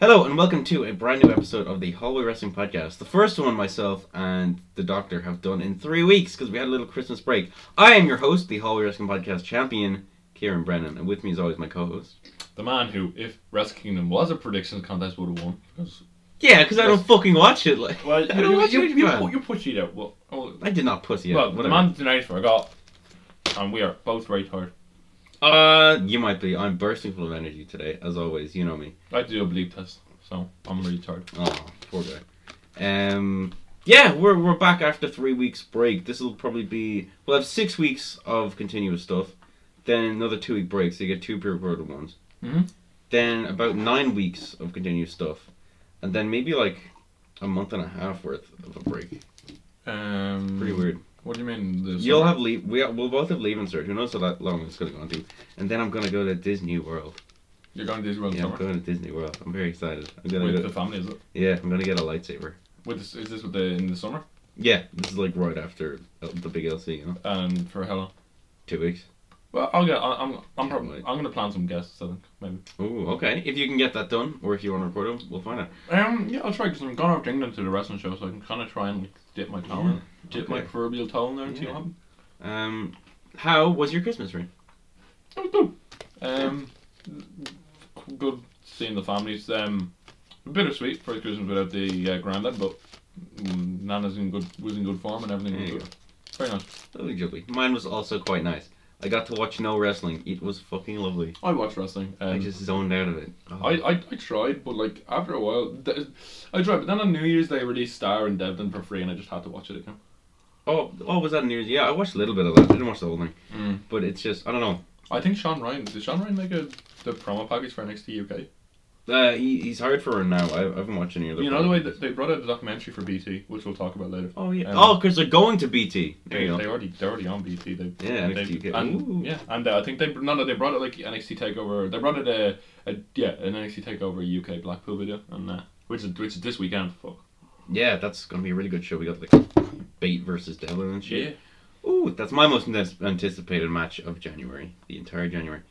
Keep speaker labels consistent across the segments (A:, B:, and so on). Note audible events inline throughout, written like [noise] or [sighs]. A: Hello and welcome to a brand new episode of the Hallway Wrestling Podcast. The first one myself and the Doctor have done in three weeks because we had a little Christmas break. I am your host, the Hallway Wrestling Podcast champion, Kieran Brennan, and with me is always my co-host.
B: The man who, if Wrestle Kingdom was a predictions contest, would have won. Because,
A: Yeah, because I don't
B: Yes.
A: fucking watch it. Like, [laughs]
B: well,
A: I don't
B: you,
A: watch
B: you,
A: it.
B: you, pu- you pushed it out. Well, oh,
A: I did not pussy
B: well
A: out.
B: the
A: whatever.
B: man tonight forgot, and we are both very tired.
A: Uh, you might be. I'm bursting full of energy today, as always. You know me.
B: I had to do a bleep test, so I'm really tired.
A: Oh, poor guy. Um, yeah, we're we're back after three weeks break. This will probably be we'll have six weeks of continuous stuff, then another two week break, so you get two pre-recorded ones.
B: Mhm.
A: Then about nine weeks of continuous stuff, and then maybe like a month and a half worth of a break.
B: Um,
A: Pretty weird.
B: What do you mean? The
A: You'll have leave. We we'll both have leave insert. Who knows how that long it's gonna go on to? And then I'm gonna go to Disney World.
B: You're going to Disney World
A: Yeah, I'm
B: summer
A: going to Disney World. I'm very excited. I'm gonna.
B: with
A: Go,
B: the family, is it?
A: yeah, I'm gonna get a lightsaber.
B: With this, is this with the in the summer?
A: Yeah, this is like right after uh, the big LC, you know,
B: And for how long?
A: two weeks.
B: Well, I'll get. I- I'm. I'm
A: Yeah,
B: probably.
A: like-
B: I'm going to plan some guests. I think maybe.
A: Ooh, okay. If you can get that done, or if you want to record them, we'll find out.
B: Um, yeah, I'll try because I'm going out to England to the wrestling show, so I can kind of try and like, dip my toe in, dip my
A: okay.
B: proverbial toe in there and see
A: Yeah.
B: what happens.
A: Um, how was your Christmas ring?
B: That was good. Um, good seeing the families. Um, bittersweet for Christmas without the uh, granddad, but mm, Nana's in good was in good form and everything was
A: There you
B: good. Very nice.
A: Lovely jubbly. Mine was also quite nice. I got to watch no wrestling. It was fucking lovely.
B: I watch wrestling. Um,
A: I just zoned out of it. Oh.
B: I, I, I tried, but like after a while, th- I tried. But then on New Year's they released Star and Devlin for free, and I just had to watch it again.
A: oh, oh, was that news? Yeah, I watched a little bit of that. I didn't watch the whole thing,
B: Mm.
A: but it's just I don't know.
B: I think Sean Ryan did Sean Ryan make a the promo package for NXT UK?
A: Uh, he, he's hired for it now. I, I haven't watched any other.
B: You know the way
A: podcasts.
B: that they brought out a documentary for BT, which we'll talk about later.
A: Oh yeah.
B: Um,
A: oh, because they're going to BT. There
B: They,
A: you
B: they
A: go.
B: already they're already on BT. They
A: Yeah,
B: And
A: NXT
B: they-
A: UK. Ooh.
B: And, yeah, and uh, I think they no no they brought it like NXT Takeover. They brought it a, a yeah an NXT Takeover UK Blackpool video and uh, which is which is this weekend. Fuck.
A: Yeah, that's gonna be a really good show. We got like Bait versus Devlin and shit. Ooh, that's my most nes- anticipated match of January, the entire January.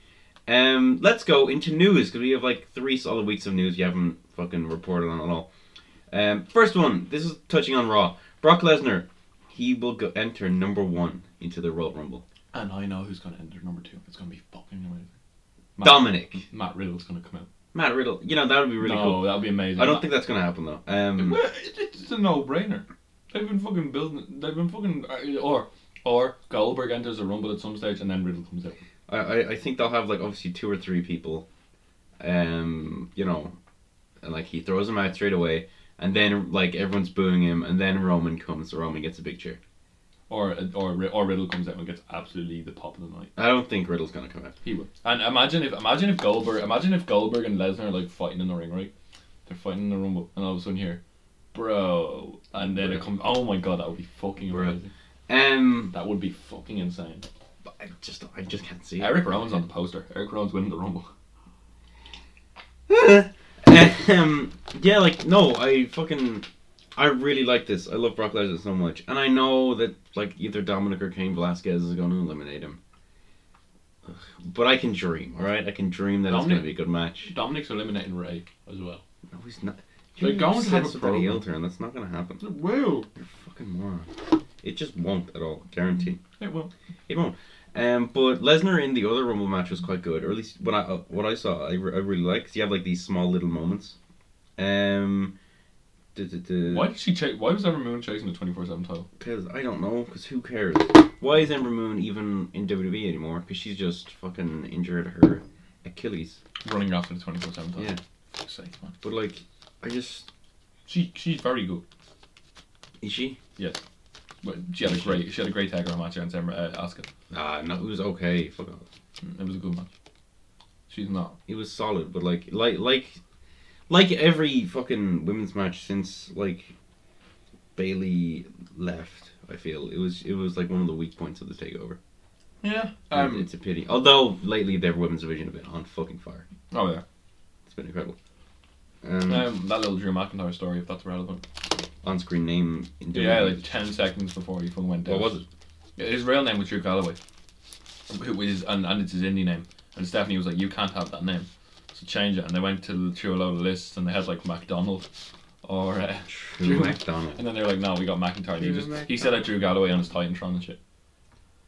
A: Um, let's go into news because we have like three solid weeks of news you haven't fucking reported on at all. Um, first one. This is touching on Raw. Brock Lesnar, he will go enter number one into the Royal Rumble.
B: And I know who's gonna enter number two. It's gonna be fucking amazing. Matt,
A: Dominic,
B: Matt Riddle's gonna come out.
A: Matt Riddle. You know that would be really
B: no,
A: cool.
B: that'll be amazing.
A: I don't think that's gonna happen though. Um,
B: Well, it- It's a no-brainer. They've been fucking building. They've been fucking uh, or or Goldberg enters a rumble at some stage and then Riddle comes out.
A: I, I I think they'll have like obviously two or three people, um, you know, and like he throws him out straight away, and then like everyone's booing him, and then Roman comes. Roman gets a big chair.
B: Or uh, or or Riddle comes out and gets absolutely the pop of the night.
A: I don't think Riddle's gonna come out.
B: He would. And imagine if imagine if Goldberg imagine if Goldberg and Lesnar are like fighting in the ring, right? They're fighting in the rumble and all of a sudden here, bro and then it
A: Bro.
B: comes oh my god, that would be fucking
A: Bro.
B: amazing.
A: Um,
B: That would be fucking insane.
A: but I just I just can't see.
B: Eric Rowan's on the poster. Eric Rowan's winning the rumble.
A: it. [laughs] um, yeah, like no, I fucking I really like this. I love Brock Lesnar so much, and I know that like either Dominic or Cain Velasquez is gonna eliminate him. Ugh, But I can dream, all right. I can dream that it's
B: Dominic-
A: gonna be a good match.
B: [laughs] Dominic's eliminating Ray as well.
A: No, he's not.
B: They're
A: You
B: going to
A: said
B: have a
A: somebody
B: problem.
A: else there, and that's not going to happen.
B: Will.
A: You're a fucking moron. It just won't at all, guaranteed.
B: It will.
A: It won't. Um, but Lesnar in the other Rumble match was quite good, or at least what I uh, what I saw, I, re- I really liked. 'cause You have like these small little moments. Um,
B: Why did she chase why was Ember Moon chasing the twenty four seven title?
A: Because I don't know. Because who cares? Why is Ember Moon even in WWE anymore? Because she's just fucking injured her Achilles.
B: Running after the twenty four seven title.
A: Yeah.
B: Fuck's sake, man.
A: But like, I just
B: She she's very good.
A: is she?
B: But she had a great she had a great tag on match against Ember uh, Asuka.
A: Ah, no, it was okay. Fuck off.
B: It was a good match. She's not.
A: it was solid, but like like like like every fucking women's match since like Bailey left, I feel it was it was like one of the weak points of the takeover.
B: Yeah.
A: Um,
B: Um.
A: it's a pity. Although lately their women's division have been on fucking fire.
B: Oh yeah.
A: It's been incredible. Um,
B: Um, that little Drew McIntyre story, if that's relevant.
A: on screen name. In
B: Yeah,
A: WWE.
B: like ten seconds before he fucking went down.
A: what was it?
B: Yeah, His real name was Drew Galloway, who is and, and it's his indie name. And Stephanie was like, "You can't have that name." to change it, and they went to through a lot of lists, and they had like McDonald, or uh, [laughs]
A: Drew McDonald.
B: and then they were like, no, we got McIntyre. and He
A: Drew
B: just he
A: McIntyre.
B: said I Drew Galloway on his Titantron and shit.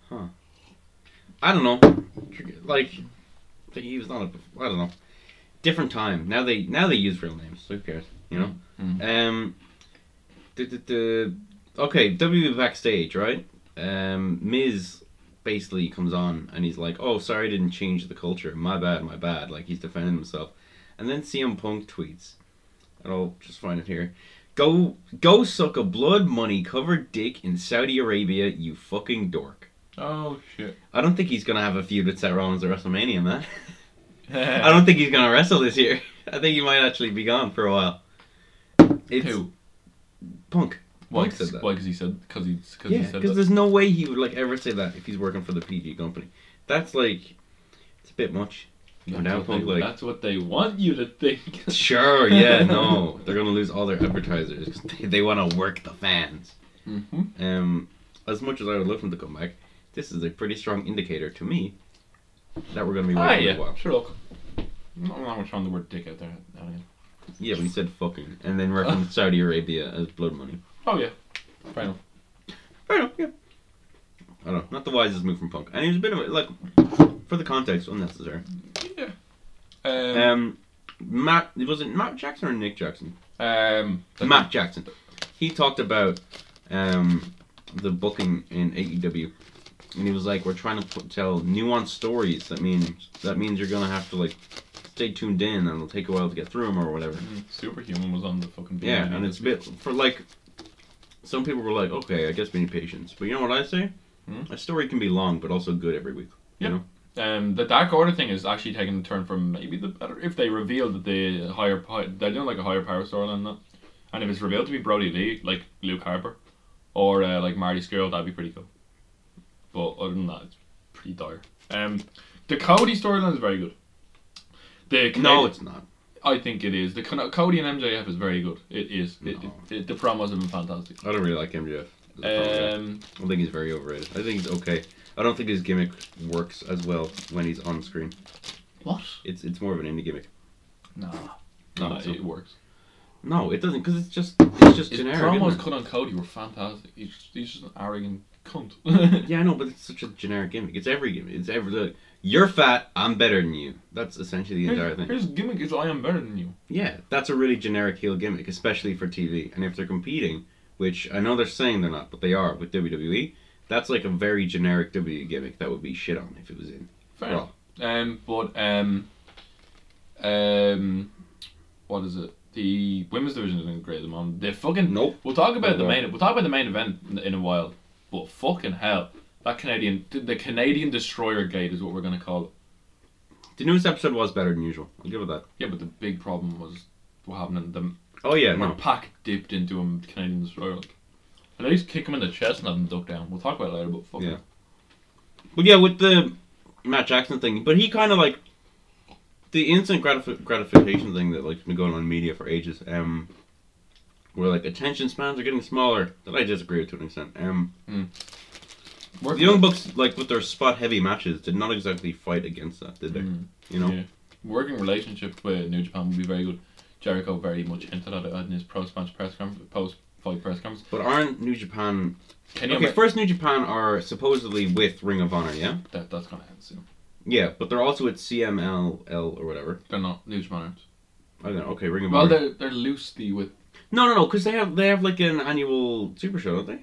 A: I don't know. Like, he was not a. I don't know. Different time. Now they now they use real names. So who cares? You know.
B: Mhm.
A: Um. duh, duh, duh. Okay, WWE backstage, right? Um, Miz basically comes on and he's like, "Oh, sorry, I didn't change the culture. My bad, my bad." Like he's defending himself, and then CM Punk tweets, and I'll just find it here. Go, go, suck a blood money covered dick in Saudi Arabia, you fucking dork.
B: Oh [laughs] shit.
A: I don't think he's gonna have a feud with Seth Rollins at WrestleMania, man. I don't think he's gonna wrestle this year. [laughs] I think he might actually be gone for a while. It's
B: Who?
A: Punk.
B: Why?
A: Punk said
B: Cause,
A: that.
B: why? Because he said. Because he. Because
A: Yeah,
B: he said
A: because
B: that.
A: there's no way he would like ever say that if he's working for the PG company. That's like, it's a bit much.
B: That's,
A: now
B: what
A: Punk,
B: they,
A: like-
B: that's what they want you
A: [laughs]
B: to think.
A: Sure, yeah, no, [laughs] they're gonna lose all their advertisers. [laughs] 'cause They, they want to work the fans.
B: mm-hmm.
A: Um, as much as I would love them to come back, this is a pretty strong indicator to me that we're gonna be
B: Ah,
A: waiting for a
B: yeah.
A: while.
B: Sure. Look. I'm not throwing the word dick out there. Elliot.
A: Yeah, we said fucking, and then referenced Saudi Arabia as blood money.
B: Oh yeah. Fair enough.
A: Fair enough, yeah. I don't know. Not the wisest move from Punk. And he was a bit of a, like, for the context, unnecessary.
B: Yeah. Um.
A: Um, Matt, was it Matt Jackson or Nick Jackson?
B: um
A: Matt Jackson. He talked about um, the booking in AEW. And he was like, we're trying to put, tell nuanced stories. That means, that means you're going to have to, like, stay tuned in and it'll take a while to get through them or whatever.
B: Mm, Superhuman was on the fucking
A: Yeah,
B: DVD
A: and it's a bit for like some people were like, okay, I guess we need patience. But you know what I say?
B: Hmm?
A: A story can be long, but also good every week.
B: Yeah.
A: You know?
B: Um, the Dark Order thing is actually taking a turn from maybe the better if they reveal that the higher pow- they're doing like a higher power storyline than that, and if it's revealed to be Brody Lee like Luke Harper, or uh, like Marty Skrull, that'd be pretty cool. But other than that, it's pretty dire. Um, the Cody storyline is very good. The
A: No,
B: Canadian-
A: it's not.
B: I think it is. The Can- Cody and MJF is very good. It is. It,
A: No.
B: it, it- the promos have been fantastic.
A: I don't really like MJF. as a promo guy.
B: Um,
A: I think he's very overrated. I think he's okay. I don't think his gimmick works as well when he's on screen.
B: what?
A: It's it's more of an indie gimmick.
B: Nah,
A: No,
B: nah,
A: it's
B: it works.
A: No, it doesn't because it's just it's just
B: His
A: generic.
B: promos
A: isn't it?
B: cut on Cody were fantastic. He's, he's just an arrogant [laughs] cunt.
A: Yeah, I know, but it's such a generic gimmick. It's every gimmick. It's every look. You're fat. I'm better than you. That's essentially the entire
B: His,
A: thing.
B: his gimmick is I am better than you.
A: Yeah, that's a really generic heel gimmick, especially for TV. And if they're competing, which I know they're saying they're not, but they are with WWE, that's like a very generic WWE gimmick that would be shit on if it was in.
B: Fair
A: Raw.
B: enough. Um, but um, um, what is it? The women's division is doing great at the moment. They're fucking.
A: Nope.
B: We'll talk about the
A: They
B: main. We'll talk about the main event in, in a while. But fucking hell, that Canadian, the Canadian Destroyer Gate is what we're gonna call it.
A: The newest episode was better than usual. I'll give it that.
B: Yeah, but the big problem was what happened in the
A: Oh yeah,
B: When
A: no.
B: Pac dipped into him, Canadian Destroyer. Like, at least kick him in the chest and have him duck down. We'll talk about it later, but fuck
A: Yeah.
B: it.
A: But yeah, with the Matt Jackson thing, but he kind of like the instant gratif- gratification thing that like been going on in media for ages. Um, where like attention spans are getting smaller. That I disagree with to an extent. Um.
B: Work
A: The Young Bucks, like with their spot heavy matches, did not exactly fight against that, did they?
B: Mm.
A: You know,
B: Yeah. working relationship with New Japan would be very good. Jericho very much hinted at it in his post match press conference, post fight press conference.
A: but aren't New Japan?
B: Kenny
A: Okay,
B: Omega-
A: first New Japan are supposedly with Ring of Honor, yeah,
B: that, that's gonna end soon.
A: yeah, but they're also at CMLL or whatever.
B: They're not New Japan. aren't.
A: I don't know. Okay, Ring of
B: Well,
A: Honor.
B: they're they're loosely with
A: No, no, no, because they have they have like an annual super show, don't they?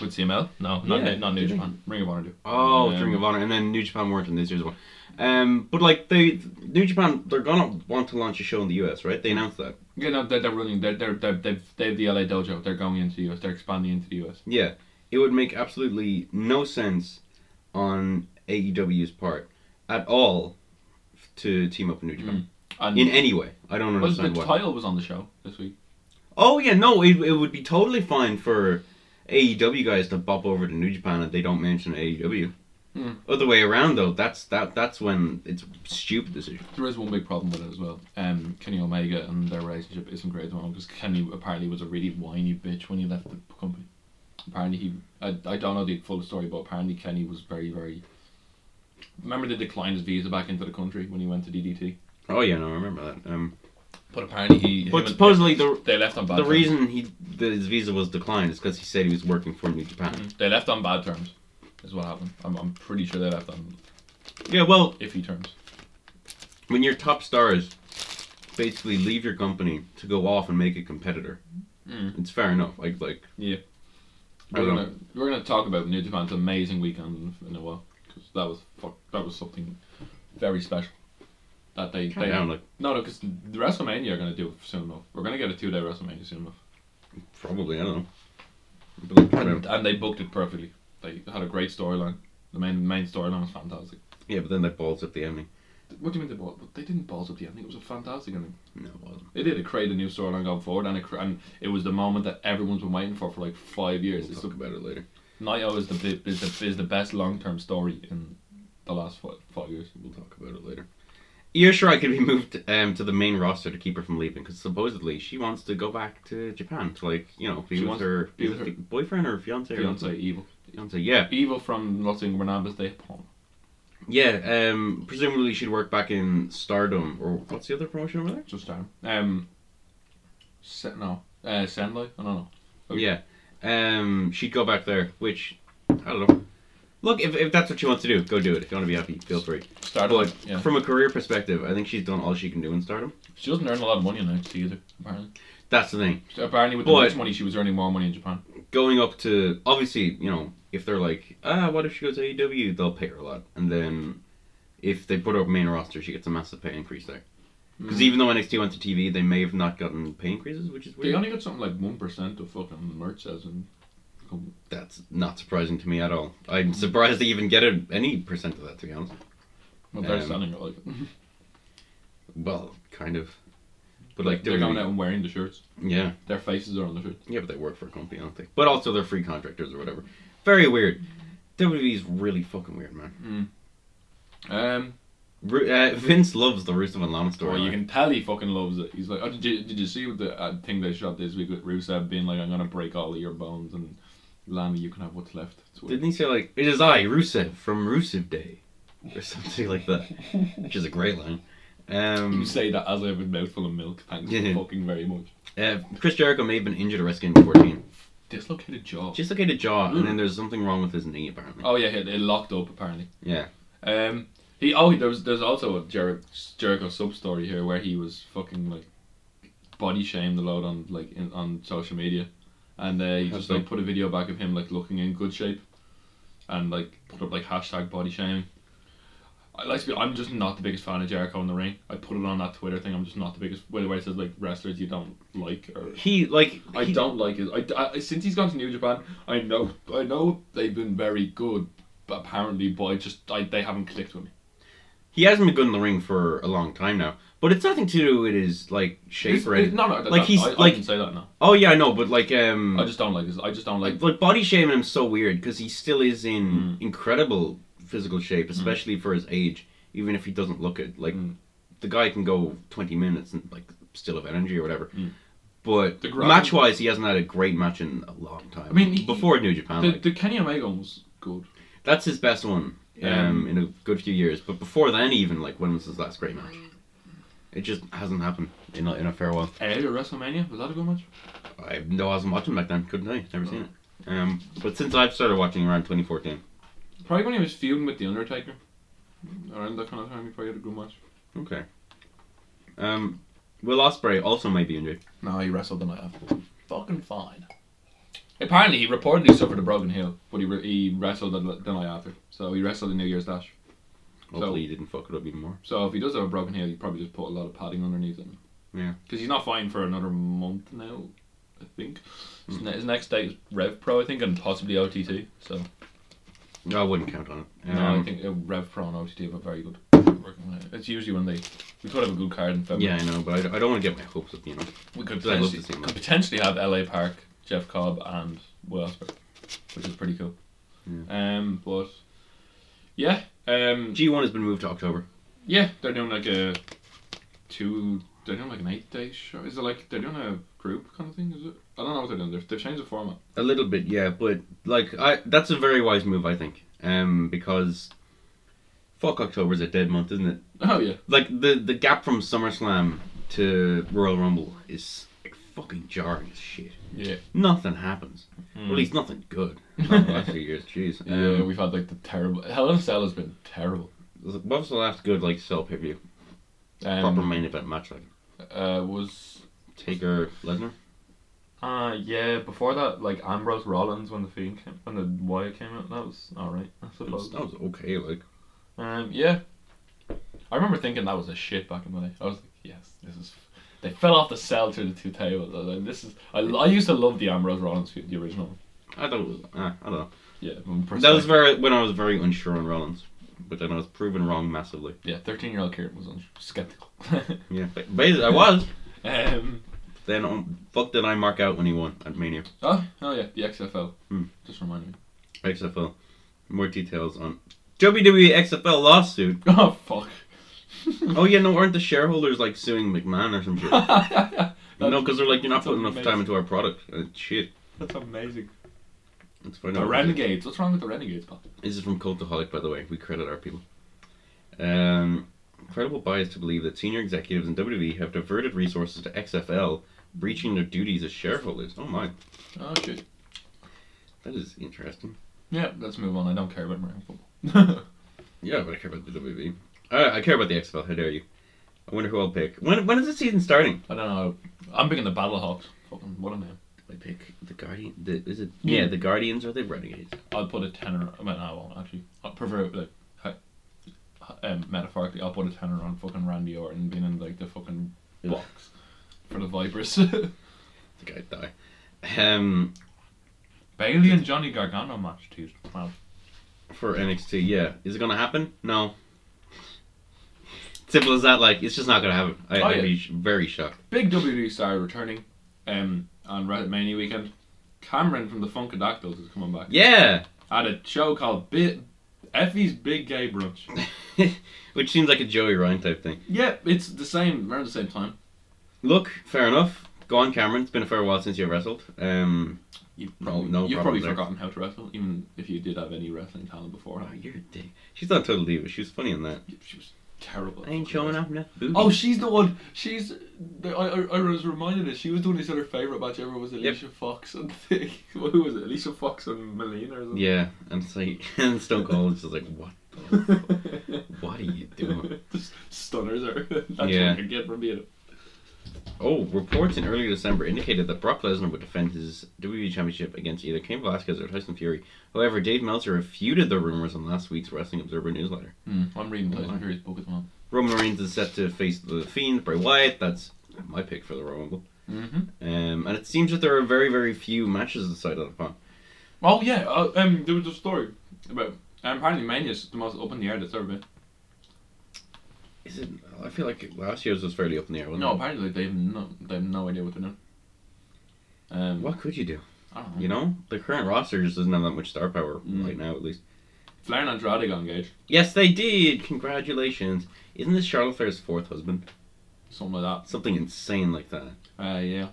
B: with CML. No, not
A: Yeah,
B: not New
A: they
B: Japan. Ring of Honor do.
A: Oh,
B: Um,
A: it's Ring of Honor, and then New Japan weren't in this year's one. Um, but like they, New Japan, they're gonna want to launch a show in the U.S., right? They announced that.
B: Yeah, no, they're, they're running. They're, they're, they're, they've, they've the LA Dojo. They're going into the US. They're expanding into the US.
A: Yeah, it would make absolutely no sense on AEW's part at all f- to team up with New Japan
B: And
A: in any way. I don't
B: Well, the
A: understand why.
B: title was on the show this week.
A: oh yeah, no, it, it would be totally fine for AEW guys to bop over to New Japan if they don't mention AEW.
B: Hmm.
A: Other way around though, that's that that's when it's a stupid decision.
B: There is one big problem with it as well. Um, Kenny Omega and their relationship isn't great at the moment because Kenny apparently was a really whiny bitch when he left the company. Apparently he, I, I don't know the full story, but apparently Kenny was very, very. Remember they declined his visa back into the country when he went to DDT.
A: Oh yeah, no, I remember that. Um,
B: But apparently he. him
A: but
B: and-
A: supposedly the
B: they left on bad
A: the
B: terms.
A: reason he that his visa was declined is because he said he was working for New Japan.
B: Mhm. They left on bad terms, is what happened. I'm, I'm pretty sure they left on
A: Yeah, well,
B: iffy terms.
A: when your top stars basically leave your company to go off and make a competitor,
B: Mm.
A: it's fair enough. Like like I
B: We're
A: don't
B: gonna, we're gonna talk about New Japan's amazing weekend in a while because that was fuck, that was something very special that they
A: calm
B: they
A: down, like
B: no no because the WrestleMania are gonna do it soon enough. We're gonna get a two day WrestleMania soon enough,
A: probably I don't know. But like, I
B: and,
A: don't-
B: and they booked it perfectly. They had a great storyline. The main main storyline was fantastic.
A: yeah, but then they balls up the ending.
B: What do you mean they bought? They didn't balls up the ending. It was a fantastic ending.
A: No, it wasn't.
B: It did. It created a new storyline going forward, and it, cr- and it was the moment that everyone's been waiting for for like five years.
A: We'll
B: it's
A: talk
B: the,
A: about it later.
B: Night Owl is the bi- is the is the best long term story in the last five, five years.
A: We'll talk about it later. Io Shirai could be [laughs] moved um, to the main roster to keep her from leaving because supposedly she wants to go back to Japan to like you know be
B: She
A: with
B: wants-
A: her,
B: be
A: is
B: with
A: it fi- boyfriend or fiance
B: Fiance
A: or
B: evil,
A: fiance yeah
B: evil from Los Ingobernables de Japón.
A: yeah um, presumably she'd work back in Stardom or what's the other promotion over there
B: Just down. Um, se- no, uh, Senlai. I don't know. Okay.
A: yeah um, she'd go back there which I don't know look if, if that's what she wants to do go do it if you want to be happy feel free but
B: Stardom.
A: like,
B: yeah,
A: from a career perspective I think she's done all she can do in Stardom
B: she doesn't earn a lot of money in NXT either. Apparently,
A: that's the thing
B: So apparently with
A: But-
B: the much money, she was earning more money in Japan.
A: going up to obviously, you know, if they're like, ah, what if she goes to AEW? They'll pay her a lot, and then if they put her up main roster, she gets a massive pay increase there. Because even though NXT went to TV, they may have not gotten pay increases, which is
B: They
A: weird.
B: only got something like one percent of fucking merch as in.
A: That's not surprising to me at all. I'm surprised they even get a, any percent of that, to be honest.
B: Well, they're
A: Um,
B: selling it like.
A: Well, kind of, but like
B: they're going out and wearing the shirts.
A: yeah.
B: Their faces are on the shirts.
A: Yeah, but they work for a company, I don't think. But also they're free contractors or whatever. Very weird. WWE's really fucking weird, man.
B: Um,
A: Ru- uh, Vince loves the Rusev and Lana
B: Or
A: story.
B: you can tell he fucking loves it. He's like, oh, did you did you see the uh, thing they shot this week with Rusev being like, I'm gonna break all of your bones and Lana, you can have what's left. It's weird.
A: Didn't he say like, "It is I, Rusev from Rusev Day," or [laughs] something like that, which is a great line.
B: You
A: Um,
B: say that as I have a mouthful of milk. Thanks
A: Yeah.
B: fucking very much.
A: uh, Chris Jericho may have been injured or rescued in 14.
B: Dislocated jaw.
A: Just look at a jaw,
B: Hmm.
A: and then there's something wrong with his knee apparently.
B: Oh yeah, it, it locked up apparently.
A: Yeah.
B: Um, he oh there was there's also a Jer- Jericho sub story here where he was fucking like body shamed a lot on like in, on social media, and uh, he just
A: Okay.
B: like put a video back of him like looking in good shape, and like put up like hashtag body shaming. I like to be, I'm just not the biggest fan of Jericho in the ring. I put it on that Twitter thing. I'm just not the biggest. By the way, it says like wrestlers you don't like or
A: He like
B: I
A: he-
B: don't like his. I, I- since he's gone to New Japan, I know I know they've been very good, but apparently, boy, just I, they haven't clicked with me.
A: He hasn't been good in the ring for a long time now, but it's nothing to do with his like shape
B: It's-
A: or
B: it-
A: anything.
B: No, no, that-
A: Like,
B: that-
A: he's-
B: I, I
A: like-
B: can say that now.
A: Oh yeah, I know, but like um,
B: I just don't like his. I just don't like. Hmm.
A: like like body shaming him's so weird because he still is in incredible physical shape, especially for his age. Even if he doesn't look it, like
B: Mm.
A: the guy can go twenty minutes and like still have energy or whatever.
B: Mm.
A: But
B: The grappling-
A: match wise, he hasn't had a great match in a long time.
B: I mean, he-
A: before New Japan,
B: The,
A: like,
B: the Kenny Omega one was good.
A: that's his best one
B: Yeah.
A: um, in a good few years. But before then, even like when was his last great match? It just hasn't happened in a, in a fair while.
B: Uh, WrestleMania was that a good match?
A: I no, I wasn't watching back then. Couldn't tell you. Never seen it. Um, but since I've started watching around 2014,
B: Probably when he was feuding with the Undertaker. Around that kind of time, he probably had a good match.
A: Okay. Um, Will Osprey also might be injured.
B: No, he wrestled the night after. Fucking fine. Apparently, he reportedly suffered a broken heel, but he, re- he wrestled the, the night after. So he wrestled the New Year's Dash.
A: Hopefully, he didn't fuck it up even more.
B: So if he does have a broken heel, he probably just put a lot of padding underneath him.
A: Yeah.
B: Because he's not fighting for another month now, I think. His,
A: Hmm.
B: ne- his next date is Rev Pro, I think, and possibly OTT. So
A: No, I wouldn't count on it. Um,
B: no, I think uh, Rev Pro and OTT have a very good working night. It's usually when they we could have a good card in February.
A: Yeah, I know, but I, I don't want to get my hopes up. You know,
B: we could
A: I'd love to
B: potentially,
A: see him.
B: could potentially have LA Park, Jeff Cobb, and Will Ospreay, which is pretty cool. Um, but yeah, um,
A: G one has been moved to October.
B: Yeah, they're doing like a two. They're doing like an eight-day show. Is it like they're doing a group kind of thing? Is it? I don't know what they're doing. They've, they've changed the format. [laughs]
A: A little bit, yeah, but like I, that's a very wise move, I think. Um, because fuck October's a dead month, isn't it?
B: Oh yeah.
A: Like the the gap from SummerSlam to Royal Rumble is like fucking jarring as shit.
B: Yeah.
A: Nothing happens. Or at [laughs] least nothing Oh, good. Not the last few years, jeez. Um,
B: [laughs] yeah, we've had like the terrible Hell in a Cell has been terrible.
A: What was the last good like cell pay per view? Proper
B: Um,
A: main event match like
B: uh, was
A: Taker Lesnar.
B: uh yeah before that like Ambrose Rollins when the Fiend came, when the Wire came out that was all right I
A: That was,
B: suppose.
A: that was okay. Like
B: Um yeah, I remember thinking that was a shit back in the day. I was like yes this is. They fell off the cell through the two tables. I was like, This is I, I used to love the Ambrose Rollins feud, the original. one.
A: I thought it was. Uh, I don't know.
B: Yeah,
A: That was very when I was very unsure on Rollins, but then I was proven wrong massively.
B: yeah. Thirteen year old Kieran was un- skeptical. [laughs]
A: Yeah, ba- basically I was.
B: um,
A: Then um, fuck did I mark out when he won at Mania?
B: oh oh yeah, the XFL.
A: Hmm.
B: Just reminded me. [laughs]
A: XFL. More details on E WWE XFL lawsuit.
B: Oh fuck. [laughs]
A: Oh yeah, no, aren't the shareholders like suing McMahon or some shit?
B: that's,
A: no, because they're like you're not
B: that's
A: putting enough
B: amazing.
A: time into our product. Uh, shit.
B: that's amazing.
A: Let's find
B: The
A: out.
B: Renegades. What's wrong with the Renegades, Bob?
A: This is from Cultaholic, by the way. We credit our people. Um, credible bias to believe that senior executives in WWE have diverted resources to XFL, breaching their duties as shareholders. Oh my,
B: Oh shit.
A: that is interesting.
B: Yeah, let's move on. I don't care about American football. [laughs]
A: Yeah, but I care about the WWE. Uh, I care about the XFL. How dare you? I wonder who I'll pick. When when is the season starting?
B: I don't know. I'm picking the Battlehawks. Fucking what a name.
A: I pick the Guardian. The, is it?
B: Yeah.
A: Yeah, the Guardians or the Renegades.
B: I'll put a tenner. I mean, I won't actually. I prefer it, like. hi- hi- Um, metaphorically, I'll put a tenner on fucking Randy Orton being in like the fucking
A: Yeah.
B: box for the Vipers. [laughs] Bailey
A: The guy die. Um,
B: and Johnny Gargano match Tuesday. Wow.
A: for NXT. Yeah, is it gonna happen? No. Simple as that. Like, it's just not gonna happen. I,
B: Oh,
A: I'd
B: yeah.
A: be sh- very shocked.
B: Big WWE star returning, um, on WrestleMania weekend. Cameron from the Funkadactyls is coming back.
A: Yeah,
B: at a show called Bi- Effie's Big Gay Brunch.
A: which seems like a Joey Ryan type thing.
B: yeah, it's the same, around the same time.
A: Look, fair enough. Go on, Cameron. It's been a fair while since you wrestled. Um,
B: You've
A: No,
B: probably,
A: no
B: you've
A: problem
B: probably
A: there.
B: forgotten how to wrestle, even if you did have any wrestling talent before.
A: oh, you're a dick. She's not total diva. She was funny on that.
B: She was terrible.
A: I ain't showing up now.
B: Oh, she's the one. She's. I, I, I was reminded that she was the one who said her favorite match ever was Alicia Fox and [laughs] thing. Who was it? Alicia Fox and Melina or something.
A: yeah. And it's like, [laughs] and Stone Cold is just like, what? the-
B: [laughs]
A: What are you doing?
B: Just stunners her. [laughs] That's
A: Yeah.
B: what I get from being.
A: Oh, reports in early December indicated that Brock Lesnar would defend his WWE Championship against either Cain Velasquez or Tyson Fury. However, Dave Meltzer refuted the rumors on last week's Wrestling Observer newsletter.
B: A, mm, I'm reading
A: Tyson
B: Fury's book at the moment.
A: Roman Reigns is set to face the Fiend Bray Wyatt. That's my pick for the Royal Rumble.
B: Mm-hmm.
A: Um, and it seems that there are very, very few matches decided upon.
B: Oh yeah, uh, um, there was a story about um, apparently Mania's the most open the air that's ever been.
A: Is it? I feel like last year's was fairly up in the air. Wasn't
B: No, apparently they have no, they have no idea what they're doing.
A: it?
B: Um,
A: What could you do?
B: I don't know.
A: You know, the current roster just doesn't have that much star power
B: Mm.
A: right now, at least.
B: Flair and Andrade got engaged,
A: Yes, they did. Congratulations! Isn't this Charlotte Flair's fourth husband?
B: something like
A: Something insane like that.
B: that. Uh, yeah,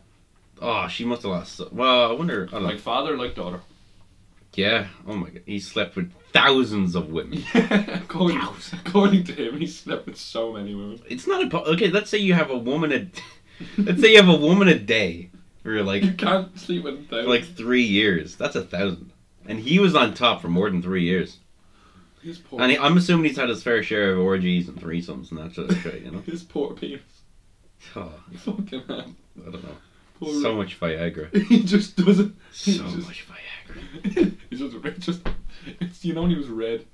A: Oh, she must have lost. so- Well, I wonder. I don't
B: like
A: know.
B: father,
A: [laughs]
B: like daughter.
A: Yeah. Oh my god. He slept with thousands of women.
B: according, according to him, he slept with so many
A: [laughs]
B: women.
A: It's not a okay. Let's say you have a [laughs] woman a. let's say you have a woman a day for like
B: [laughs] You can't sleep with a
A: for
B: thousand.
A: like three years. That's a thousand. And he was on top for more than three years.
B: his poor,
A: And he, I'm assuming he's had his fair share of orgies and threesomes and that sort of shit. You know. [laughs]
B: his poor penis. [laughs]
A: Oh,
B: Fucking hell.
A: I don't know.
B: Poor
A: So much Viagra.
B: [laughs] he just doesn't.
A: So
B: Just-
A: much Viagra.
B: [laughs] he's just, red- just it's, you know when he was red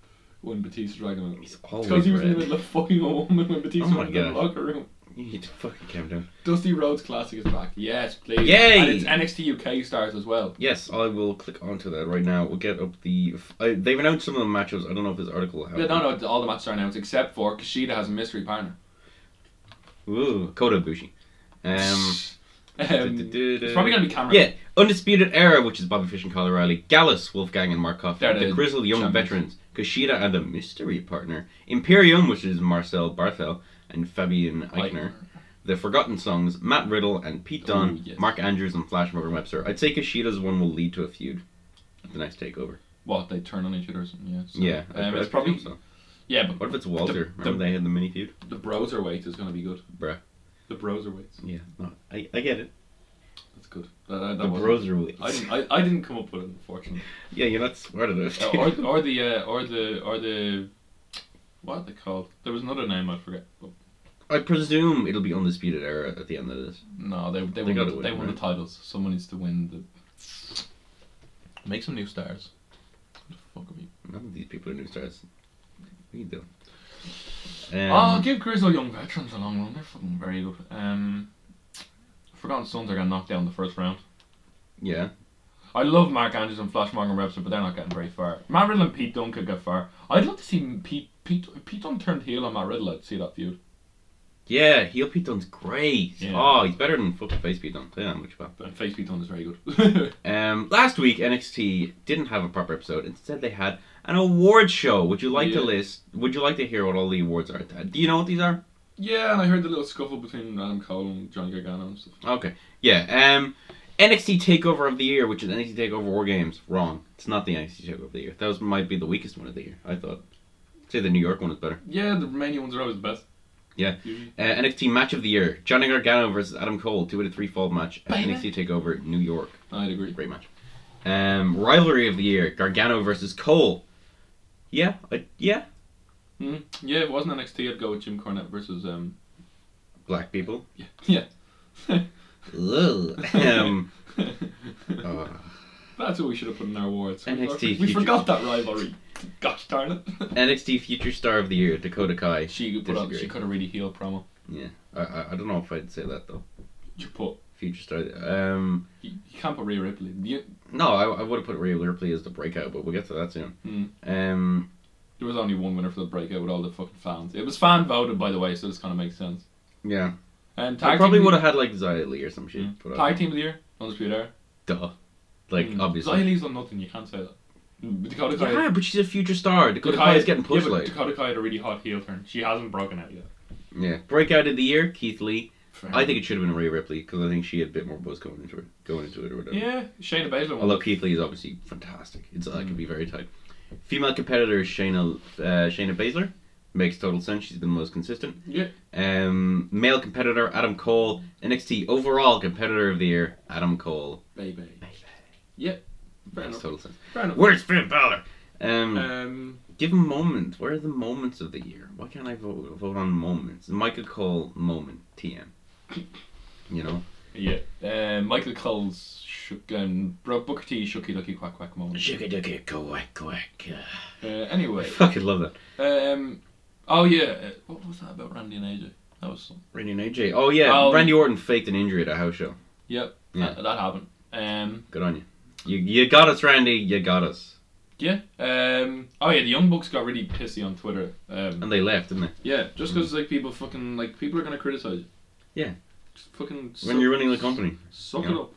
B: when Batista dragged him out.
A: He's
B: It's
A: always
B: because he was in the
A: red.
B: middle of fucking a woman when Batista
A: Oh my
B: was in the
A: God.
B: locker room.
A: You need to fucking calm down.
B: Dusty Rhodes Classic is back. Yes, please.
A: Yay!
B: And it's NXT UK stars as well.
A: Yes, I will click onto that right now. We'll get up the. I, they've announced some of the matches. I don't know if this article
B: Yeah,
A: happened.
B: no, no, all the matches are announced except for Kushida has a mystery partner.
A: Ooh, Kota Ibushi. Um,
B: [laughs] Um,
A: du-du-du-du.
B: it's probably gonna be Cameron.
A: yeah, Undisputed Era, which is Bobby Fish and Kyle O'Reilly, Gallus, Wolfgang and Markov,
B: They're
A: the
B: the
A: Grizzled Young
B: champions.
A: Veterans, Kushida and a mystery partner, Imperium, which is Marcel Barthel and Fabian Eichner, The Forgotten Songs, Matt Riddle and Pete Dunne,
B: Ooh, yes.
A: Mark Andrews and Flash Morgan Webster. I'd say Kushida's one will lead to a feud at the next takeover.
B: What they turn on each other or something? Yeah. so-
A: yeah, I-
B: Um,
A: I
B: it's probably
A: presume so.
B: Yeah, but
A: What if it's Walter?
B: The-
A: Remember
B: the-
A: they had the mini feud?
B: the browser weight is going to be good.
A: Bruh.
B: The browser weights.
A: Yeah, no, I, I get it.
B: That's good. That, that,
A: The
B: that wasn't-
A: browser weights.
B: I didn't. I, I didn't come up with it, unfortunately.
A: [laughs] Yeah, you're not smart enough.
B: Uh, or or the uh, or the or the what are they called? There was another name I forget. But
A: I presume it'll be undisputed era at the end of this.
B: no, they they, won.
A: gotta
B: the,
A: win,
B: they won
A: right?
B: the titles. Someone needs to win the. Make some new stars. What the fuck are we?
A: None of these people are new stars. What are you doing?
B: oh,
A: Um,
B: give Grizzle young veterans a long run. They're fucking very good. Um, Forgotten Sons are gonna knock down the first round.
A: yeah.
B: I love Mark Andrews and Flash Morgan Webster, but they're not getting very far. Matt Riddle and Pete Dunne could get far. I'd love to see Pete Pete Pete Dunne turned heel on Matt Riddle. I'd see that feud.
A: Yeah, heel Pete Dunne's great.
B: Yeah.
A: Oh, he's better than fucking face Pete Dunne. Tell you that much about.
B: And face Pete Dunne is very good. [laughs]
A: Um, last week NXT didn't have a proper episode. Instead, they had an award show. Would you like to
B: Yeah.
A: list? Would you like to hear what all the awards are? Do you know what these are?
B: yeah, and I heard the little scuffle between Adam Cole and John Gargano and stuff.
A: Okay. Yeah. Um, NXT Takeover of the Year, which is NXT Takeover War Games. Wrong. It's not the NXT Takeover of the Year. That was, might be the weakest one of the year. I thought. I'd say the New York one is better.
B: Yeah, the Romania ones are always the best.
A: Yeah.
B: Usually.
A: Uh, NXT Match of the Year: Johnny Gargano versus Adam Cole, two out of three fall match at
B: Baby.
A: NXT Takeover New York.
B: I'd agree.
A: Great match. Um, rivalry of the Year: Gargano versus Cole. Yeah. I, yeah.
B: Mm. Yeah, if it wasn't NXT, I'd go with Jim Cornette versus um. [laughs]
A: Black people.
B: Yeah. yeah. [laughs]
A: Ugh. um, uh,
B: That's what we should have put in our awards. We
A: NXT
B: forgot- We
A: future-
B: forgot that rivalry. Gosh darn
A: [laughs]
B: it.
A: NXT Future Star of the Year, Dakota Kai.
B: She put up, she
A: Disagree.
B: cut a really heel promo.
A: I, I, I don't know if I'd say that though.
B: You put
A: Future Star. Um,
B: you, you can't put Rhea Ripley. You,
A: no, I, I would have put Rhea Ripley as the breakout, but we'll get to that soon.
B: Hmm.
A: Um,
B: there was only one winner for the breakout with all the fucking fans. It was fan voted, by the way, so this kind of makes sense.
A: yeah,
B: And
A: I
B: tag
A: probably
B: team
A: would have had like Xia Li or some shit.
B: Mm.
A: But I,
B: tag team of the year, undisputed era.
A: duh, like
B: Mm.
A: obviously.
B: Xia Li's done nothing. You can't say that. Mm, Dakota Kai.
A: Yeah, but she's a future star. Dakota
B: Dakota-
A: Kai is getting
B: yeah,
A: pushed
B: but
A: like.
B: Dakota Kai had a really hot heel turn. She hasn't broken out yet.
A: Yeah, breakout of the year, Keith Lee. I think it should have been Rhea Ripley because I think she had a bit more buzz going into it, going into it or whatever.
B: Yeah, Shayna Baszler. Won.
A: Although Keith Lee is obviously fantastic, it's that can be very tight. Female competitor is Shayna uh, Shayna Baszler makes total sense. She's been the most consistent.
B: Yeah.
A: Um, male competitor Adam Cole. NXT overall competitor of the year Adam Cole
B: Baby.
A: Baby.
B: Yep. Fair
A: makes
B: enough.
A: total sense.
B: Fair enough.
A: Where's Finn Balor? Um,
B: Um,
A: give him moment. Where are the moments of the year? Why can't I vote vote on moments? Michael Cole moment TM. You know,
B: yeah. Uh, Michael Cole's shook, um, Bro- Booker T shooky lucky quack quack moment.
A: shaka duka quack quack.
B: Uh, anyway,
A: Fucking love that.
B: um, oh yeah, uh, what was that about Randy and AJ? That was some.
A: Randy and AJ. Oh yeah,
B: Oh.
A: Randy Orton faked an injury at a house show.
B: Yep,
A: Yeah.
B: that, that happened. Um,
A: Good on you. You you got us, Randy. You got us.
B: yeah. Um, oh yeah, the Young Bucks got really pissy on Twitter. Um, mm.
A: And they left, didn't they?
B: yeah, just because like people fucking like people are gonna criticize you.
A: Yeah.
B: Just fucking.
A: When you're running the company.
B: Suck
A: Yeah.
B: it up.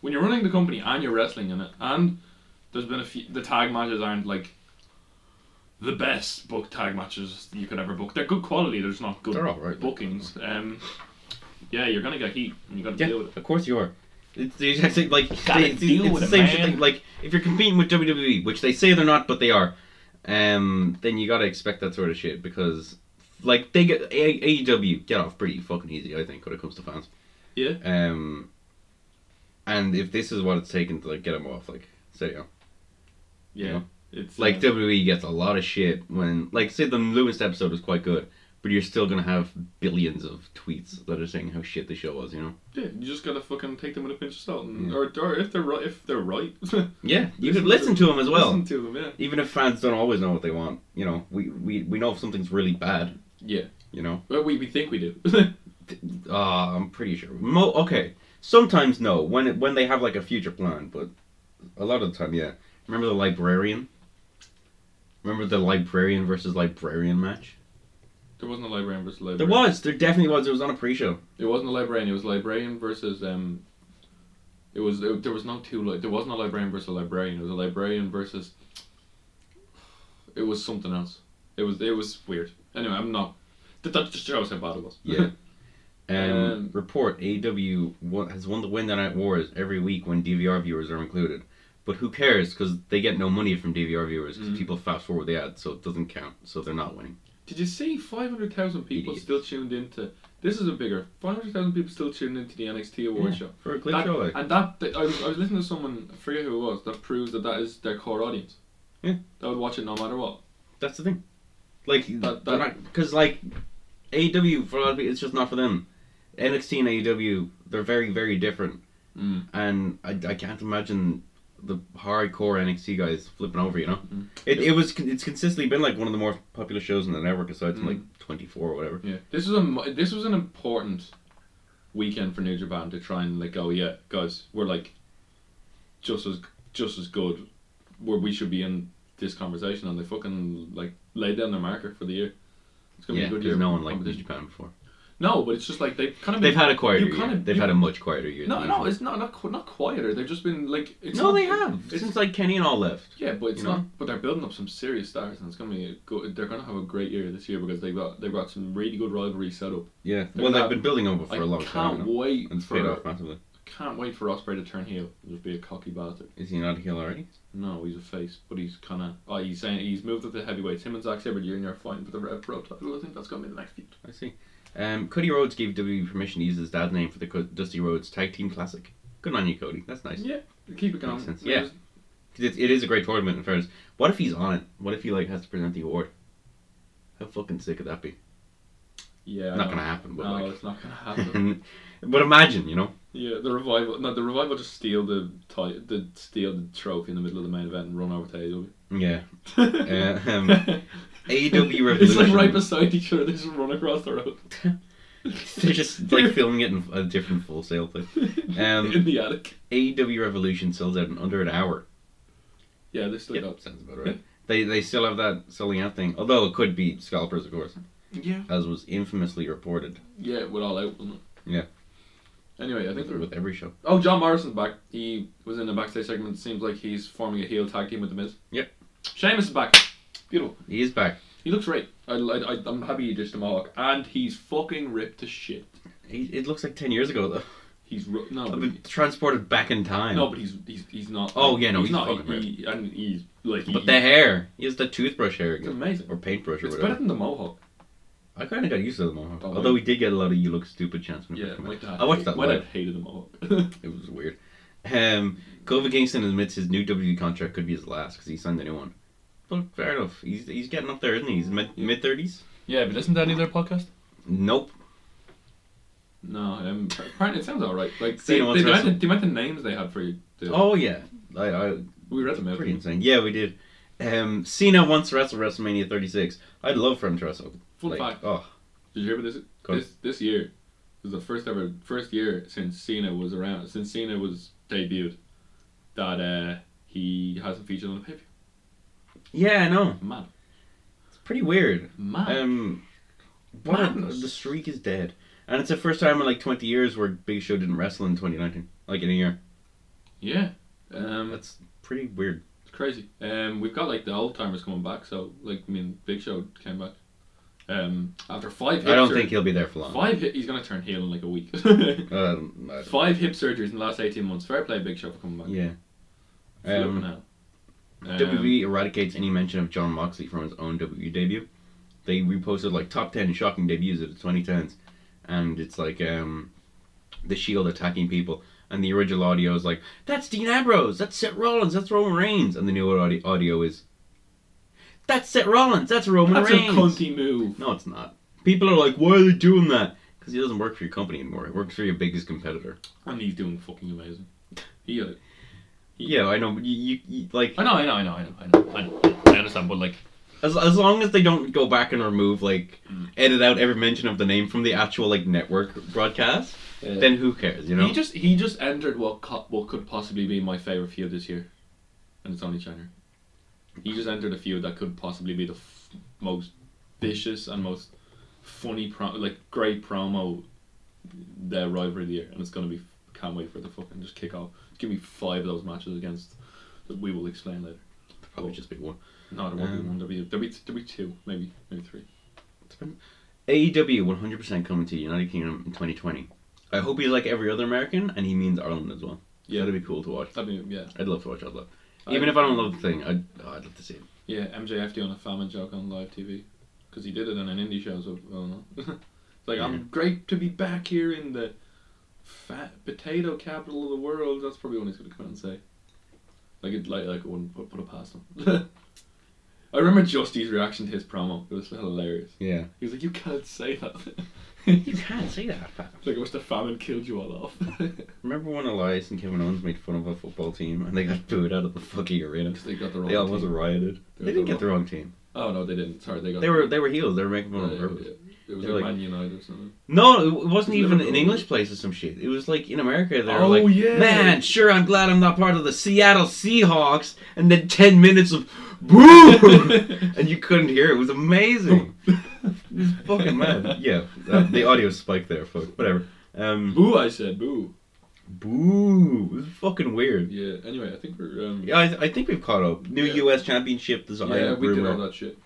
B: When you're running the company and you're wrestling in it, and there's been a few, the tag matches aren't like the best book tag matches you could ever book. They're good quality, they're just not good
A: They're all right.
B: bookings. Um, yeah, you're gonna get heat and you gotta
A: Yeah,
B: deal with it.
A: of course you are. It's the exact same, like,
B: Gotta
A: they- it's,
B: deal
A: it's
B: with
A: the
B: it,
A: same shit.
B: man.
A: thing, Like, if you're competing with WWE, which they say they're not, but they are, um, then you gotta expect that sort of shit because, like, they get A- AEW get off pretty fucking easy, I think, when it comes to fans.
B: Yeah.
A: Um, and if this is what it's taken to like get them off, like, so yeah.
B: Yeah.
A: Yeah.
B: It's
A: Like
B: uh,
A: WWE gets a lot of shit when, like, say the Lewis episode was quite good, but you're still gonna have billions of tweets that are saying how shit the show was, you know?
B: yeah, you just gotta fucking take them with a pinch of salt, and,
A: Yeah.
B: or, or if they're right, if they're right, [laughs]
A: Yeah, you
B: Listen
A: could listen to them as well,
B: listen to them. Yeah.
A: even if fans don't always know what they want. You know, we we, we know if something's really bad.
B: Yeah.
A: You know,
B: Well, we, we think we [laughs] do.
A: uh, I'm pretty sure. Mo- okay, sometimes no when it, when they have like a future plan, but a lot of the time, yeah. Remember the librarian? Remember the librarian versus librarian match?
B: there wasn't a librarian versus librarian.
A: There was, there definitely was. It was on a pre-show.
B: It wasn't a librarian. It was librarian versus um. It was it, there was no two li- there wasn't a librarian versus a librarian. It was a librarian versus. It was something else. It was it was weird. Anyway, I'm not. That, that just shows how bad it was.
A: Yeah. Um,
B: Um,
A: report AW won, has won the Wednesday Night Wars every week when DVR viewers are included. But who cares? Because they get no money from DVR viewers because
B: Mhm.
A: people fast forward the ad, so it doesn't count. So they're not winning.
B: [laughs] Did you see 500,000 people
A: Idiots.
B: still tuned into. This is a bigger. 500,000 people still tuned into the NXT award
A: Yeah.
B: show.
A: For a clip
B: That,
A: show, like,
B: and that, I, I was listening to someone, I forget who it was, that proves that that is their core audience.
A: Yeah.
B: That would watch it no matter what.
A: that's the thing. Like,
B: That-
A: because like AEW for a lot of people, it's just not for them. NXT and AEW, they're very very different,
B: Mm.
A: and I, I can't imagine the hardcore NXT guys flipping over. You know,
B: Mm.
A: it, it was con- it's consistently been like one of the more popular shows in the network aside from
B: Mm.
A: like twenty four or whatever.
B: Yeah. This was a mo- this was an important weekend for New Japan to try and like go, yeah, guys, we're like just as just as good where we should be in this conversation and they fucking like laid down their marker for the year. It's gonna
A: Yeah,
B: be a good
A: there's
B: year.
A: no one
B: for
A: like New
B: competition.
A: Japan before.
B: No, but it's just like they've kind of
A: They've
B: been,
A: had a quieter
B: you
A: year.
B: kind of-
A: They've
B: you-
A: had a much quieter year.
B: [laughs] No,
A: than
B: no,
A: usual.
B: it's not not qu- not quieter. They've just been like it's
A: no,
B: not-
A: they have.
B: It's,
A: Since like Kenny and all left.
B: yeah, but it's
A: you know.
B: not. But they're building up some serious stars, and it's gonna be a good. They're gonna have a great year this year because they've got they've got some really good rivalry set up.
A: Yeah,
B: They're
A: well,
B: not-
A: they've been building over for
B: I
A: a long time.
B: can't
A: you know,
B: wait uh,
A: And it's paid
B: for
A: off massively.
B: can't wait for Osprey to turn heel and just be a cocky bastard.
A: Is he not a heel already?
B: No, he's a face, but he's kind of. Oh, he's saying he's moved up to heavyweights. Him and Zack Sabre Jr. are fighting for the Rev Pro title. I think that's gonna be the next feud.
A: I see. Um, Cody Rhodes gave WWE permission to use his dad's name for the Co- Dusty Rhodes Tag Team Classic. Good on you, Cody. That's nice.
B: Yeah, keep it going.
A: Makes sense. Yeah. 'Cause It, it is a great tournament in fairness. What if he's on it? What if he like has to present the award? How fucking sick would that be?
B: yeah. I
A: not
B: know.
A: gonna happen, but
B: Uh, No,
A: like. [laughs]
B: it's not gonna happen. [laughs]
A: but imagine, you know.
B: yeah, the revival. No, the revival just steal the title, the steal the trophy in the middle of the main event and run over to E AEW.
A: Yeah. Uh,
B: [laughs]
A: um, AEW
B: AEW It's like
A: Revolution.
B: right beside each other. They just run across the road
A: [laughs] [laughs] They're
B: [laughs]
A: just like filming it in a different full sale thing. Um,
B: in the attic.
A: AEW Revolution sells out in under an hour.
B: Yeah, they still
A: Yep,
B: got.
A: sounds about right. [laughs] They they still have that selling out thing, although it could be scalpers, of course,
B: Yeah.
A: as was infamously reported
B: Yeah, with all out, wasn't it?
A: Yeah.
B: Anyway, I think
A: with,
B: we're
A: with every show.
B: Oh, John Morrison's back. He was in the backstage segment. Seems like he's forming a heel tag team with The Miz.
A: Yep.
B: Sheamus is back. Beautiful.
A: He is back.
B: He looks great. I, I, I, I'm happy he ditched the Mohawk. And he's fucking ripped to shit.
A: He, it looks like ten years ago though.
B: He's ru- no,
A: I've
B: Oh, but,
A: been transported back in time.
B: no, but he's he's he's not.
A: Oh, yeah, no, he's
B: not.
A: fucking
B: he, he- and he's like.
A: but
B: he-
A: the hair. He has the toothbrush hair
B: it's
A: again,
B: amazing.
A: or paintbrush or
B: It's better
A: whatever.
B: than the Mohawk.
A: I kind of got used to the mohawk.
B: Oh,
A: although
B: yeah.
A: we did get a lot of "you look stupid" chants. when it
B: Yeah,
A: first came out.
B: my dad.
A: I watched that
B: My
A: live.
B: dad hated the Mohawk. [laughs]
A: It was weird. Um, Kofi Kingston admits his new WWE contract could be his last because he signed a new one. But fair enough. He's he's getting up there, isn't he? He's mid mid thirties.
B: yeah, but isn't that either podcast?
A: Nope.
B: No, um, apparently it sounds alright. Like
A: See,
B: they,
A: what's
B: they, the,
A: wrestle-
B: amount of- the amount of names they had for you. the-
A: Oh yeah, I, I
B: we read them out.
A: pretty insane. Yeah, we did. Um, Cena wants to wrestle WrestleMania 36. I'd love for him to wrestle.
B: Fun
A: Like,
B: fact.
A: Oh,
B: Did you hear about this?
A: Go on.
B: This this year was the first ever first year since Cena was around since Cena was debuted that uh, he hasn't featured on the pay per
A: yeah, I know.
B: view. Man,
A: It's pretty weird.
B: man,
A: Um, what a-
B: Madness.
A: the streak is dead, and it's the first time in like 20 years where Big Show didn't wrestle in 2019, like in a year.
B: yeah, um, it's
A: That's pretty weird.
B: crazy. Um, we've got like the old timers coming back, so like I mean, Big Show came back. Um, after five, hip
A: I don't
B: sur-
A: think he'll be there for long.
B: five. Hip, he's gonna turn heel in like a week. [laughs]
A: Um, I-
B: five hip surgeries in the last eighteen months. Fair play, Big Show for coming back.
A: yeah.
B: Flipping
A: Um,
B: hell. Um,
A: WWE E eradicates any mention of John Moxley from his own WWE debut. They reposted like top ten shocking debuts of the 2010s, and it's like um, the Shield attacking people, and the original audio is like, "That's Dean Ambrose, that's Seth Rollins, that's Roman Reigns," and the new audi- audio is, "That's Seth Rollins, that's Roman
B: Um, That's a
A: Reigns."
B: cunty move.
A: no, it's not. People are like, "Why are they doing that?" Because he doesn't work for your company anymore. He works for your biggest competitor.
B: And he's doing fucking amazing. [laughs] He, uh,
A: Yeah, I know. But you, you, you like.
B: I know, I know, I know, I know, I know, I know. I understand, but like,
A: As, as long as they don't go back and remove like edit out every mention of the name from the actual like network broadcast, then who cares? You know.
B: he just he just entered what co- what could possibly be my favorite feud this year, and it's only January. He just entered a feud that could possibly be the f- most vicious and most funny pro- like great promo the rivalry of the year, and it's gonna be can't wait for the fucking just kick off. Give me five of those matches against that we will explain later.
A: probably Oh, just be one.
B: No, there won't be
A: Um,
B: one. There'll be there'll be, there'll be two, maybe maybe three.
A: AEW 100% coming to United Kingdom in 2020. I hope he's like every other American and he means Ireland as well. Yeah, that'd be cool to watch.
B: I mean, yeah.
A: I'd love to watch Odd Love. Even if I don't love the thing, I'd, oh, I'd love to see it.
B: Yeah, MJF doing a famine joke on live TV because he did it in an indie show. So well, no. [laughs] It's like
A: Yeah.
B: I'm great to be back here in the fat potato capital of the world. That's probably what he's gonna come out and say. Like it, like like I wouldn't put, put it past him. [laughs] I remember Justy's reaction to his promo. It was hilarious.
A: Yeah.
B: He was like, "You can't say that." [laughs] It's
A: can't say that. Pat.
B: like I wish the famine killed you all off. [laughs] Because
A: Remember when Elias and Kevin Owens made fun of a football team and they got booed out of the fucking arena?
B: they got the wrong.
A: They almost
B: team.
A: rioted. They
B: They were
A: didn't get the wrong team.
B: Oh no, they didn't. Sorry, they got.
A: They were they were heels. They were making
B: Yeah,
A: fun of them
B: yeah,
A: on purpose.
B: yeah. It was
A: They were
B: like
A: like-
B: Man United or something.
A: No, it wasn't
B: It was
A: even an
B: Liverpool.
A: English place or some shit. It was like in America. They were
B: Oh,
A: like,
B: yeah.
A: man, sure, I'm glad I'm not part of the Seattle Seahawks. And then 10 minutes of
B: [laughs]
A: boo! and you couldn't hear it. It was amazing. It's fucking
B: [laughs]
A: mad. Yeah, uh, the audio spiked there. Fuck, whatever. Um,
B: Boo! I said boo.
A: boo! It was fucking weird.
B: Yeah. Anyway, I think we're. Um,
A: Yeah, I, I think we've caught up. New
B: Yeah.
A: U.S. Championship
B: yeah,
A: design.
B: we did
A: rumor.
B: all that shit.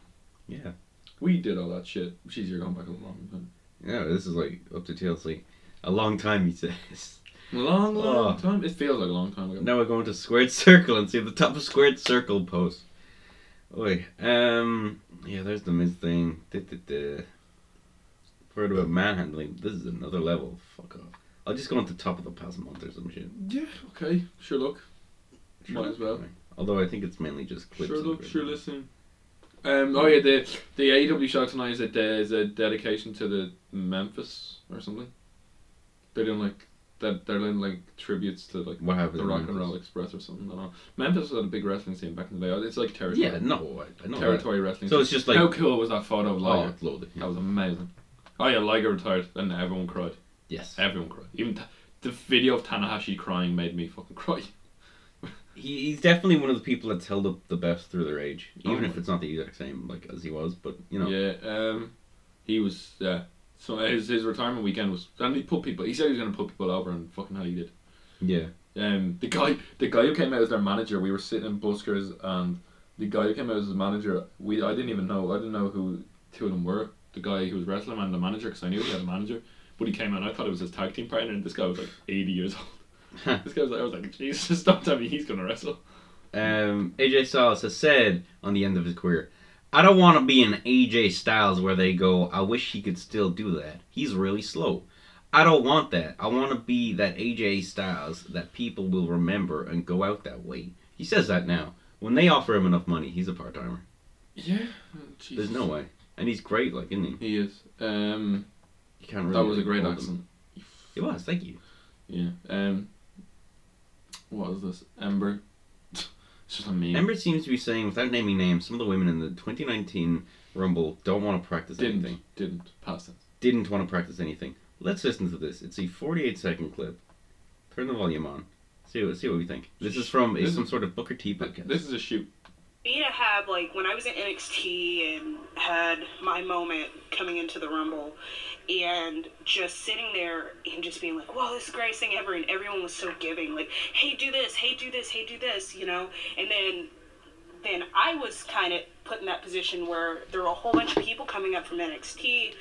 A: Yeah.
B: We did all that shit. Jeez, you're going back a long time.
A: Yeah, this is like up to TLC. A long time, he says.
B: Long, long
A: Oh.
B: time. Ah. It feels like a long time ago.
A: Now we're going to Squared Circle and see the top of Squared Circle post. Oi. Um. Yeah, there's the Miz thing. Duh, duh, duh. Word about manhandling. This is another level. Fuck off. I'll just go on the top of the past month or some shit.
B: Yeah. Okay. Sure. Look.
A: Sure.
B: Might as well.
A: Although I think it's mainly just clips.
B: Sure.
A: and
B: Look.
A: videos.
B: Sure. Listen. Um. Oh yeah. The the AEW show tonight is a de- is a dedication to the Memphis or something. They're doing like that. They're doing like tributes to like
A: What happened?
B: the
A: in
B: Rock and
A: Memphis?
B: Roll Express or something. I don't know. Memphis had a big wrestling scene back in the day. It's like territory.
A: Yeah, no, I, I know. that.
B: territory wrestling.
A: So
B: scene.
A: it's just like
B: how cool was that photo of
A: oh,
B: Liger?
A: it's loaded.
B: That was amazing. Oh yeah, Liger retired, and everyone cried.
A: Yes.
B: Everyone cried. Even t- the video of Tanahashi crying made me fucking cry.
A: He, he's definitely one of the people that's held up the best through their age, even
B: Oh.
A: if it's not the exact same like as he was. But [laughs] you know,
B: Yeah. Um, he was. Uh, so his his retirement weekend was, and he put people. He said he was gonna put people over, and fucking hell, he did.
A: yeah.
B: Um, the guy, the guy who came out as their manager, we were sitting in Buskers, and the guy who came out as his manager, we I didn't even know, I didn't know who two of them were. The guy who was wrestling and the manager, because I knew he had a manager, but he came out, and I thought it was his tag team partner, and this guy was like eighty years
A: [laughs]
B: old. this guy was like, I was like, Jesus, [laughs] stop telling me he's gonna wrestle.
A: Um, AJ Styles has said on the end of his career, I don't want to be an AJ Styles where they go, I wish he could still do that. He's really slow. I don't want that. I want to be that AJ Styles that people will remember and go out that way. He says that now. When they offer him enough money, he's a part timer.
B: Yeah,
A: There's no way. And he's great, like, isn't he?
B: He is. Um,
A: You can't really.
B: that was a great
A: fault him.
B: accent.
A: It was, thank you.
B: Yeah. Um, what is this? Ember. [laughs] It's just a meme.
A: Ember seems to be saying, without naming names, some of the women in the 2019 Rumble don't want to practice
B: didn't
A: anything.
B: didn't pass it.
A: didn't want to practice anything. Let's listen to this. It's a 48 second clip. Turn the volume on. See what, see what we think. This is from a,
B: This is-
A: some sort of Booker T podcast.
B: This is a shoot.
C: me to have like when I was in NXT and had my moment coming into the Rumble and just sitting there and just being like, Wow, this is the greatest thing ever and everyone was so giving, like, hey do this, hey do this, hey do this, you know? And then then I was kind of put in that position where there were a whole bunch of people coming up from NXT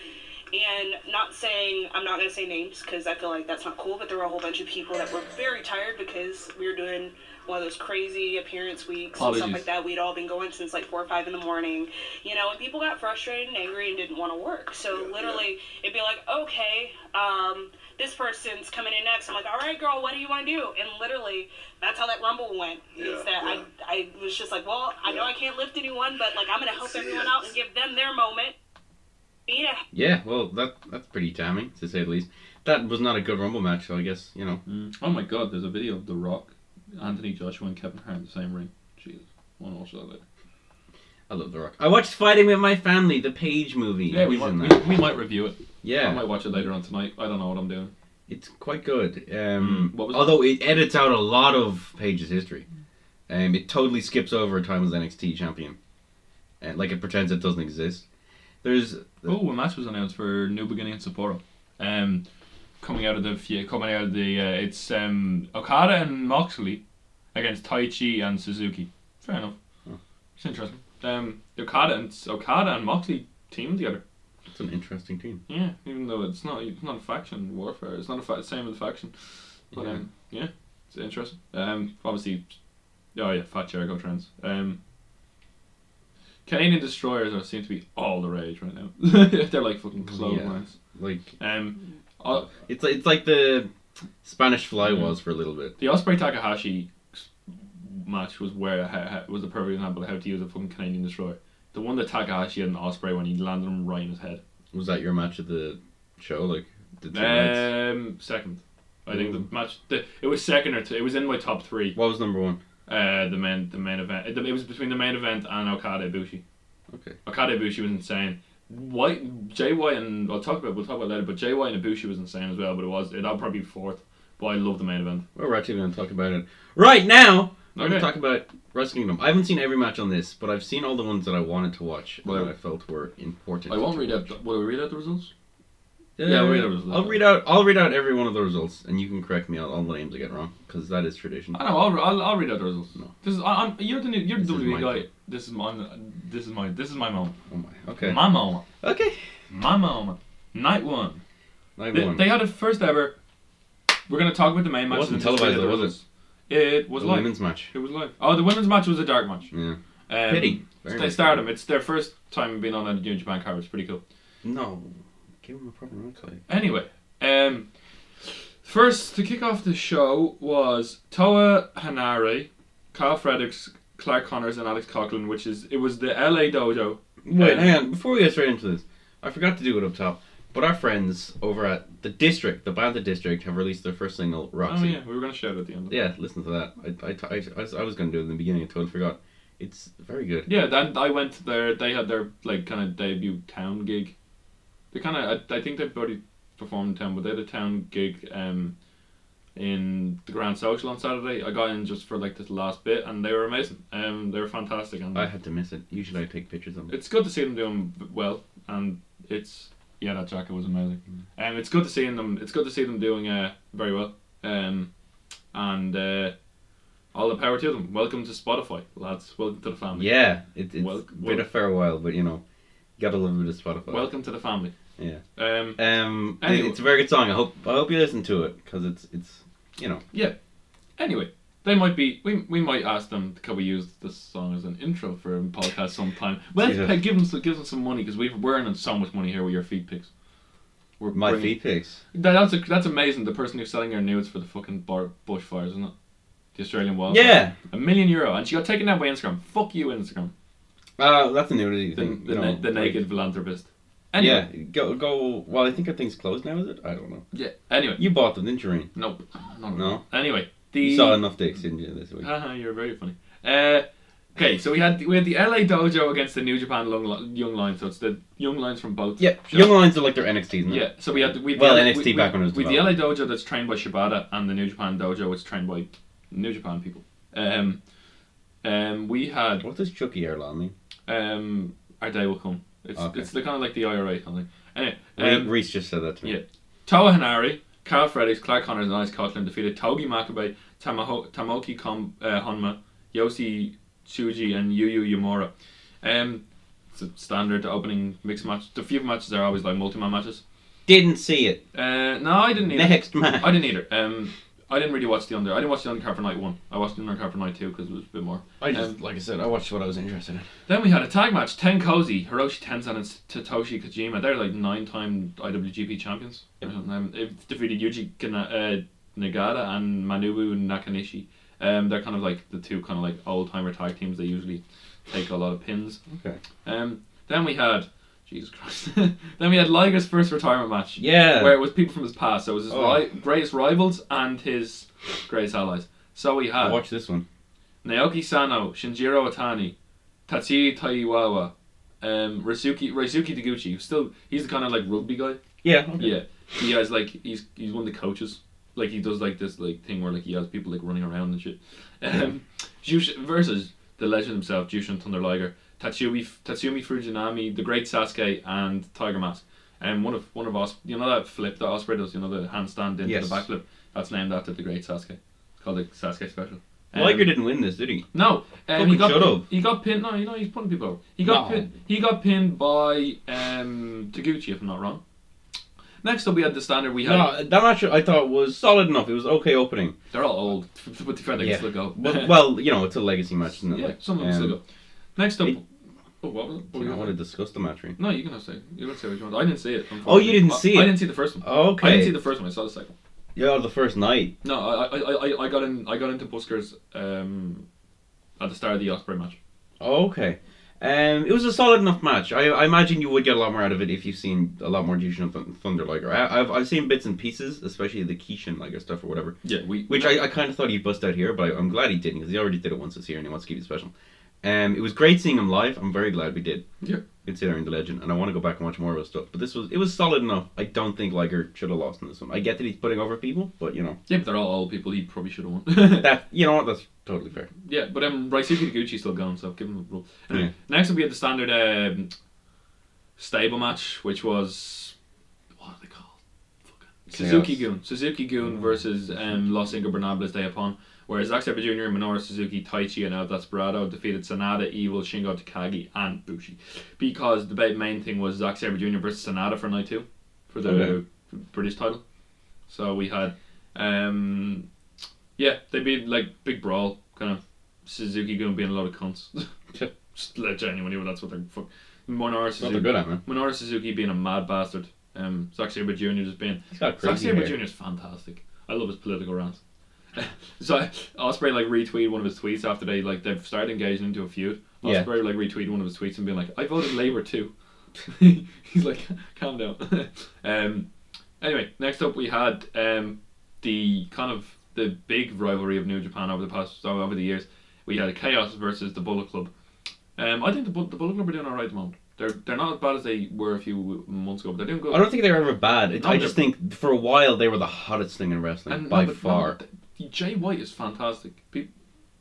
C: and not saying I'm not going to say names because I feel like that's not cool, but there were a whole bunch of people that were very tired because we were doing one of those crazy appearance weeks and
B: Apologies.
C: stuff like that. We'd all been going since like four or five in the morning, you know, and people got frustrated and angry and didn't want to work. So literally, it'd be like, okay, um, this person's coming in next. I'm like, all right, girl, what do you want to do? And literally, that's how that rumble went.
D: Yeah,
C: is that
D: yeah.
C: I, I was just like, well, I know
D: Yeah.
C: I can't lift anyone, but like I'm gonna help
D: See,
C: everyone
D: yeah.
C: out and give them their moment. Yeah,
A: yeah, well, that that's pretty damning, to say the least. That was not a good Rumble match, so I guess, you know.
B: Oh my god, there's a video of The Rock, Anthony Joshua, and Kevin Hart in the same ring. Jesus. One also later.
A: I love The Rock. I watched Fighting with My Family, the Page movie.
B: Yeah, we
A: He's
B: might,
A: in
B: we,
A: that.
B: we might review it. I
A: Yeah,
B: might watch it later on tonight. I don't know what I'm doing.
A: it's quite good. Um,
B: Mm, what was that?
A: although it edits out a lot of Page's history. Um, it totally skips over time as NXT champion. And, like, it pretends it doesn't exist. There's
B: Oh, a match was announced for New Beginning in Sapporo. Um, coming out of the fe- coming out of the uh, it's um Okada and Moxley against Tai Chi and Suzuki. Fair enough. It's interesting. Um, Okada and Okada and Moxley team together.
A: it's an interesting team.
B: Yeah, even though it's not it's not a faction warfare. It's not a fa- same with faction. But
A: Yeah.
B: um, yeah, It's interesting. Um, obviously, oh yeah, Fat Jericho trends. Um, Canadian destroyers are seem to be all the rage right now. [laughs] They're like fucking clotheslines.
A: Like
B: Um, o-
A: it's it's like the Spanish Fly
B: Mm-hmm.
A: was for a little bit.
B: the Osprey Takahashi match was where ha- ha- was the perfect example of how to use a fucking Canadian destroyer. The one that Takahashi had an Osprey when he landed him right in his head.
A: Was that your match of the show? Like the two nights?
B: Um, second. I think the match. The, it was second or two. It was in my top three.
A: What was number one?
B: Uh, the main the main event. It, it was between the main event and Okada Ibushi.
A: Okay.
B: Okada Ibushi was insane. White JY and I'll talk about we'll talk about it later, but JY and Ibushi was insane as well. But it was it will probably be fourth. But I love the main event.
A: Well, we're actually going to talk about it right now. I'm going to
B: Okay.
A: talk about Wrestle Kingdom. I haven't seen every match on this, but I've seen all the ones that I wanted to watch and
B: Well-
A: that I felt were important.
B: I won't read
A: out.
B: out. Will we read out the results? Yeah, we'll read out the results.
A: I'll read out. I'll read out every one of the results, and you can correct me on all the names I get wrong, because that is tradition.
B: I know. I'll, I'll, I'll read out the results.
A: No.
B: This is I, I'm you're the new, you're
A: This
B: the
A: is
B: WWE
A: my
B: guy.
A: thing.
B: This is my this is my this is my moment.
A: Oh my. Okay.
B: My moment.
A: Okay.
B: My moment. Night one.
A: I
B: They,
A: won.
B: they had it first ever. We're gonna talk about the main
A: It
B: match.
A: wasn't
B: and then
A: televised,
B: the
A: though, was
B: results. It was
A: the
B: live.
A: women's match.
B: It was live. Oh, the women's match was a dark match.
A: Yeah.
B: Um,
A: Pity. Very
B: They
A: nice.
B: started them. It's their first time being on a New Japan card. It's pretty cool.
A: No. Give him a proper accolade.
B: Anyway, um, first to kick off the show was Toa Hanare, Kyle Fredericks, Clark Connors, and Alex Coughlin, which is it was the LA Dojo.
A: Wait,
B: Um,
A: hang on. Before we get straight into this, I forgot to do it up top. But our friends over at the District, the band The District, have released their first single,
B: Oh
A: Roxy.
B: yeah, we were gonna shout it at the end.
A: Yeah, listen to that. I, I, t- I, I was- I was going to do it in the beginning, I totally forgot. It's very good.
B: Yeah, then I went to their. They had their like kind of debut town gig. They kind of. I, I think they've already performed in town, but they had a town gig um, in the Grand Social on Saturday. I got in just for like this last bit, and they were amazing. Um, they were fantastic, and
A: I had to miss it. Usually I take pictures of it.
B: it's good to see them doing well. And it's yeah, that jacket was amazing. And um, it's good to see them. It's good to see them doing uh, very well. Um, and uh, all the power to them. Welcome to Spotify, lads. Welcome to the family.
A: Yeah, it, it's
B: Wel-
A: a bit
B: wel-
A: of farewell, but you know, gotta love a bit of Spotify.
B: Welcome to the family.
A: Yeah.
B: Um,
A: um, it-
B: Anyway.
A: it's a very good song. I hope I hope you listen to it because it's it's you know
B: Anyway, they might be. We, we might ask them. Can we use this song as an intro for a
A: [laughs]
B: podcast sometime? Well,
A: Yeah.
B: let's pay, give them some, give them some money because we've we're earning so much money here with your feed picks. We're
A: my
B: bringing-
A: feet picks.
B: That, that's a, that's amazing. The person who's selling her nudes for the fucking bar, bushfires, isn't it? The Australian wild.
A: Yeah,
B: a million euro, and she got taken down by Instagram. Fuck you, Instagram.
A: uh, that's a nudity
B: The,
A: thing.
B: the,
A: you
B: na-
A: know,
B: the
A: like-
B: naked philanthropist.
A: yeah,
B: Anyway,
A: go go. Well, I think that thing's closed now, is it? I don't know.
B: yeah. Anyway,
A: You bought them, didn't you? Rain?
B: nope. Not at
A: No.
B: all. Anyway, the
A: You saw enough dicks, didn't you, this week?
B: Haha, you're very funny. Uh, okay, so we had we had the LA Dojo against the New Japan Long, Li- Young Lions. So it's the Young Lions from both.
A: yeah,
B: shows.
A: Young Lions are like their NXT, isn't it?
B: Yeah, so we had we had
A: Well,
B: the,
A: NXT
B: we,
A: back when it was
B: we, had the LA Dojo that's trained by Shibata and the New Japan Dojo that's trained by New Japan people. Um, um, we had
A: What does Chucky Airline mean?
B: um, our day will come. It's
A: Okay.
B: it's the kind of like the IRA kind of thing. Anyway,
A: Re-
B: um,
A: Reese just said that to me.
B: yeah. Toa Hanari, Carl Fredericks, Clark Connors, and Alex Coughlin defeated Togi Makabe, Tamaho- Tamoki Kom, uh, Honma, Yoshi Tsuji, and Yuyu Yamura. Um, it's a standard opening mixed match. The few matches are always like multi-man matches.
A: Didn't see it.
B: Uh, no, I didn't either.
A: Next match.
B: I didn't either. Um, I didn't really watch the under. I didn't watch the undercard for night one. I watched the undercard for night two because it was a bit more.
A: I
B: just-
A: like I said, I watched what I was interested in.
B: Then we had a tag match: Ten Cozy, Hiroshi Tenzan, and Satoshi Kojima. They're like nine-time IWGP champions.
A: Yep.
B: Um, they've defeated Yuji Kana, uh, Nagata and Manobu Nakanishi. Um, they're kind of like the two kind of like old-timer tag teams. They usually take a lot of pins.
A: Okay.
B: Um, then we had Jesus Christ. [laughs] then we had Liger's first retirement match,
A: Yeah.
B: where it was people from his past. So it was his
A: Oh.
B: ri- greatest rivals and his greatest allies. So we had
A: Watch this one.
B: Naoki Sano, Shinjiro Atani, Tatsuya Taiwawa, um, Risuki Risuki Taguchi. Who's still, he's the kind of like rugby guy.
A: Yeah.
B: Yeah, he has like he's he's one of the coaches. Like he does like this like thing where like he has people like running around and shit. Um, Jushin versus the legend himself, Jushin Thunder Liger, Tatsumi Tatsumi Fujinami, the Great Sasuke, and Tiger Mask. And one of one of us, you know that flip that Osprey does, you know the handstand into
A: Yes.
B: the backflip. That's named after the Great Sasuke. It's called the Sasuke Special. Um,
A: Liger didn't win this, did he?
B: no, um,
A: Fucking
B: he got
A: shut
B: pin-
A: up.
B: he got pinned. No, you know he's putting people over. He got
A: No.
B: pin- he got pinned by um, Taguchi, if I'm not wrong. Next up, we had the standard. We had
A: No, that match I thought was solid enough. It was okay opening.
B: they're all old, but the fair they can
A: Yeah.
B: still go.
A: [laughs] Well,
B: [laughs]
A: well, you know, it's a legacy match, isn't it?
B: yeah,
A: Like,
B: some of them still
A: um,
B: go. Next up,
A: it-
B: oh, what was it? What
A: I
B: were you
A: want to discuss the match. Really.
B: No, you can have say. You can say what you want. I didn't see it.
A: Oh, you didn't
B: unfortunately.
A: see
B: I, I
A: it?
B: didn't see the first one.
A: Okay.
B: I didn't see the first one. I saw the second. one.
A: yeah, the first night.
B: No, I I, I, I- I got in. I got into Buskers um, at the start of the Osprey match.
A: Oh, Okay. Um, it was a solid enough match. I, I imagine you would get a lot more out of it if you've seen a lot more Jushin and Thun- Thunder Liger. I, I've, I've seen bits and pieces, especially the Kishin Liger stuff or whatever,
B: Yeah, we
A: which I, I kind of thought he'd bust out here, but I'm glad he didn't because he already did it once this year and he wants to keep it special. Um, it was great seeing him live. I'm very glad we did.
B: Yeah.
A: Considering the legend, and I want to go back and watch more of his stuff. But this was it was solid enough. I don't think Liger should have lost in this one. I get that he's putting over people, but you know
B: yeah, but they're all old people. He probably should have won. [laughs]
A: that you know what that's totally fair.
B: yeah, but um, Raisuke Taguchi's still gone, so give him a rule. Anyway,
A: Yeah.
B: next up we had the standard um, stable match, which was what are they called?
A: Chaos.
B: Suzuki Goon. Suzuki Goon versus um, Los Ingobernables Day Upon. Whereas Zack Sabre Jr., Minoru Suzuki, Taichi, and Al Desperado defeated Sanada, Evil, Shingo Takagi, and Bushi. Because the ba- main thing was Zack Sabre Jr. versus Sanada for night two for the
A: Okay.
B: British title. So we had, um, yeah, they beat like big brawl, kind of Suzuki Goon being a lot of cunts. [laughs]
A: Yeah.
B: Just let genuinely, that's what they're fuck. Minoru
A: That's what they're
B: Suzuki,
A: good at, man.
B: Minoru Suzuki being a mad bastard. Um, Zack Sabre Jr. just being
A: He's got
B: Zack
A: crazy
B: Sabre
A: hair.
B: Jr. is fantastic. I love his political rants. [laughs] so Osprey like retweeted one of his tweets after they like they've started engaging into a feud.
A: Yeah.
B: Osprey like retweeted one of his tweets and being like, "I voted Labour too." [laughs] He's like, "Calm down." [laughs] um, anyway, next up we had um, the kind of the big rivalry of New Japan over the past so over the years. We had Chaos versus the Bullet Club. Um, I think the, Bull- the Bullet Club are doing alright at the moment. They're they're not as bad as they were a few months ago, but they're doing good.
A: I don't think they were ever bad. It,
B: No,
A: I
B: they're-
A: just think for a while they were the hottest thing in wrestling
B: And
A: by
B: no, but- no,
A: far.
B: but th- Jay White is fantastic. People,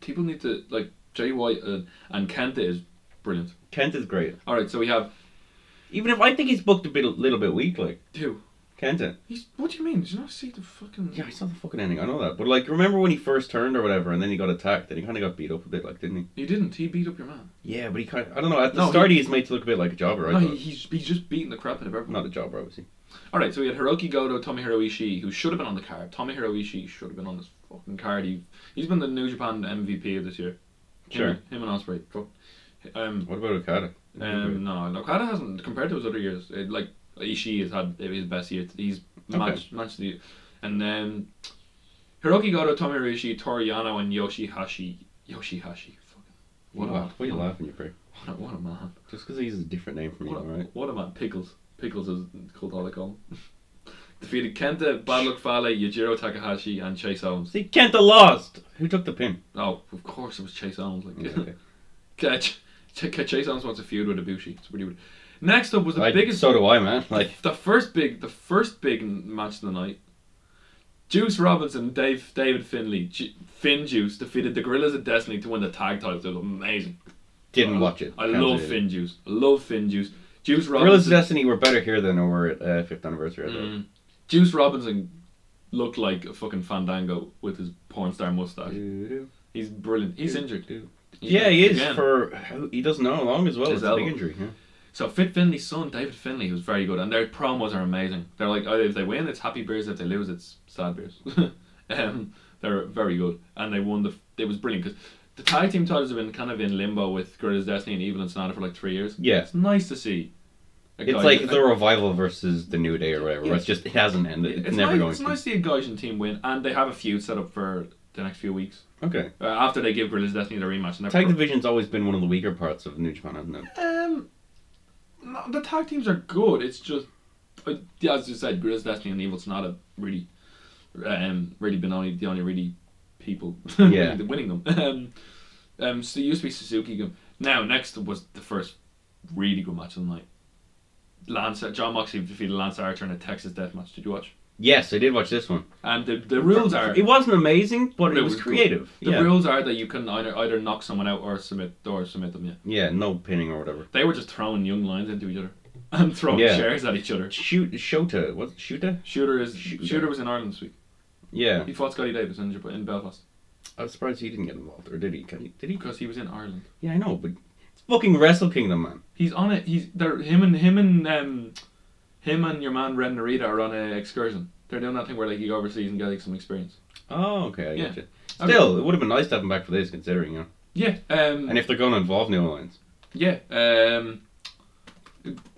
B: people need to like Jay White uh, and Kenta is brilliant.
A: Kent is great.
B: All right, so we have
A: Even if I think he's booked a bit, little bit weak, like
B: two.
A: Kenta.
B: He's what do you mean? Did you not see the fucking?
A: Yeah, I saw the fucking ending. I know that, but like, remember when he first turned or whatever, and then he got attacked, and he kind of got beat up a bit, like, didn't he?
B: He didn't. He beat up your man.
A: Yeah, but he kind. Of, I don't know. At the
B: No,
A: start,
B: he-
A: he's made to look a bit like a jobber. I
B: no,
A: thought.
B: he, he's he's just beating the crap out of everyone.
A: Not a jobber, obviously.
B: All right, so we had Hiroki Goto, Tomohiro Ishii, who should have been on the card. Tomohiro Ishii should have been on this fucking card. He he's been the New Japan MVP of this year.
A: Sure.
B: Him, him and Osprey. Um,
A: What about Okada?
B: Um, no, no, Okada hasn't compared to his other years. It, like Ishii has had his best year. He's
A: Okay.
B: matched matched the, and then Hiroki Goto, Tomohiro Ishii, Toriyano, and Yoshihashi. Yoshihashi, fucking
A: what, what,
B: what, a
A: are you
B: man!
A: laughing, you prick?
B: What a, [laughs] what a man!
A: Just because he's a different name from you,
B: What a,
A: all right?
B: what a man! Pickles, pickles is called all I call him. [laughs] Defeated Kenta, Bad Luck Fale, Yujiro Takahashi, and Chase Owens.
A: See, Kenta lost. Who took the
B: [laughs]
A: pin?
B: Oh, of course it was Chase Owens. Like,
A: Yeah,
B: [laughs]
A: okay.
B: Ch- Ch- Chase Owens wants a feud with Ibushi. It's pretty weird. Next up was the
A: I-
B: biggest
A: So do I, man. Like,
B: the first big the first big n- match of the night. Juice Robinson, Dave David Finley, Ju- Finn Juice defeated the Gorillas of Destiny to win the tag titles. It was amazing.
A: didn't watch it.
B: I
A: Can't
B: love
A: say it.
B: Finn Juice. I love Finn Juice. Juice
A: Gorillas of
B: Robinson.
A: Destiny were better here than over at uh, fifth anniversary. I thought.
B: Mm. Juice Robinson looked like a fucking Fandango with his porn star mustache.
A: Mm.
B: He's brilliant. He's injured. He's
A: Yeah, he is
B: again.
A: for he doesn't know how long as well.
B: His
A: it's a big
B: elbow.
A: injury. Yeah.
B: So Fit Finley's son, David Finley, who's very good, and their promos are amazing. They're like, oh, if they win, it's happy beers. If they lose, it's sad beers. [laughs] um, they're very good, and they won the. It was brilliant because the tag team titles have been kind of in limbo with Gorilla's Destiny and Evil and Sonata for like three years.
A: Yeah.
B: It's nice to see. a
A: It's
B: Gaijin-
A: like the revival versus the new day or whatever.
B: Yeah.
A: It's just it hasn't ended. It's,
B: It's
A: never
B: nice,
A: going
B: It's
A: to.
B: nice to see a Gaijin team win, and they have a feud set up for the next few weeks
A: Okay.
B: uh, after they give Gorilla's Destiny their rematch. And they're
A: Tag
B: pro-
A: division's always been one of the weaker parts of New Japan, hasn't it?
B: Um, no, the tag teams are good. It's just, uh, yeah, as you said, Grizz Destiny and Evil's not a really, um, really been only the only really people [laughs]
A: Yeah.
B: winning- winning them. [laughs] Um, um, so it used to be Suzuki. Gun. Now next was the first really good match of the night. Lance John Moxley defeated Lance Archer in a Texas Death Match. Did you watch?
A: Yes, I did watch this one.
B: And the, the rules are
A: It wasn't amazing, but it,
B: It
A: was,
B: was good.
A: creative.
B: the
A: yeah.
B: rules are that you can either either knock someone out or submit or submit them. Yeah,
A: yeah, no pinning or whatever.
B: they were just throwing young lines into each other [laughs] and throwing
A: Yeah.
B: chairs at each other.
A: Shoot, Shota. What? Shota?
B: Shooter is
A: Shooter.
B: Shooter, was in Ireland this week.
A: Yeah.
B: He fought Scotty Davis in, Jap- in Belfast
A: I was surprised he didn't get involved, or did he? Can he- Did he?
B: because he was in Ireland.
A: Yeah, I know, but it's fucking Wrestle Kingdom, man.
B: He's on it. He's there. Him and him and um, him and your man Red Narita are on an excursion. They're doing that thing where like you go overseas and get like some experience.
A: Oh, okay, I
B: Yeah.
A: get you.
B: Okay.
A: Still, it would have been nice to have him back for this, considering you know.
B: Yeah. Um,
A: And if they're going to involve new lines,
B: yeah. Um,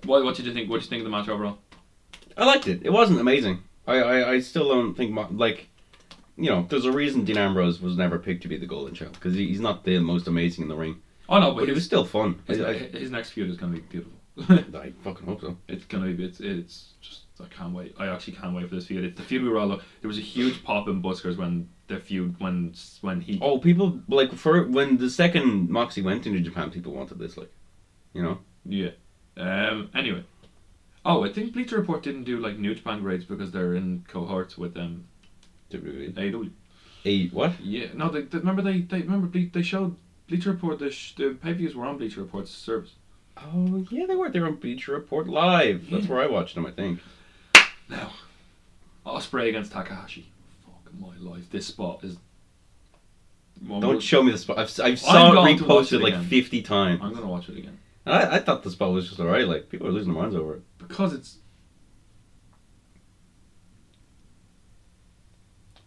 B: what what did you think? What did you think of the match overall?
A: I liked it. It wasn't amazing. I, I, I still don't think Mo- like, you know, there's a reason Dean Ambrose was never picked to be the Golden Child because he, he's not the most amazing in the ring,
B: Oh no,
A: but it
B: but
A: was
B: his,
A: still fun. I,
B: his,
A: I,
B: his next feud is gonna be beautiful. [laughs]
A: I fucking hope so.
B: It's gonna be it's it's just I can't wait. I actually can't wait for this feud. It's the feud we were all up. There was a huge pop in Buskers when the feud when when he
A: Oh, people like for when the second Moxie went into Japan, people wanted this, like, you know.
B: yeah. Um. Anyway. Oh, I think Bleacher Report didn't do like New Japan grades because they're in cohorts with um
A: WWE.
B: AEW.
A: E. A what?
B: Yeah. No, they, they remember they they remember Ble- they showed Bleacher Report the sh- the pay views were on Bleacher Report's service.
A: Oh yeah, they were. They were on Beach Report live. That's
B: Yeah.
A: where I watched them. I think.
B: Now, Osprey against Takahashi. Fuck my life. This spot is.
A: Don't show me the spot. I've, I've saw
B: going
A: it
B: to watch
A: reposted
B: it
A: like
B: again.
A: fifty times.
B: I'm gonna watch it again.
A: And I, I thought the spot was just alright. Like people are losing their minds over it.
B: Because it's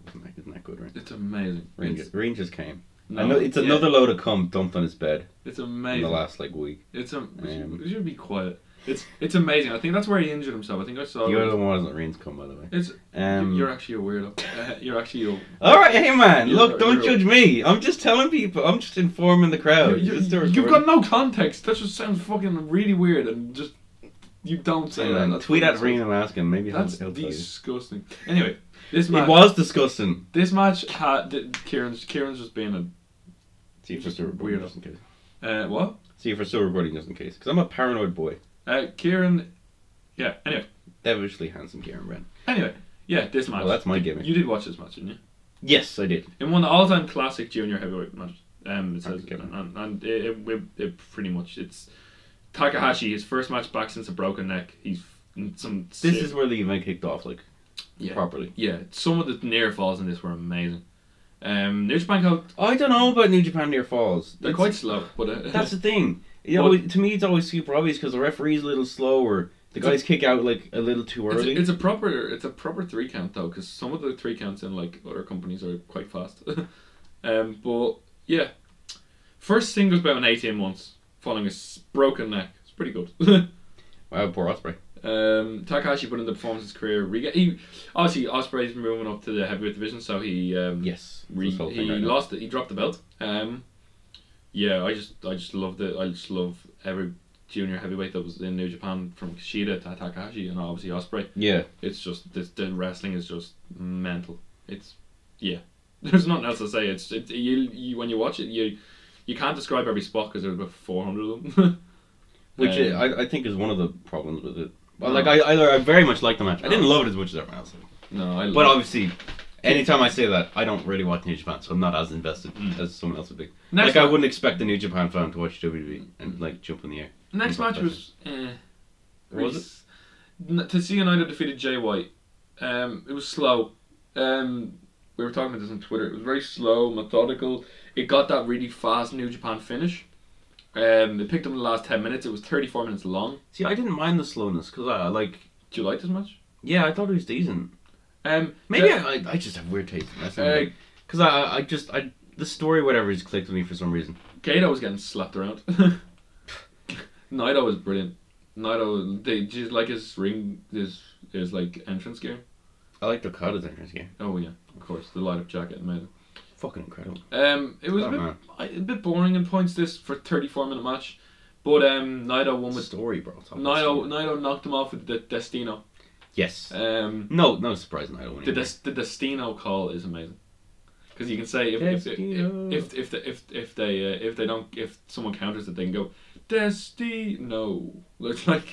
A: Isn't that, isn't that good, Rain?
B: it's amazing.
A: Rain,
B: It's,
A: just, Rain just came.
B: no,
A: I know it's
B: yeah,
A: another load of cum dumped on his bed
B: It's
A: in the
B: amazing.
A: last like week.
B: It's a. We should,
A: Um,
B: we should be quiet. It's it's amazing. I think that's where he injured himself. I think I saw.
A: The other one wasn't Rain's cum, by the way.
B: It's
A: Um,
B: you're actually a weirdo. [laughs] Uh, you're actually a.
A: all right, hey man,
B: You're-
A: look, don't
B: you're-
A: judge me. I'm just telling people. I'm just informing the crowd.
B: you,
A: Just a
B: have
A: recording.
B: got no context. That just sounds fucking really weird and just you don't say
A: Anyway,
B: that. That's
A: tweet at
B: fucking-
A: Rain and ask him. Maybe he'll,
B: That's
A: he'll tell you.
B: disgusting. Anyway, this
A: It
B: match.
A: was disgusting.
B: This match had th- Kieran's Kieran's just being a
A: See if we're still recording
B: Weirdo.
A: just in case.
B: uh, what?
A: See if we're still recording just in case. Because I'm a paranoid boy.
B: Uh, Kieran. Yeah. Anyway.
A: Devilishly handsome Karen Brand.
B: Anyway. Yeah. This match.
A: Well, that's my
B: Did-
A: gimmick.
B: You did watch this match, didn't you?
A: Yes, I did.
B: In one of the all-time classic junior heavyweight matches, um, it says,
A: Okay.
B: and, and it, it, it, it pretty much it's Takahashi his first match back since a broken neck. He's f- some
A: This
B: sick-
A: is where the event kicked off, like,
B: yeah
A: properly.
B: yeah. Some of the near falls in this were amazing. Um, New Japan Cup
A: I don't know about New Japan near falls.
B: they're
A: It's-
B: quite slow, but uh, [laughs]
A: That's the thing. It
B: Well-
A: always, to me, it's always super obvious because the referee's a little slower. The
B: It's a-
A: guys kick out like a little too
B: it's,
A: early.
B: it's a proper it's a proper three count though, because some of the three counts in like other companies are quite fast. [laughs] um, but yeah, first singles bout in eighteen months, following a s- broken neck. It's pretty good. [laughs]
A: wow, poor Osprey.
B: Um, Takahashi put in the performance of his career. Rega- he, obviously, Osprey's moving up to the heavyweight division, so he um,
A: Yes,
B: re-
A: this whole thing
B: he
A: right now.
B: lost it. He dropped the belt. Um, yeah, I just I just loved it. I just love every junior heavyweight that was in New Japan from Kushida to Takahashi and obviously Osprey.
A: Yeah,
B: It's just this the wrestling is just mental. It's yeah. [laughs] There's nothing else to say. It's it, you, you when you watch it you you can't describe every spot because there's about four hundred of them. [laughs]
A: which
B: Um, Oh.
A: I, I think is one of the problems with it. Well,
B: No.
A: like I, I, I very much liked the match. I didn't
B: No.
A: love it as much as everyone else.
B: no, I Oh. love
A: But obviously, anytime I say that, I don't really watch New Japan, so I'm not as invested as someone else would be.
B: Mm. Next
A: like
B: one.
A: I wouldn't expect a New Japan fan to watch WWE and like jump in the air.
B: Next
A: Impact
B: match was. Eh,
A: Was
B: was it? Tetsuya United defeated Jay White. Um, it was slow. Um, we were talking about this on Twitter. It was very slow, methodical. It got that really fast New Japan finish. Um, it picked up in the last 10 minutes. It was 34 minutes long.
A: See, I didn't mind the slowness because I I like.
B: Do you like this match?
A: Yeah, I thought it was decent.
B: Um,
A: Maybe
B: the-
A: I, I, I just have weird taste. That's
B: uh,
A: because I, I just I the story whatever just clicked with me for some reason.
B: Gato was getting slapped around. [laughs] Naito was brilliant. Naito, they just like his ring, his, his like entrance gear.
A: I like Okada's entrance game.
B: Oh yeah, of course, the light up jacket and
A: Fucking incredible.
B: Um, it was a
A: Oh,
B: bit,
A: man.
B: I- a bit boring in points this for a 34 minute match, but um, Naito won
A: The
B: with
A: story, bro. It's all about
B: Naito,
A: story.
B: Naito knocked him off with the Destino.
A: Yes.
B: Um,
A: No, no surprise. Naito
B: the
A: winning.
B: Des- the Destino call is amazing because you can say if if
A: Destino.
B: if if if, the, if, if they uh, if they don't if someone counters it, they can go Destino. It's like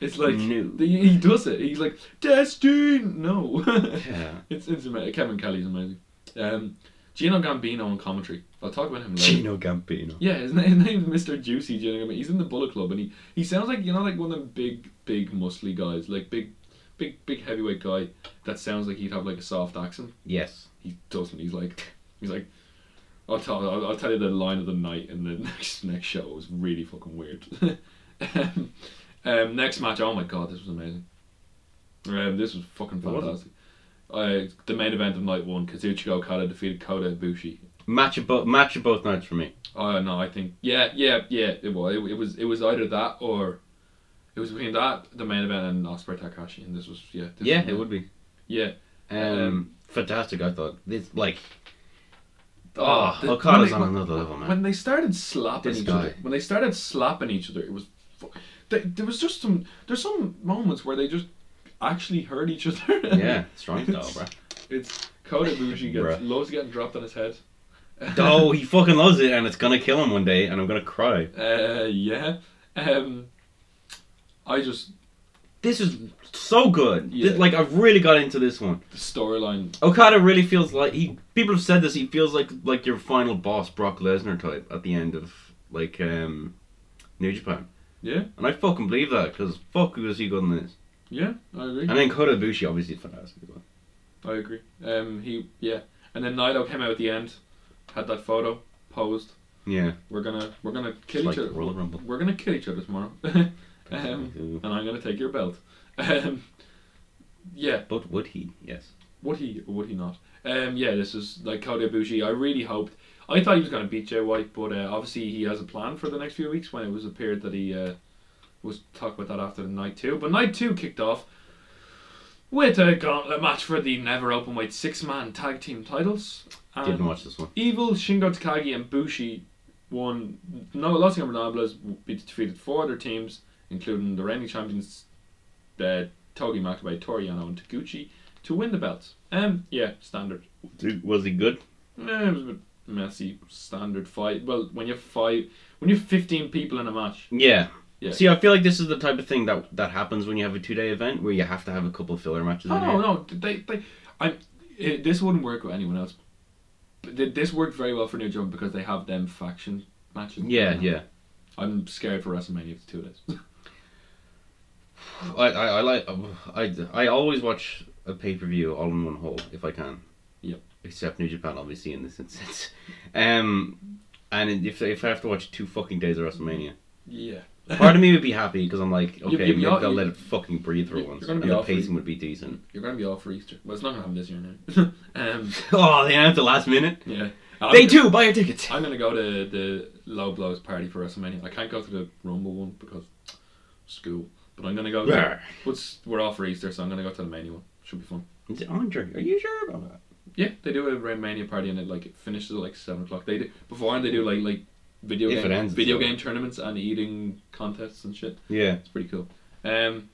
B: it's like
A: No.
B: he, he does it. He's like Destino. [laughs]
A: Yeah.
B: It's, it's amazing. Kevin Kelly's amazing. Um, Gino Gambino on commentary. I'll talk about him
A: [laughs]
B: later.
A: Gino Gambino.
B: Yeah, [laughs] his, name, his name's Mr. Juicy Gino Gambino. He's in the Bullet Club, and he, he sounds like you know like one of them big big muscly guys, like big big big heavyweight guy that sounds like he'd have like a soft accent.
A: Yes.
B: He doesn't. He's like he's like. I'll tell I'll, I'll tell you the line of the night in the [laughs] next next show. [laughs] It was really fucking weird. um, um, next match. Oh my god, this was amazing. Um, this was fucking
A: was.
B: fantastic. Uh, the main event of night one, Kazuchika Okada defeated Kota Ibushi.
A: Match of both match of both nights for me.
B: Oh no, I think yeah, yeah, yeah. It was. It, it was. It was either that or it was between that, the main event, and Osprey Takashi. And this was yeah. This
A: Yeah,
B: was-
A: it would be.
B: Yeah.
A: Um, fantastic. I thought this like
B: Oh,
A: oh,
B: the-
A: Okada's
B: when
A: on
B: they-
A: another level, man.
B: When they started slapping
A: This
B: each
A: guy.
B: other, when they started slapping each other, it was. fu- They, there was just some. There's some moments where they just actually hurt each [laughs] other.
A: yeah, strong style, [laughs] bro.
B: It's Kota Ibushi gets
A: Bruh.
B: loves getting dropped on his head.
A: Oh, he fucking loves it, and it's gonna kill him one day, and I'm gonna cry.
B: Uh, yeah. Um, I just
A: This is so good. This-
B: Yeah.
A: like I've really got into this one.
B: the storyline.
A: Okada really feels like he. People have said this. He feels like like your final boss, Brock Lesnar type, at the end of like um, New Japan.
B: Yeah.
A: And I fucking believe that because fuck was he good in this.
B: Yeah, I agree.
A: And then Kota Ibushi obviously is fantastic. as well.
B: I agree. Um, he yeah, and then Naito came out at the end, had that photo posed.
A: Yeah,
B: We're gonna we're gonna
A: it's
B: kill
A: like
B: each
A: the
B: other.
A: Royal Rumble.
B: We're gonna kill each other tomorrow. [laughs] um,
A: Ooh.
B: and I'm gonna take your belt. [laughs] Um, yeah,
A: but would he? Yes.
B: would he or would he not? Um, yeah, this is like Kota Ibushi. I really hoped. I thought he was gonna beat Jay White, but uh, obviously he has a plan for the next few weeks. When it was appeared that he uh, was talk about that after the night two, but night two kicked off with a gauntlet match for the never open weight six man tag team titles. And
A: Didn't watch this one.
B: Evil, Shingo Takagi, and Bushi won. No, Los Ingobernables defeated four other teams, including the reigning champions, uh, Togi Makabe, Toriano, and Taguchi, to win the belts. Um, yeah, standard.
A: Dude, was he good?
B: Eh, it was a bit messy, standard fight. Well, when you're five, when you're 15 people in a match,
A: Yeah.
B: Yeah.
A: See, I feel like this is the type of thing that that happens when you have a two day event where you have to have a couple filler matches.
B: Oh
A: in
B: no,
A: here.
B: no, they, they, I, it, this wouldn't work with anyone else. But th- this worked very well for New Japan because they have them faction matches.
A: Yeah, yeah.
B: I'm scared for WrestleMania for two days.
A: I, I, I like um, I, I always watch a pay per view all in one hole if I can.
B: Yep.
A: Except New Japan, obviously, in this instance. [laughs] Um, and if if I have to watch two fucking days of
B: [laughs]
A: WrestleMania,
B: yeah.
A: part of me would be happy because I'm like,
B: You'd-
A: okay,
B: you'd be
A: maybe
B: all-
A: I'll
B: you-
A: let it fucking breathe for
B: you're
A: once,
B: gonna
A: and
B: be
A: the
B: all free.
A: pacing would be decent. [laughs]
B: You're gonna be off for Easter. Well, it's not gonna happen this year now. [laughs] um,
A: Oh, they announced the last minute.
B: yeah. I'm
A: Day
B: gonna-
A: two, buy your tickets.
B: I'm gonna go to the low blows party for WrestleMania. I can't go to the Rumble one because school, but
A: [laughs]
B: I'm gonna go. To,
A: Brr.
B: what's we're off for Easter, so I'm gonna go to the Mania one. Should be fun.
A: Is it Andre? Are you sure about that?
B: Yeah, they do a Rain Mania party and it like it finishes at like seven o'clock. They do beforehand they do like like video
A: If
B: game
A: it ends at
B: video
A: seven.
B: game tournaments and eating contests and shit.
A: Yeah.
B: It's pretty cool. Um,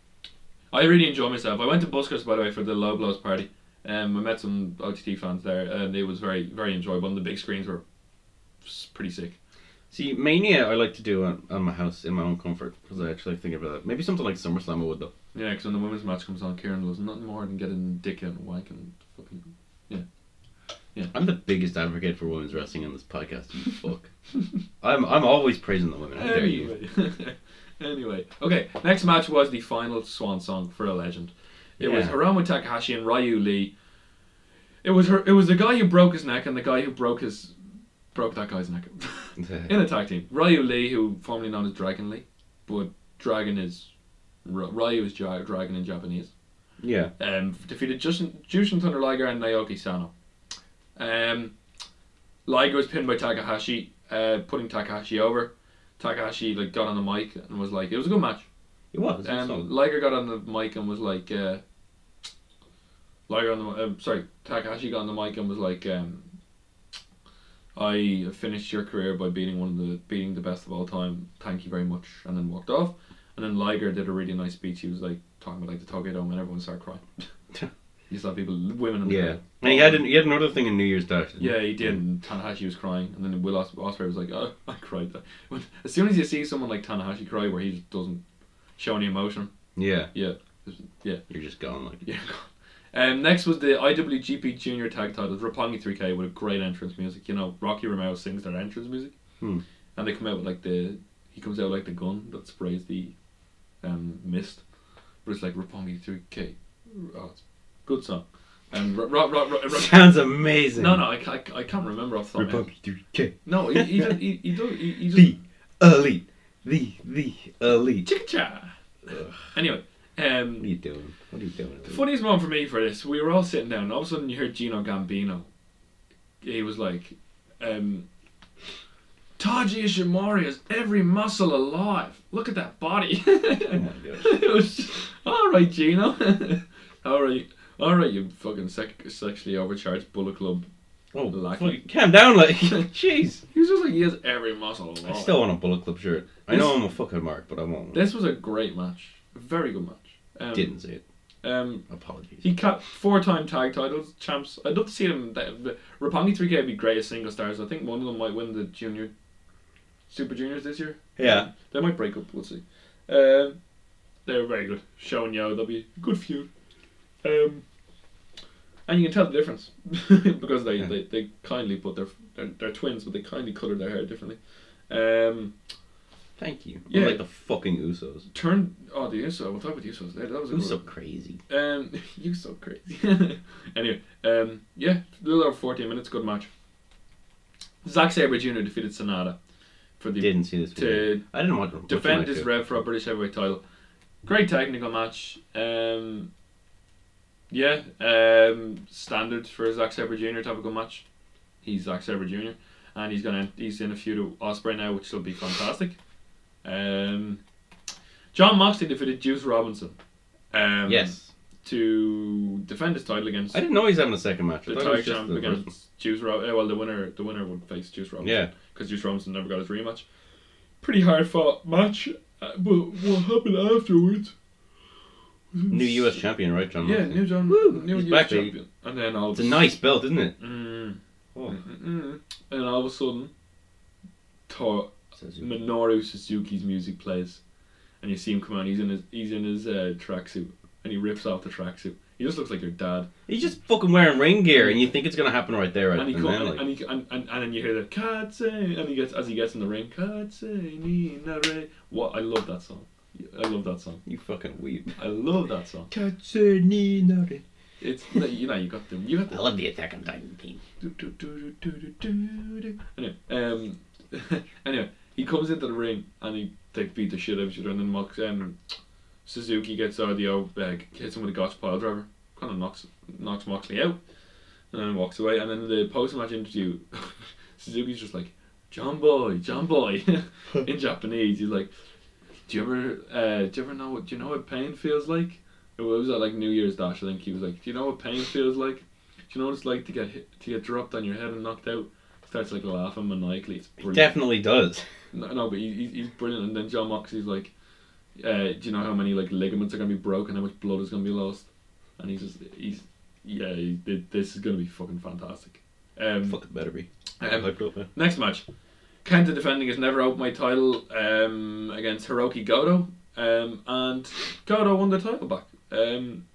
B: I really enjoy myself. I went to Buskers by the way for the Low Blows party. Um, I met some OTT fans there and it was very very enjoyable. And the big screens were s- pretty sick.
A: See, Mania, I like to do on, on my house in my own comfort because I actually think about that. Maybe something like SummerSlam I would though.
B: Yeah, because when the women's match comes on, Kieran was nothing more than getting dick and wank and fucking.
A: I'm the biggest advocate for women's wrestling on this podcast. You fuck. [laughs] I'm I'm always praising the women. How dare you?
B: Anyway, [laughs] anyway, okay. Next match was the final swan song for a legend. It was
A: Yeah.
B: Hiromu Takahashi and Ryu Lee. It was her, it was the guy who broke his neck and the guy who broke his broke that guy's neck in a tag team. Ryu Lee, who formerly known as Dragon Lee, but Dragon is Ry- Ryu is Ja- Dragon in Japanese.
A: yeah.
B: um, defeated Justin, Jushin Thunder Liger and Naoki Sano. Um, Liger was pinned by Takahashi, uh, putting Takahashi over. Takahashi like got on the mic and was like, "It was a good match."
A: It was.
B: Um, Liger got on the mic and was like, uh, "Liger on the um, sorry, Takahashi got on the mic and was like, um, I finished your career by beating one of the beating the best of all time. Thank you very much," and then walked off. And then Liger did a really nice speech. He was like talking about like the Tokyo Dome and everyone started crying. you saw people, women in the
A: yeah.
B: crowd.
A: And he had an, he had another thing in New Year's Dash. didn't he?
B: Yeah, he did. And Tanahashi was crying, and then Will Os- Ospreay was like, "Oh, [laughs] I cried." When, as soon as you see someone like Tanahashi cry, where he just doesn't show any emotion,
A: Yeah.
B: yeah, yeah,
A: You're just gone like.
B: yeah. Um, next was the IWGP Junior Tag Titles. Rapongi 3K with a great entrance music. You know, Rocky Romero sings their entrance music,
A: Hmm.
B: and they come out with like the he comes out with, like the gun that sprays the um, mist, but it's like Rapongi 3K. Oh, it's a good song. And Ro- Ro- Ro- Ro- Ro-
A: Sounds amazing.
B: no, no, I, ca- I, ca- I can't remember off the top of my head.
A: Republic 3K.
B: No, he he just, he, he, do, he, he just
A: The elite. The the elite.
B: Chick-cha. Anyway, Um,
A: What are you doing? What are you doing?
B: The funniest one for me for this, we were all sitting down, and all of a sudden you heard Gino Gambino. He was like, um, Taji Ishimori has every muscle alive. Look at that body. [laughs]
A: Oh my gosh.
B: it was just, all right, Gino. [laughs] all right, all right, you fucking sec- sexually overcharged Bullet Club.
A: Oh,
B: Lucky.
A: fuck, calm down,
B: [laughs]
A: like, [laughs] jeez.
B: He was just like, he has every muscle alive.
A: I still want a Bullet Club shirt. I know I'm a fucking mark, but I won't.
B: Oh. This was a great match, a very good match. Um,
A: Didn't say it.
B: Um,
A: Apologies.
B: He cut four time tag titles, champs. I'd love to see them. that- the- Roppongi 3K would be great as single stars. I think one of them might win the junior Super Juniors this year.
A: yeah.
B: They might break up, we'll see. Um, they were very good. Show and Yo, they'll be a good feud. Um, and you can tell the difference [laughs] because they,
A: Yeah.
B: they, they kindly put their, their they're twins, but they kindly coloured their hair differently. Um,
A: Thank you.
B: Yeah.
A: Yeah. like the fucking Usos.
B: turn oh the Uso. We'll talk about the Usos later. That was a good
A: Who's
B: one.
A: so crazy?
B: Um, [laughs] you so crazy. [laughs] anyway, um, yeah, a little over 14 minutes, good match. Zack Sabre Jr. defeated Sonata for the
A: Didn't see this. video.
B: to
A: I didn't want to
B: defend his rev for a British heavyweight title. Great technical match. Um, yeah, um, standard for Zack Sabre Jr. to have a good match. He's Zack Sabre Jr. and he's gonna he's in a feud with Osprey now, which will be fantastic. Um, John Moxley defeated Juice Robinson. Um,
A: Yes.
B: to defend his title against
A: I didn't know he's having a second match. I thought
B: the
A: it
B: tag
A: was just
B: champ
A: the first one.
B: against Juice Rob. eh, Well, the winner, the winner would face Juice Robinson.
A: Yeah.
B: because Juice Robinson never got his rematch. Pretty hard fought match, uh, but what happened afterwards?
A: New US champion, right, John?
B: Yeah,
A: Moxley?
B: new John,
A: Woo,
B: new
A: he's
B: US
A: back, baby.
B: champion, and then all
A: It's a
B: of s-
A: nice belt, isn't it?
B: Mm,
A: Oh,
B: mm, mm, and all of a sudden, to-
A: says who?
B: Minoru Suzuki's music plays, and you see him come out. He's in his he's in his uh, tracksuit, and he rips off the tracksuit. He just looks like your dad.
A: He's just fucking wearing ring gear, and you think it's gonna happen right there, right
B: and he
A: then,
B: co-
A: man,
B: and,
A: like,
B: and, he, and, and, and then you hear the katse and he gets as he gets in the ring katse ni na re. What I love that song. I love that song.
A: You fucking weep.
B: I love that song.
A: I
B: It's you know you got the you
A: [laughs]
B: got the
A: love the Attack on Titan theme.
B: do, do, do, do, do, do, do, do. anyway um [laughs] anyway he comes into the ring and he they beat the shit out of each other and then Mox um Suzuki gets out of the old bag hits him with a Gotch pile driver kind of knocks knocks Moxley out and then walks away and then the post match interview [laughs] Suzuki's just like John Boy John Boy [laughs] in Japanese he's like do you ever uh, do you ever know what do you know what pain feels like it was at like New Year's Dash I think he was like do you know what pain feels like do you know what it's like to get hit, to get dropped on your head and knocked out? Starts like laughing maniacally. It's brilliant.
A: Definitely does.
B: No, no, but he, he- he's brilliant. And then John Moxley's like, uh, "Do you know how many like ligaments are gonna be broken? How much blood is gonna be lost?" And he's just he's yeah, he, th- this is gonna be fucking fantastic. Um,
A: Fucking better be.
B: um,
A: Hyped up, man.
B: Next match. Kenta defending his never open my title um, against Hiroki Goto. Um, and Goto won the title back. Um,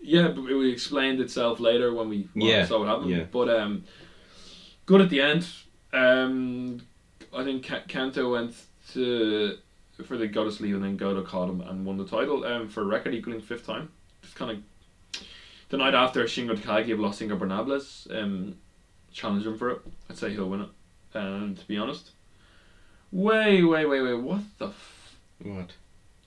B: yeah, but it explained itself later when we well,
A: Yeah,
B: saw what happened.
A: yeah.
B: But um, good at the end. Um, I think Ka- Kenta went to for the Goto sleeve and then Goto caught him and won the title um, for record equaling fifth time. It's kind of the night after Shingo Takagi of Los Ingo Bernables um, challenged him for it. I'd say he'll win it. Um, to be honest, wait, wait, wait, wait. What the? F-
A: What?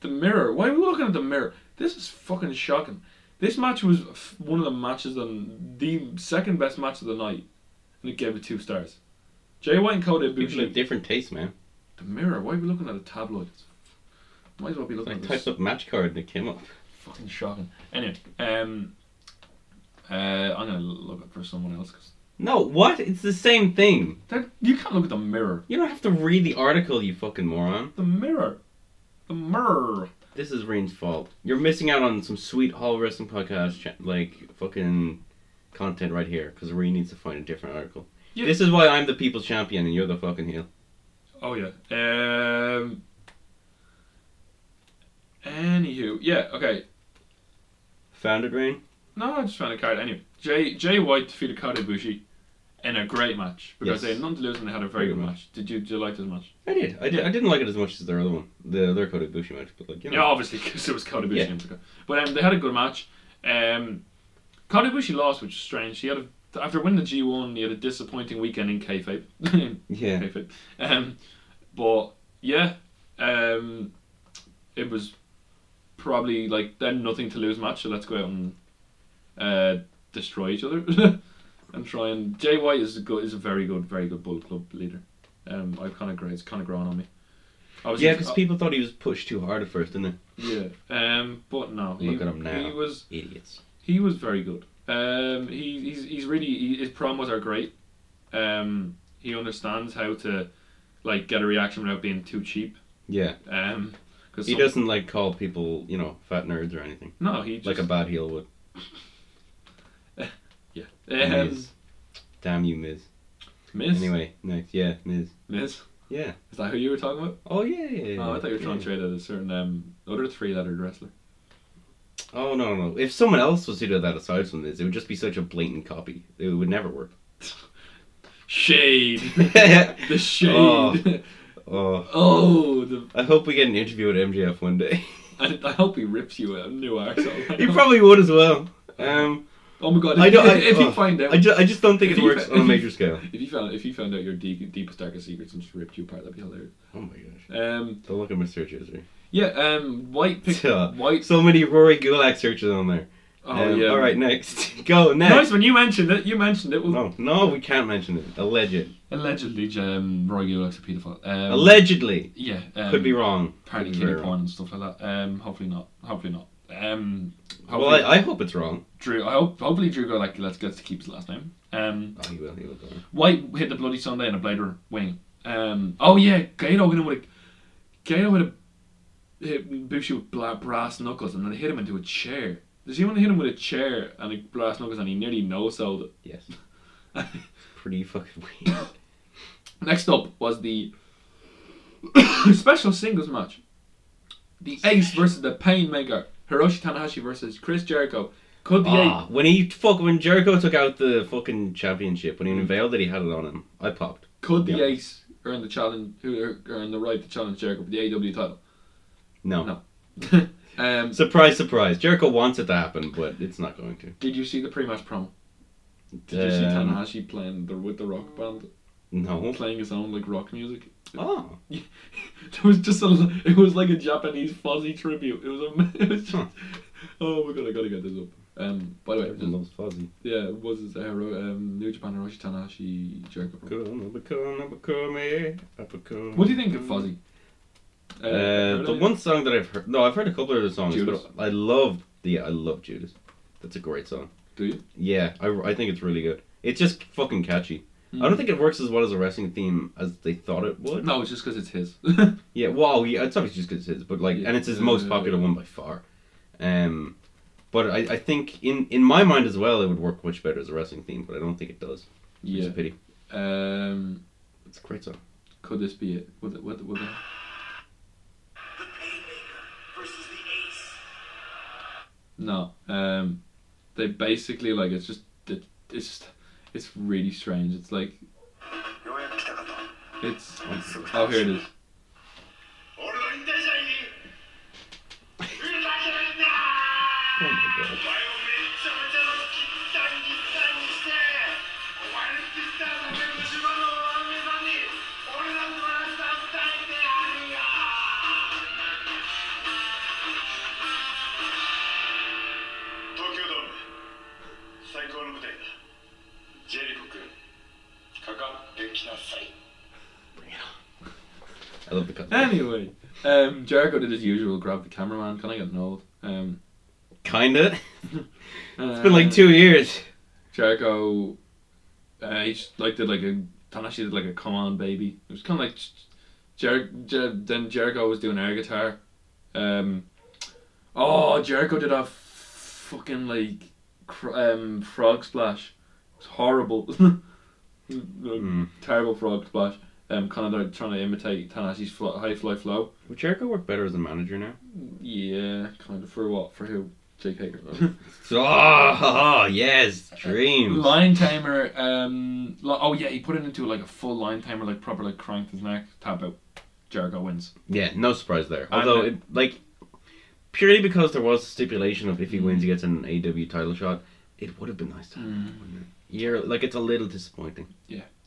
B: the mirror. Why are we looking at the mirror? This is fucking shocking. This match was f- one of the matches on the second best match of the night, and it gave it two stars. Jay White and Kota
A: People have
B: Ibushi.
A: different tastes, man.
B: The mirror. Why are we looking at a tabloid? It's f- Might as well be
A: I
B: looking at this.
A: typed up match card and it came up.
B: Fucking shocking. Anyway, um, uh, I'm gonna look up for someone else because
A: No, what? It's the same thing.
B: you can't look at the mirror.
A: You don't have to read the article, you fucking moron.
B: The mirror. The mirror.
A: This is Rain's fault. You're missing out on some sweet Hall Wrestling Podcast, cha- like, fucking content right here, because Rain needs to find a different article.
B: Yeah.
A: This is why I'm the people's champion and you're the fucking heel.
B: Oh yeah. Um. Anywho, yeah. Okay.
A: Found it, Rain?
B: No, I just found a card. Anyway, Jay Jay White defeated Kota Ibushi in a great match because
A: Yes.
B: they had nothing to lose and they had a very
A: Very
B: good
A: good
B: match. Did you did you like this match?
A: I did. I, did. I didn't like it as much as their other one, the other Kota Ibushi match, but, like, you know.
B: Yeah, obviously, [laughs] because it was Kota Ibushi
A: Yeah.
B: and Takagi. But um, they had a good match. Um, Kota Ibushi lost, which is strange. He had a, after winning the G one, he had a disappointing weekend in kayfabe. [laughs]
A: Yeah.
B: kayfabe. Um, but yeah, um, it was probably like they're nothing to lose match, so let's go out and uh, destroy each other [laughs] and try and Jay White is a good is a very good, very good bull club leader. Um, I've kind of grown, it's kind of grown on me. I was
A: Yeah,
B: just-
A: because people thought he was pushed too hard at first, didn't
B: uh, yeah. Um, but no, he,
A: Look at him now.
B: he was
A: they? Idiots.
B: he was very good. Um, he, he's he's really he, his promos are great. Um, he understands how to like get a reaction without being too cheap.
A: Yeah,
B: Um, cause
A: he
B: some-
A: doesn't like call people, you know, fat nerds or anything,
B: No, he just
A: like a bad heel would.
B: yeah.
A: Miz.
B: Um,
A: Damn you, Miz.
B: Miz.
A: Anyway, next, yeah, Miz.
B: Miz.
A: Yeah.
B: Is that who you were talking about?
A: Oh yeah. yeah, yeah,
B: Oh, I thought you were trying
A: yeah.
B: to trade out a certain um, other three-lettered wrestler.
A: Oh no no! If someone else was to do that aside from this, it would just be such a blatant copy. It would never
B: [laughs]
A: work.
B: Shade.
A: [laughs]
B: the shade.
A: Oh.
B: Oh, [laughs]
A: oh,
B: the,
A: I hope we get an interview with MJF one
B: [laughs]
A: day.
B: I, I hope he rips you a new arsehole. [laughs]
A: he probably would as well. Um,
B: Oh my god! If,
A: I don't. I,
B: if
A: oh,
B: he find out,
A: I, ju- I just don't think
B: if
A: it
B: he
A: works
B: fa-
A: on a
B: if he-
A: major scale.
B: if he found if he found out your deep, deepest darkest secrets and just ripped you apart, that'd be hilarious.
A: Oh my gosh!
B: Um,
A: Don't look at my search history.
B: yeah. Um, white
A: [laughs]
B: pick.
A: Yeah.
B: White.
A: So many Rory Gulak searches on there.
B: Oh
A: Um,
B: yeah.
A: All right, next. [laughs] Go next.
B: Nice one. You mentioned it. You mentioned it. Well,
A: No, no, we can't mention it. Alleged.
B: Allegedly, um, Roy Gulak's a paedophile. Um,
A: Allegedly.
B: Yeah. Um,
A: Could be wrong.
B: Apparently,
A: Could be
B: kiddie
A: very
B: porn and stuff like that. Um, hopefully not. Hopefully not. Um,
A: wrong.
B: hopefully
A: Well, I, I hope it's wrong.
B: Drew. I hope hopefully Drew go like let's get to keep his last name. Um,
A: Oh, he will. He will. Go on.
B: White hit the bloody Sunday in a blader wing. Um, oh yeah, Gato hit him with a Gato hit a hit Bushi with bla- brass knuckles and then hit him into a chair. Does anyone hit him with a chair and a brass knuckles and he nearly no sold it?
A: Yes. [laughs] Pretty fucking weird.
B: Next up was the [coughs] special singles match. The Ace versus the Painmaker. Hiroshi Tanahashi versus Chris Jericho. Could [laughs] the uh,
A: Ah, when he fuck when Jericho took out the fucking championship when he
B: Mm.
A: unveiled that he had it on him, I popped.
B: Could the
A: Yeah.
B: Ace earn the challenge? Who er, earn the right to challenge Jericho for the AW title?
A: No.
B: No. um,
A: Surprise, surprise. Jericho wants it to happen, but it's not going to.
B: did you see the pre-match promo? Did you see
A: Um,
B: Tanahashi playing the, with the rock band,
A: No.
B: playing his own like rock music? [laughs] Ah.
A: Oh.
B: It was just a, it was like a Japanese fuzzy tribute. It was a, [laughs] it was just,
A: Huh.
B: oh my god, I gotta get this up. Um, by the way,
A: Everyone loves Fuzzy.
B: yeah, it was his hero, um, New Japan Hiroshi Tanahashi Jericho. promo.
A: Come, become, become, eh, become.
B: What do you think of Fuzzy? Uh,
A: Uh, the
B: Faraday?
A: one song that I've heard. No, I've heard a couple of the songs,
B: Judas.
A: but I love the. I love Judas. That's a great song.
B: Do you?
A: Yeah, I, I think it's really good. It's just fucking catchy. I
B: Hmm.
A: don't think it works as well as a wrestling theme as they thought it would.
B: No, it's just because it's his. [laughs]
A: Yeah, well, yeah, it's obviously just because it's his, but like,
B: Yeah.
A: and it's his
B: Yeah,
A: most
B: yeah,
A: popular
B: yeah.
A: one by far. Um, but I, I think in in my mind as well, it would work much better as a wrestling theme, but I don't think it does. Which is
B: yeah.
A: a pity.
B: Um.
A: It's a great song.
B: Could this be it? Would it, would, would it?
E: The Painmaker versus the Ace.
B: No. Um, they basically like it's just it, it's just, it's really strange. It's like
F: ようやく来たかと
B: it's oh here it is.
F: 俺の引退者にふざけんな
A: Oh
F: お前をめ
A: my god.
F: ちゃめちゃのキッタンキッタンにしてお前のキッタンだけの島のおめさんに俺のブラスター伝えてやるよ東京ドーム最高の舞台だジェリコ君かかってきなさい
A: I love the cut.
B: Anyway, um, Jericho did his usual grab the cameraman. Can I get an old? Um,
A: Kinda.
B: it's
A: It's been like two years.
B: Jericho, uh, he just like did like a Tanashi did like a come on baby. It was kind of like Jer- Jer- then Jericho was doing air guitar. Um, oh Jericho did a fucking like cr- um, frog splash. It was horrible, [laughs] Um,
A: Mm.
B: terrible frog splash. Um, kind of trying to imitate Tanashi's fl- high fly flow.
A: Would Jericho work better as a manager now?
B: Yeah, kind of for what for who? Jake Hager.
A: So, ah, [laughs] yes, dreams.
B: Line timer. Um. li- oh yeah, he put it into like a full line timer, like proper, like cranked his neck, tap out. Jericho wins.
A: Yeah, no surprise there. Although, it, like, purely because there was a stipulation of
B: Mm.
A: if he wins, he gets an AW title shot, it would have been nice to have.
B: Mm.
A: that, wouldn't it? You're, like, it's a little disappointing.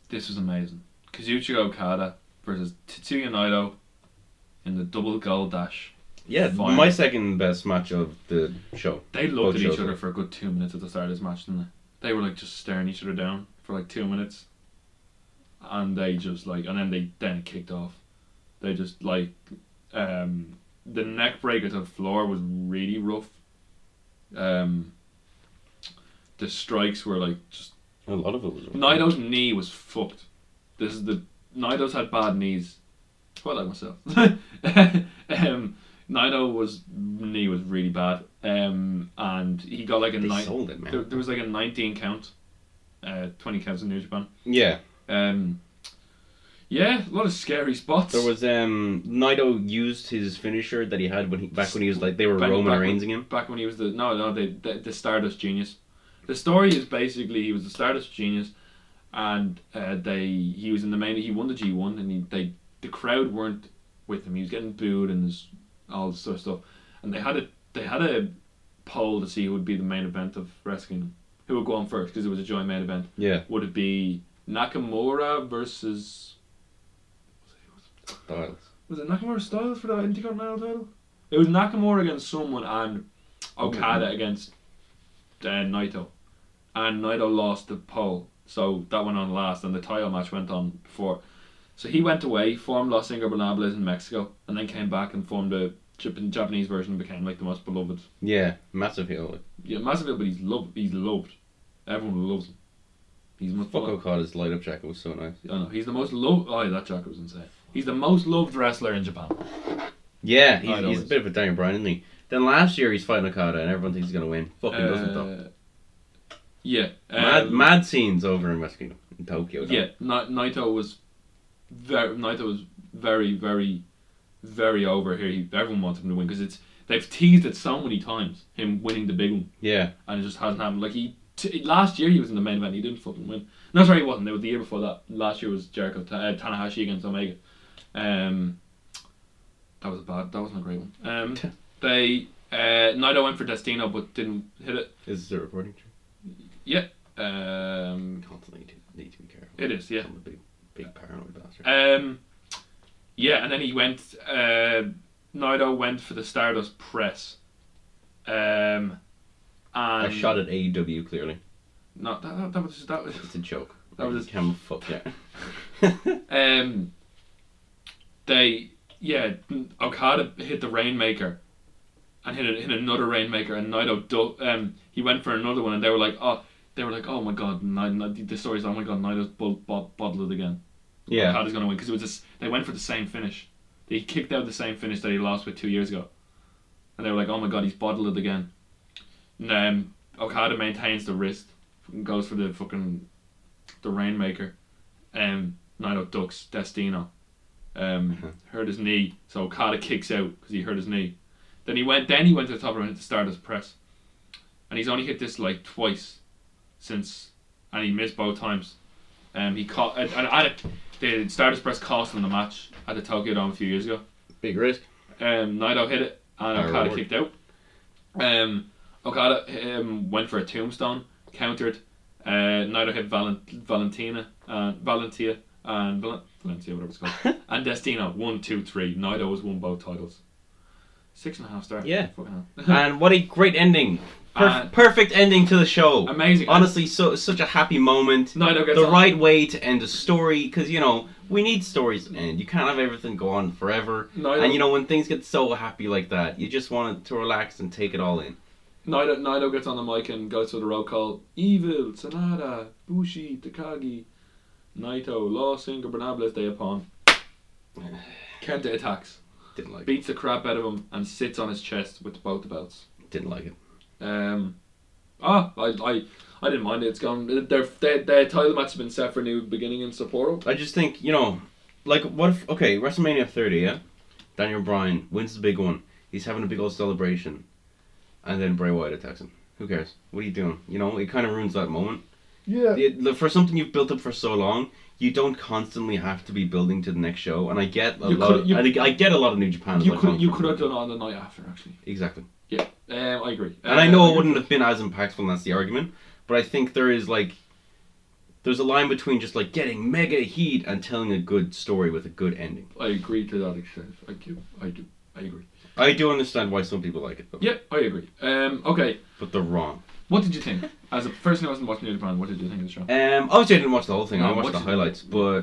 B: This was amazing. Kazuchika Okada versus Tetsuya Naito in the double gold dash.
A: Yeah,
B: Fine.
A: my second best match of the show.
B: They
A: Both
B: looked at each
A: shows
B: other
A: were.
B: for a good two minutes at the start of this match, didn't they? They were like just staring each other down for like two minutes, and they just like, and then they then kicked off. They just like, um, the neck breaker to the floor was really rough. Um, the strikes were like just
A: A lot of it was.
B: Nido's knee was fucked. This is the Nido's had bad knees. Quite like myself. [laughs] um, Nido was knee was really bad, um, and he got like a
A: They
B: nine.
A: sold it, man.
B: There, there was like a nineteen count, uh, twenty counts in New Japan.
A: Yeah,
B: Um, yeah, a lot of scary spots.
A: there was um Nido used his finisher that he had when he back when he was like they were
B: Back-
A: Roman
B: back when-
A: Reignsing him.
B: back when he was the no no the, the the Stardust genius. The story is basically he was the Stardust genius, and uh, they he was in the main he won the G one and he, they the crowd weren't with him. He was getting booed and this, all this sort of stuff, and they had a they had a poll to see who would be the main event of wrestling, who would go on first because it was a joint main event.
A: Yeah,
B: Would it be Nakamura versus
A: Styles.
B: was it Nakamura Styles for the Intercontinental title? It was Nakamura against someone and Okada against uh, Naito. And Naito lost the poll. So that went on last and the title match went on before. So he went away, formed Los Ingobernables in Mexico, and then came back and formed a Jap- Japanese version and became like the most beloved.
A: Yeah, massive heel.
B: Yeah, Massiville, but he's loved. He's loved. Everyone loves him. He's most
A: Fuck Okada's light up jacket was so nice.
B: I know. He's the most loved. Oh, that jacket was insane. He's the most loved wrestler in Japan.
A: Yeah, he's,
B: Nido
A: he's a
B: is.
A: bit of a Daniel Bryan, isn't he? Then last year he's fighting Okada and everyone thinks he's gonna win. Fucking doesn't though.
B: Uh, Yeah.
A: Mad,
B: um,
A: mad scenes over in Mexico, in Tokyo. though.
B: Yeah, Na- Naito was very Naito was very very very over here. He, everyone wants him to win because it's they've teased it so many times him winning the big one
A: yeah.
B: and it just hasn't happened. Like he t- last year he was in the main event he didn't fucking win. No, sorry he wasn't. It was the year before that. Last year was Jericho Ta- uh, Tanahashi against Omega. Um, that was a bad. That wasn't a great one.
A: [laughs]
B: Um, they uh, Naito went for Destino but didn't hit it.
A: Is the recording true?
B: Um,
A: Constantly need to, need to be careful.
B: It is, yeah.
A: I'm a big, big paranoid bastard.
B: Um, yeah, and then he went. Uh, Nido went for the Stardust press. Um, and
A: I shot at AEW clearly.
B: No, that, that, that was that was.
A: It's a joke.
B: That was-
A: You can fuck yeah.
B: [laughs] Um, they yeah, Okada hit the Rainmaker, and hit, a, hit another Rainmaker, and Nido du- um he went for another one, and they were like oh they were like oh my god Nido, the story's oh my god Nido's bo- bo- bottled it again.
A: [laughs] yeah.
B: Okada's gonna win because it was this. They went for the same finish. They kicked out the same finish that he lost with two years ago, and they were like, "Oh my god, he's bottled it again." And um, Okada maintains the wrist, and goes for the fucking the rainmaker. Um, Naito ducks Destino. Um, hurt his knee, so Okada kicks out because he hurt his knee. Then he went. Then he went to the top round and hit the Stardust press, and he's only hit this like twice since, and he missed both times. Um, he caught and, and at a, the Stardust press cost him the match at the Tokyo Dome a few years ago.
A: Big
B: [laughs]
A: risk.
B: Um, Naito hit it and
A: Arrow
B: Okada
A: work.
B: kicked out. Um, Okada um, went for a tombstone, countered. Uh, Naito hit Valent- Valentina, uh, Valentia, and Val- Valentia, whatever it's called, and Destino. One, two, three. Naito has won both titles. Six and a half stars.
A: Yeah.
B: Fucking hell.
A: and what a great ending. Perf-
B: Uh,
A: perfect ending to the show.
B: Amazing.
A: Honestly, so such a happy moment.
B: Naito gets
A: The
B: on-
A: right way to end a story, because you know we need stories to end. You can't have everything go on forever.
B: Naito-
A: and you know when things get so happy like that, you just want to relax and take it all in. [sighs]
B: Nido, Nido gets on the mic and goes for the roll call. Evil, Sanada, Bushi, Takagi, Naito, Los Ingobernables Day upon. Kenta attacks,
A: Didn't like.
B: beats the crap out of him, and sits on his chest with both the belts.
A: it. Didn't like it.
B: Um, ah, I, I, I didn't mind it. It's gone. Their, their, their title match has been set for a new beginning in Sapporo.
A: I just think you know, like what if okay WrestleMania 30, yeah, Daniel Bryan wins the big one. He's having a big old celebration, and then Bray Wyatt attacks him. Who cares? What are you doing? You know, it kind of ruins that moment.
B: Yeah.
A: The- the- for something you've built up for so long, you don't constantly have to be building to the next show. And I get a
B: You
A: lot.
B: could-
A: Of,
B: you-
A: I, think- I get a lot of New Japan. is
B: You
A: like
B: could
A: going
B: you
A: from-
B: could have done it on the night after actually.
A: exactly.
B: Yeah, um, I agree.
A: And I know
B: Uh,
A: it wouldn't have been as impactful, and that's the argument. But I think there is like, there's a line between just like getting mega heat and telling a good story with a good ending.
B: I agree to that extent. I do. I do. I agree.
A: I do understand why some people like it though.
B: Yep, I agree. Um, okay,
A: But they're wrong.
B: what did you think? As a person who hasn't watched Neil Brand, what did you think of the show?
A: Um, obviously I didn't watch the whole thing.
B: No,
A: I watched
B: what's
A: the
B: it-
A: highlights, but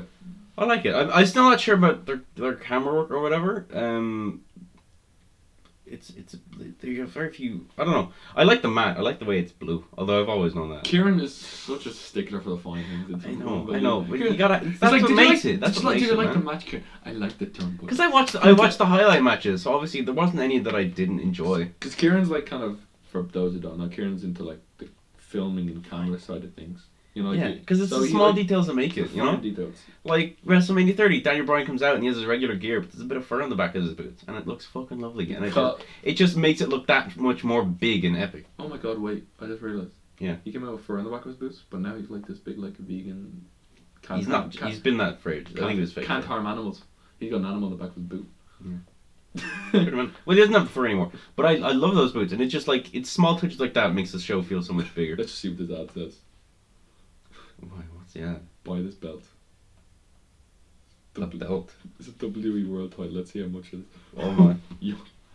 A: I like it. I'm, I'm still not sure about their their camera work or whatever. Um, it's it's there are very few. I don't know. I like the matte. I like the way it's blue. Although I've always known that.
B: Kieran is such a stickler for the fine things. It's
A: I know. I
B: unbelievable.
A: know. But you
B: Kieran-
A: gotta.
B: it's
A: That's
B: like,
A: what
B: did you
A: makes
B: like-
A: it. That's
B: did
A: what makes
B: you like, did you
A: it.
B: like the
A: man.
B: match? Kieran? I like the turnbuckle.
A: Because I watched I watched the highlight matches, so obviously there wasn't any that I didn't enjoy.
B: Because Kieran's like kind of for those who don't know, Kieran's into like the filming and camera side of things. You know, like
A: Yeah,
B: he-
A: because it's
B: so
A: the
B: he,
A: small
B: like,
A: details that make
B: the
A: it, you
B: fine
A: know.
B: details.
A: Like WrestleMania 30, Daniel Bryan comes out and he has his regular gear, but there's a bit of fur on the back of his boots, and it looks fucking lovely. And it
B: Cut.
A: just, it just makes it look that much more big and epic.
B: Oh my god! Wait, I just realized.
A: Yeah.
B: he came out with fur on the back of his boots, but now he's like this big, like vegan. Cat,
A: He's not.
B: Cat,
A: He's been that afraid. I
B: can't-
A: think it was fake.
B: Can't harm animals. He's got an animal on the back of his boot.
A: Pretty
B: [laughs]
A: much- [laughs] Well, he doesn't have fur anymore. But I, I love those boots, and it's just like it's small touches like that makes the show feel so much [laughs] bigger.
B: Let's just see what his ad says.
A: Why, What's yeah?
B: Buy this belt.
A: The belt.
B: It's a WWE E World title. Let's see how much it is.
A: Oh my.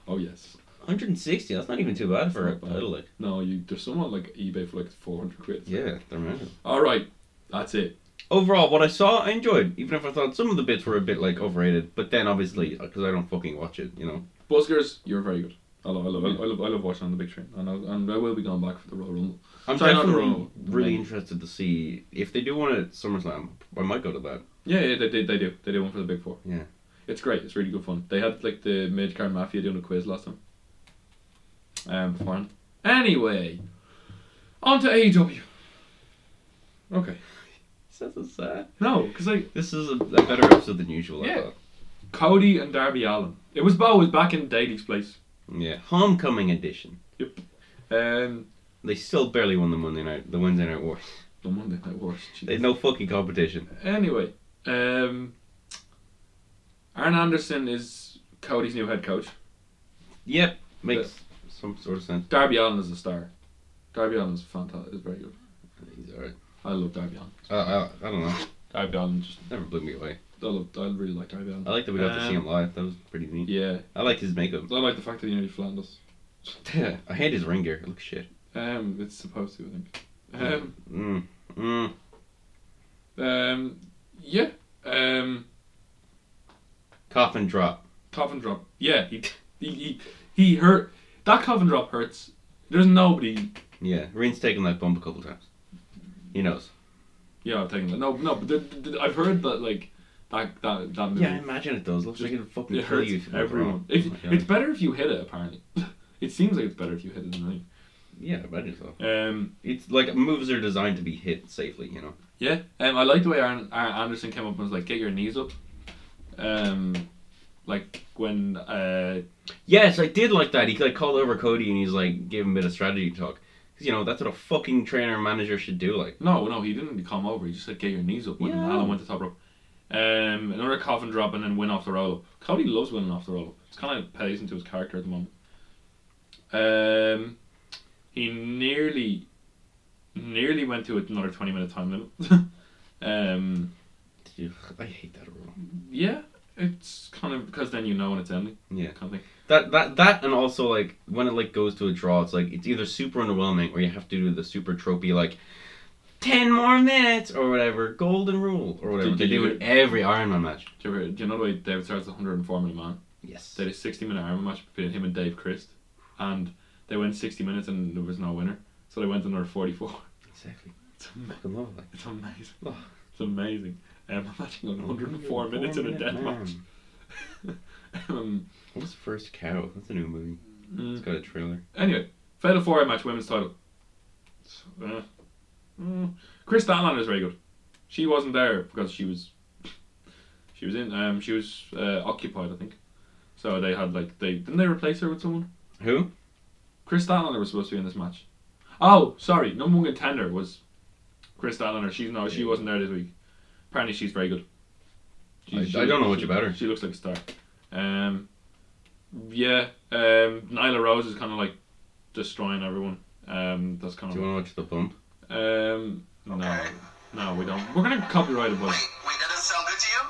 B: Oh yes.
A: 160. That's not even too bad for a
B: Not bad.
A: title. Like.
B: No, you. There's someone like eBay for like 400 quid.
A: Yeah, they're mad.
B: All right, that's it.
A: overall, what I saw, I enjoyed, even if I thought some of the bits were a bit like overrated. But then, obviously, because I don't fucking watch it, you know.
B: Buskers, you're very good. I love, I love, I love, I love watching on the big screen, and I, and I will be going back for the Royal Rumble.
A: I'm
B: Sorry, not the
A: definitely
B: Rumble.
A: really
B: Main.
A: interested to see if they do one at SummerSlam. I might go to that.
B: Yeah, yeah, they, they, they do, they do one for the big four.
A: Yeah.
B: it's great. It's really good fun. They had like the Mage Card Mafia doing a quiz last time. Um, beforehand. Anyway, on to E AEW. Okay.
A: So sad.
B: No, because like
A: This is a, a better episode than usual. I
B: Yeah.
A: thought.
B: Cody and Darby Allen. It was Bo was back in Daly's place.
A: Yeah. Homecoming edition.
B: Um,
A: They still barely won the Monday night, the Wednesday night war.
B: the Monday Night Wars.
A: They
B: Jesus.
A: had no fucking competition.
B: Anyway, um, Aaron Anderson is Cody's new head coach.
A: Yep. Makes some sort of sense.
B: Darby Allen is a star. Darby Allen is fantastic. Is very good.
A: He's alright.
B: I love Darby Allen.
A: Uh, uh, I don't know.
B: Darby Allen just
A: Never blew me away.
B: I love. I really like Darby Allen.
A: I like that we got to see him
B: Um,
A: live. That was pretty neat.
B: Yeah,
A: I like his makeup. [clears throat]
B: I like the fact that he nearly flattened us.
A: I hate his ring gear. It looks shit.
B: Um, it's supposed to, I think. Um,
A: Mm. Mm.
B: um, yeah. Um,
A: Coffin drop.
B: coffin drop. Yeah, he he he, he hurt. That coffin drop hurts. There's nobody.
A: Yeah, Reen's taken that bump a couple times. He knows.
B: Yeah, I'm taking that. No, no. But th- th- th- I've heard that like that that that movie.
A: Yeah, I imagine it does. Looks like it'll fucking
B: It
A: kill
B: hurts
A: you. if it goes
B: everyone.
A: wrong.
B: If,
A: Oh my God.
B: it's better if you hit it, apparently. [laughs] it seems like it's better if you hit it than
A: [laughs] yeah, I imagine so.
B: I. Um,
A: It's like moves are designed to be hit safely, you know.
B: yeah. Um, I like the way Aaron, Aaron Anderson came up and was like, "Get your knees up." Um, like when uh,
A: Yes, I did like that. He like called over Cody and he's like gave him a bit of strategy talk. Cause you know that's what a fucking trainer and manager should do. Like,
B: no, no, he didn't come over. He just said, "Get your knees up." When
A: Yeah.
B: Alan went to top rope. Um, another coffin drop and then win off the roll up. Cody loves winning off the roll up. It's kind of plays into his character at the moment. Um, he nearly, nearly went to another twenty minute time limit. [laughs] um.
A: ugh, I hate that rule.
B: Yeah, it's kind of because then you know when it's ending.
A: Yeah,
B: Kind of thing.
A: that that that and also like when it like goes to a draw, it's like it's either super underwhelming or you have to do the super tropey like ten more minutes or whatever golden rule or whatever
B: Did
A: they do
B: you-
A: in every Iron Man match.
B: Do you, ever, do you know the way David Starr's the 104 minute man?
A: Yes.
B: They had a 60 minute Ironman match between him and Dave Christ, and they went 60 minutes and there was no winner, so they went another 44.
A: Exactly.
B: [laughs] It's, ama-
A: Fucking love that.
B: it's amazing.
A: Oh.
B: It's amazing. Um, imagine going 104 minutes in a death match.
A: Man.
B: [laughs] um,
A: What was First Cow? That's a new movie. It's
B: mm.
A: got a trailer.
B: Anyway, Fatal 4 match, women's title. So, uh, mm. Chris Statlander is very good. She wasn't there because she was she was in um she was uh, occupied, I think. So they had like they didn't they replace her with someone?
A: Who?
B: Chris Statlander was supposed to be in this match. Oh, sorry, number one contender was Chris Statlander. She's no, she
A: Yeah.
B: wasn't there this week. Apparently, she's very good.
A: I- I don't know much about her.
B: She looks like a star. Um, yeah, um, Nyla Rose is kind of like destroying everyone. Um, that's kind
A: Do you
B: of
A: want to watch the bump?
B: um, no, no, we don't. We're gonna copyright it, but
D: we didn't sound good to you?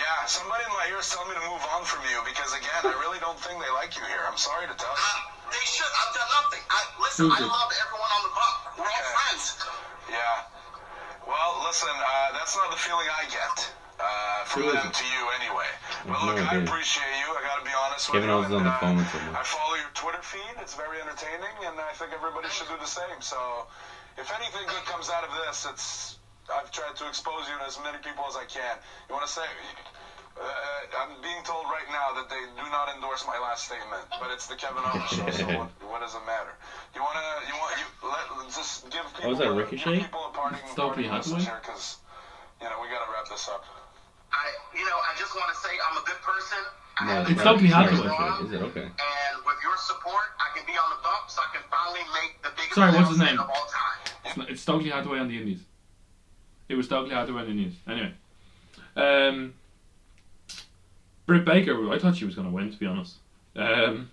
D: Yeah,
G: Uh, somebody in my ear is telling me to move on from you because, again, I really don't think they like you here. I'm sorry to tell you.
F: They should. I've done nothing. I listen. I
D: Susan.
F: love everyone on the bump. We're all
G: Okay.
F: friends.
G: Yeah. Well, listen, uh, that's not the feeling I get uh, from
A: Who is
G: them
A: it?
G: to you anyway. But
A: No
G: look, I
A: idea.
G: appreciate you. I gotta be honest
A: Kevin
G: with
A: Owens
G: you.
A: is on the
G: uh,
A: phone with someone.
G: I follow your Twitter feed. It's very entertaining, and I think everybody should do the same. So, if anything good comes out of this, it's I've tried to expose you to as many people as I can. You want to say? Uh, I'm being told right now that they do not endorse my last statement, but it's the Kevin Owens show.
A: [laughs]
G: So what, what does it matter? You wanna? You want? You let just give people.
A: was that,
G: a-
A: Ricochet?
G: Give people a parting,
B: Stop me,
G: parting
B: Hathaway.
G: message here, because you know we gotta wrap this up.
F: I, you know, I just want to say I'm a good person. I
A: No,
F: have
B: It's
A: not-
B: Stokely
A: not
B: Hathaway.
A: Ricochet, Is it okay?
F: And with your support, I can be on the bump, so I can finally make the biggest
B: Sorry, what's his
F: announcement
B: name?
F: of all time.
B: It's, not, it's Stokely Hathaway on the Indies. It was Stokely Hathaway on the Indies. Anyway, um, Britt Baker. I thought she was going to win, to be honest. Um,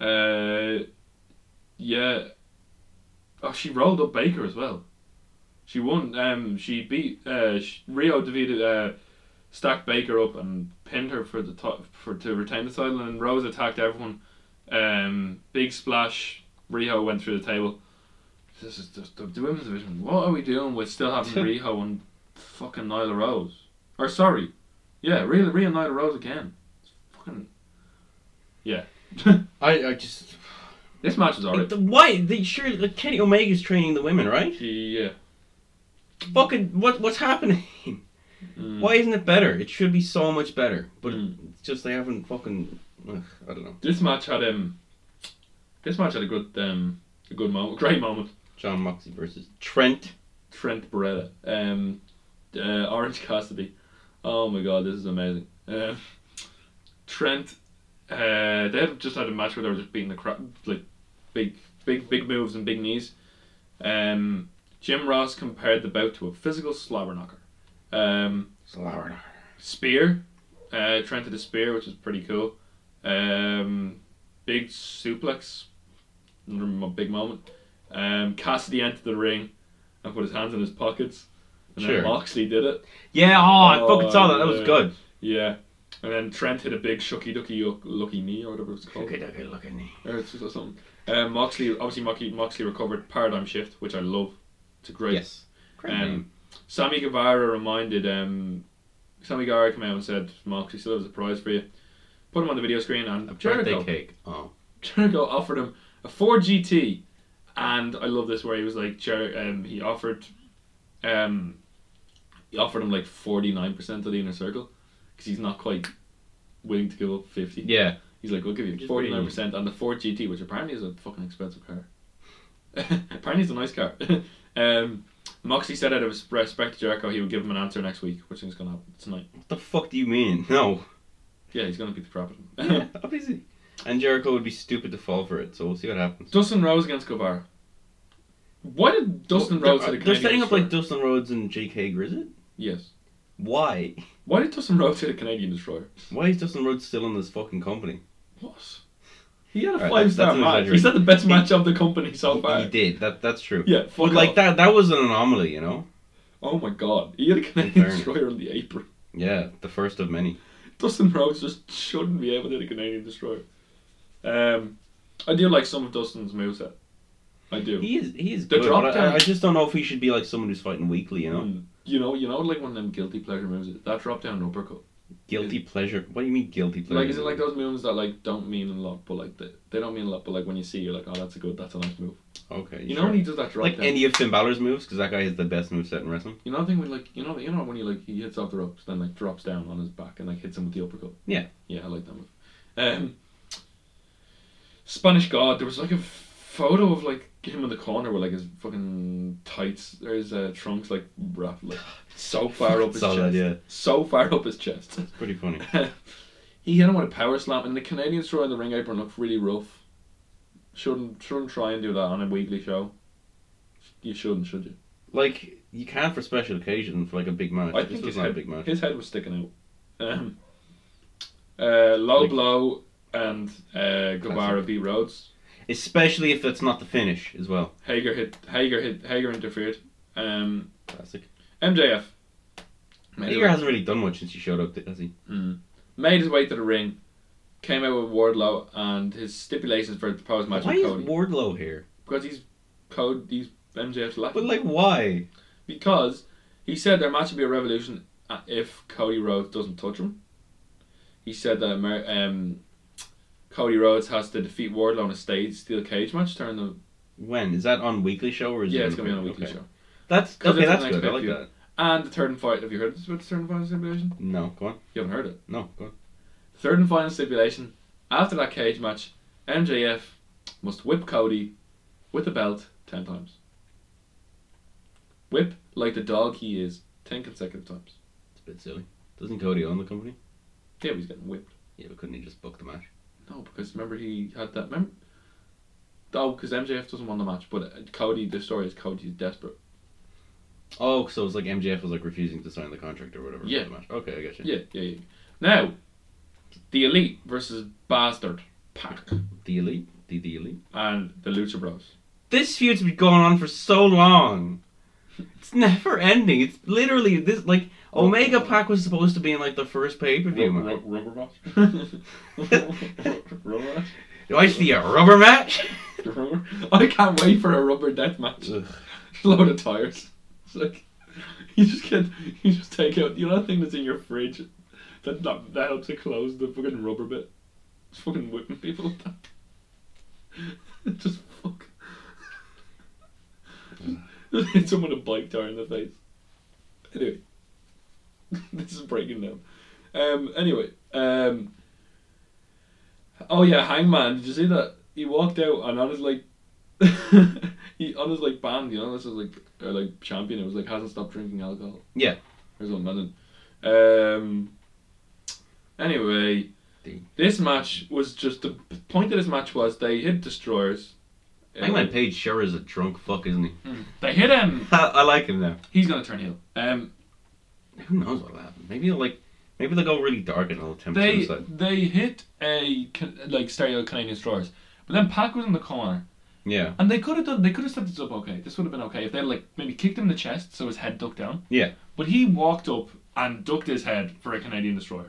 B: uh, yeah. Oh, she rolled up Baker as well. She won. Um, she beat uh, sh Rio defeated uh, Stack Baker up and pinned her for the top for to retain the title. And Rose attacked everyone. Um, big splash. Rio went through the table. This is just the, the women's division. What are we doing with still having Riho and fucking Nyla Rose? Or sorry, yeah, Rhea, Rhea and Nyla Rose again. It's fucking yeah.
A: I, I just.
B: this match is alright.
A: Why? They, sure, like, Kenny Omega's training the women, right?
B: Yeah,
A: Fucking. What, what's happening?
B: Mm.
A: Why isn't it better? It should be so much better. But
B: Mm.
A: it's just they haven't fucking. Ugh, I don't know.
B: this match had um, this match had a good um, a good moment, great moment.
A: John Moxley versus Trent.
B: Trent Beretta, um, uh, Orange Cassidy. Oh my god, this is amazing. Um, Trent, uh, they had just had a match where they were just beating the crap, like big, big, big moves and big knees. Um, Jim Ross compared the bout to a physical slobber knocker. Um,
A: Slobber.
B: spear, uh, Trent did a spear, which is pretty cool. Um, big suplex, another mo- big moment. Um, Cassidy entered the ring and put his hands in his pockets, and
A: Sure.
B: then Moxley did it.
A: Yeah, oh, I
B: Oh,
A: fucking saw that. That was
B: yeah.
A: good.
B: Yeah. And then Trent hit a big shucky ducky yuck- lucky knee or whatever it's called.
A: Okay, okay, look at me.
B: Or it's just something. Um, Moxley obviously Moxley, Moxley recovered paradigm shift, which I love. It's a great.
A: Yes. Great
B: Um,
A: name.
B: Sammy Guevara reminded um, Sammy Guevara came out and said Moxley still has a prize for you. Put him on the video screen
A: A
B: and
A: birthday
B: Jericho.
A: cake. Oh.
B: Jericho offered him a Ford GT, and I love this where he was like, Jer- um, he offered, um, he offered him like forty nine percent of the inner circle, because he's not quite willing to give up fifty.
A: Yeah.
B: He's like, we'll give
A: Which
B: you
A: is
B: forty
A: pretty
B: nine percent on the Ford GT, which apparently is a fucking expensive car. [laughs] apparently, it's a nice car. [laughs] um, Moxie said out of his respect to Jericho, he would give him an answer next week, which is gonna happen tonight.
A: What the fuck do you mean? [laughs]
B: [laughs]
A: No.
B: Yeah, he's gonna beat the crap out of him.
A: Yeah, obviously. And Jericho would be stupid to fall for it, so we'll see what happens.
B: [laughs] Dustin Rose against Guevara. Why did Dustin
A: Well,
B: Rhodes
A: they're,
B: hit a
A: uh, they're
B: Canadian
A: setting up like
B: destroyer?
A: Dustin Rhodes and J.K. Grizzard.
B: yes.
A: Why?
B: Why did Dustin Rhodes hit a Canadian destroyer?
A: Why is Dustin Rhodes still in this fucking company?
B: What? He had a
A: Alright,
B: five star
A: that's- that's an
B: match. He's had the best match of the company so far.
A: He did. That that's true.
B: Yeah, fuck
A: but like that
B: that.
A: that was an anomaly, you know.
B: Oh my god, he had a Canadian
A: fairness.
B: destroyer on the apron.
A: Yeah, the first of many.
B: Dustin Rhodes just shouldn't be able to hit a Canadian destroyer. Um, I do like some of Dustin's moveset. I do.
A: He is he is
B: The
A: good.
B: drop
A: but
B: down.
A: I, I just don't know if he should be like someone who's fighting weekly, you know.
B: Mm. You know, you know, like one of them guilty pleasure moves. That drop down uppercut.
A: Guilty pleasure. What do you mean guilty pleasure?
B: Like, is it like those moves that like don't mean a lot, but like they, they don't mean a lot, but like when you see, you're like, oh, that's a good, that's a nice move.
A: Okay.
B: You know
A: sure.
B: when he does that drop
A: like
B: down.
A: any of Finn Balor's moves, because that guy is the best move set in wrestling.
B: you know the thing when like you know you know when he like he hits off the ropes, then like drops down on his back and like hits him with the uppercut.
A: Yeah.
B: Yeah, I like that move. Um, Spanish God, there was like a photo of like him in the corner with like his fucking tights or his uh, trunks like wrapped like
A: [laughs]
B: so far up his
A: Saw that,
B: chest,
A: yeah.
B: so far up his chest. [laughs]
A: Pretty funny.
B: he hit him with a power slam, and the Canadian throw in the ring apron looked really rough. Shouldn't shouldn't try and do that on a weekly show. You shouldn't, should you?
A: Like you can for special occasion for like a big match.
B: I
A: this
B: think
A: was
B: his
A: not a
B: head,
A: big match.
B: his head was sticking out. Um, uh, low
A: Like-
B: blow and uh, Guevara
A: Classic.
B: beat Rhodes.
A: Especially if that's not the finish as well.
B: Hager hit Hager hit Hager interfered. Um,
A: Classic.
B: MJF Made
A: Hager
B: his,
A: hasn't really done much since he showed up, has he?
B: made his way to the ring, came out with Wardlow and his stipulations for the proposed match
A: Why
B: with
A: is
B: Cody.
A: Wardlow here?
B: because he's Cody, he's MJF's lap.
A: But like, why?
B: because he said their match would be a revolution uh, if Cody Rhodes doesn't touch him. He said that Amer- um, Cody Rhodes has to defeat Wardlow on a stage steel cage match. Turn the
A: When is that on weekly show or is
B: yeah,
A: it
B: it's gonna be on a weekly
A: okay.
B: show.
A: That's
B: 'Cause
A: okay.
B: it's
A: That's
B: an
A: good. I like
B: expect
A: that.
B: And the third and final. Have you heard about the third and final stipulation?
A: No, go on.
B: You haven't heard it.
A: No, go on.
B: Third and final stipulation. After that cage match, MJF must whip Cody with a belt ten times. Whip like the dog he is ten consecutive times.
A: It's a bit silly. Doesn't Cody own the company?
B: Yeah, but he's getting whipped.
A: Yeah, but couldn't he just book the match?
B: No, because remember he had that. Remember, oh, because MJF doesn't want the match, but uh, Cody. The story is Cody's desperate.
A: Oh, so it's like MJF was like refusing to sign the contract or whatever. for
B: Yeah.
A: The match. Okay, I get you.
B: Yeah, yeah, yeah. Now, the elite versus bastard pack
A: The elite, the the elite.
B: and the Lucha Bros.
A: This feud's been going on for so
B: [laughs]
A: long. It's never ending. It's literally this like
B: Oh,
A: Omega Pack was supposed to be in like the first pay per view match.
B: Rubber match. [laughs] rubber match.
A: Do I see a rubber match? [laughs]
B: Rubber. [laughs] I can't wait for a rubber death match.
A: Ugh.
B: Load of tires. It's like you just get you just take out you know that thing that's in your fridge that that, that helps to close the fucking rubber bit. Just fucking whipping people with that. [laughs] just fuck. just hit someone with a bike tire in the face. Anyway, [laughs] this is breaking down. Um. Anyway. Um. Oh yeah, Hangman. Did you see that? He walked out and on his like, [laughs] he on his like band. You know, this is like or like champion. It was like hasn't stopped drinking alcohol.
A: Yeah.
B: Or something. Um. Anyway,
A: The-
B: this match was just the point of this match was they hit destroyers. Uh,
A: Hangman Page sure is a drunk fuck, isn't he? [laughs]
B: They hit him.
A: I like him now.
B: He's gonna turn heel. Um.
A: Who knows what'll happen? Maybe they'll like, maybe they'll go really dark and they'll attempt
B: they
A: suicide.
B: they hit a Ca- like stereo Canadian stores, but then Pac was in the corner,
A: Yeah,
B: and they could have done they could have set this up okay. This would have been okay if they would like maybe kicked him in the chest so his head ducked down.
A: yeah.
B: But he walked up and ducked his head for a Canadian destroyer.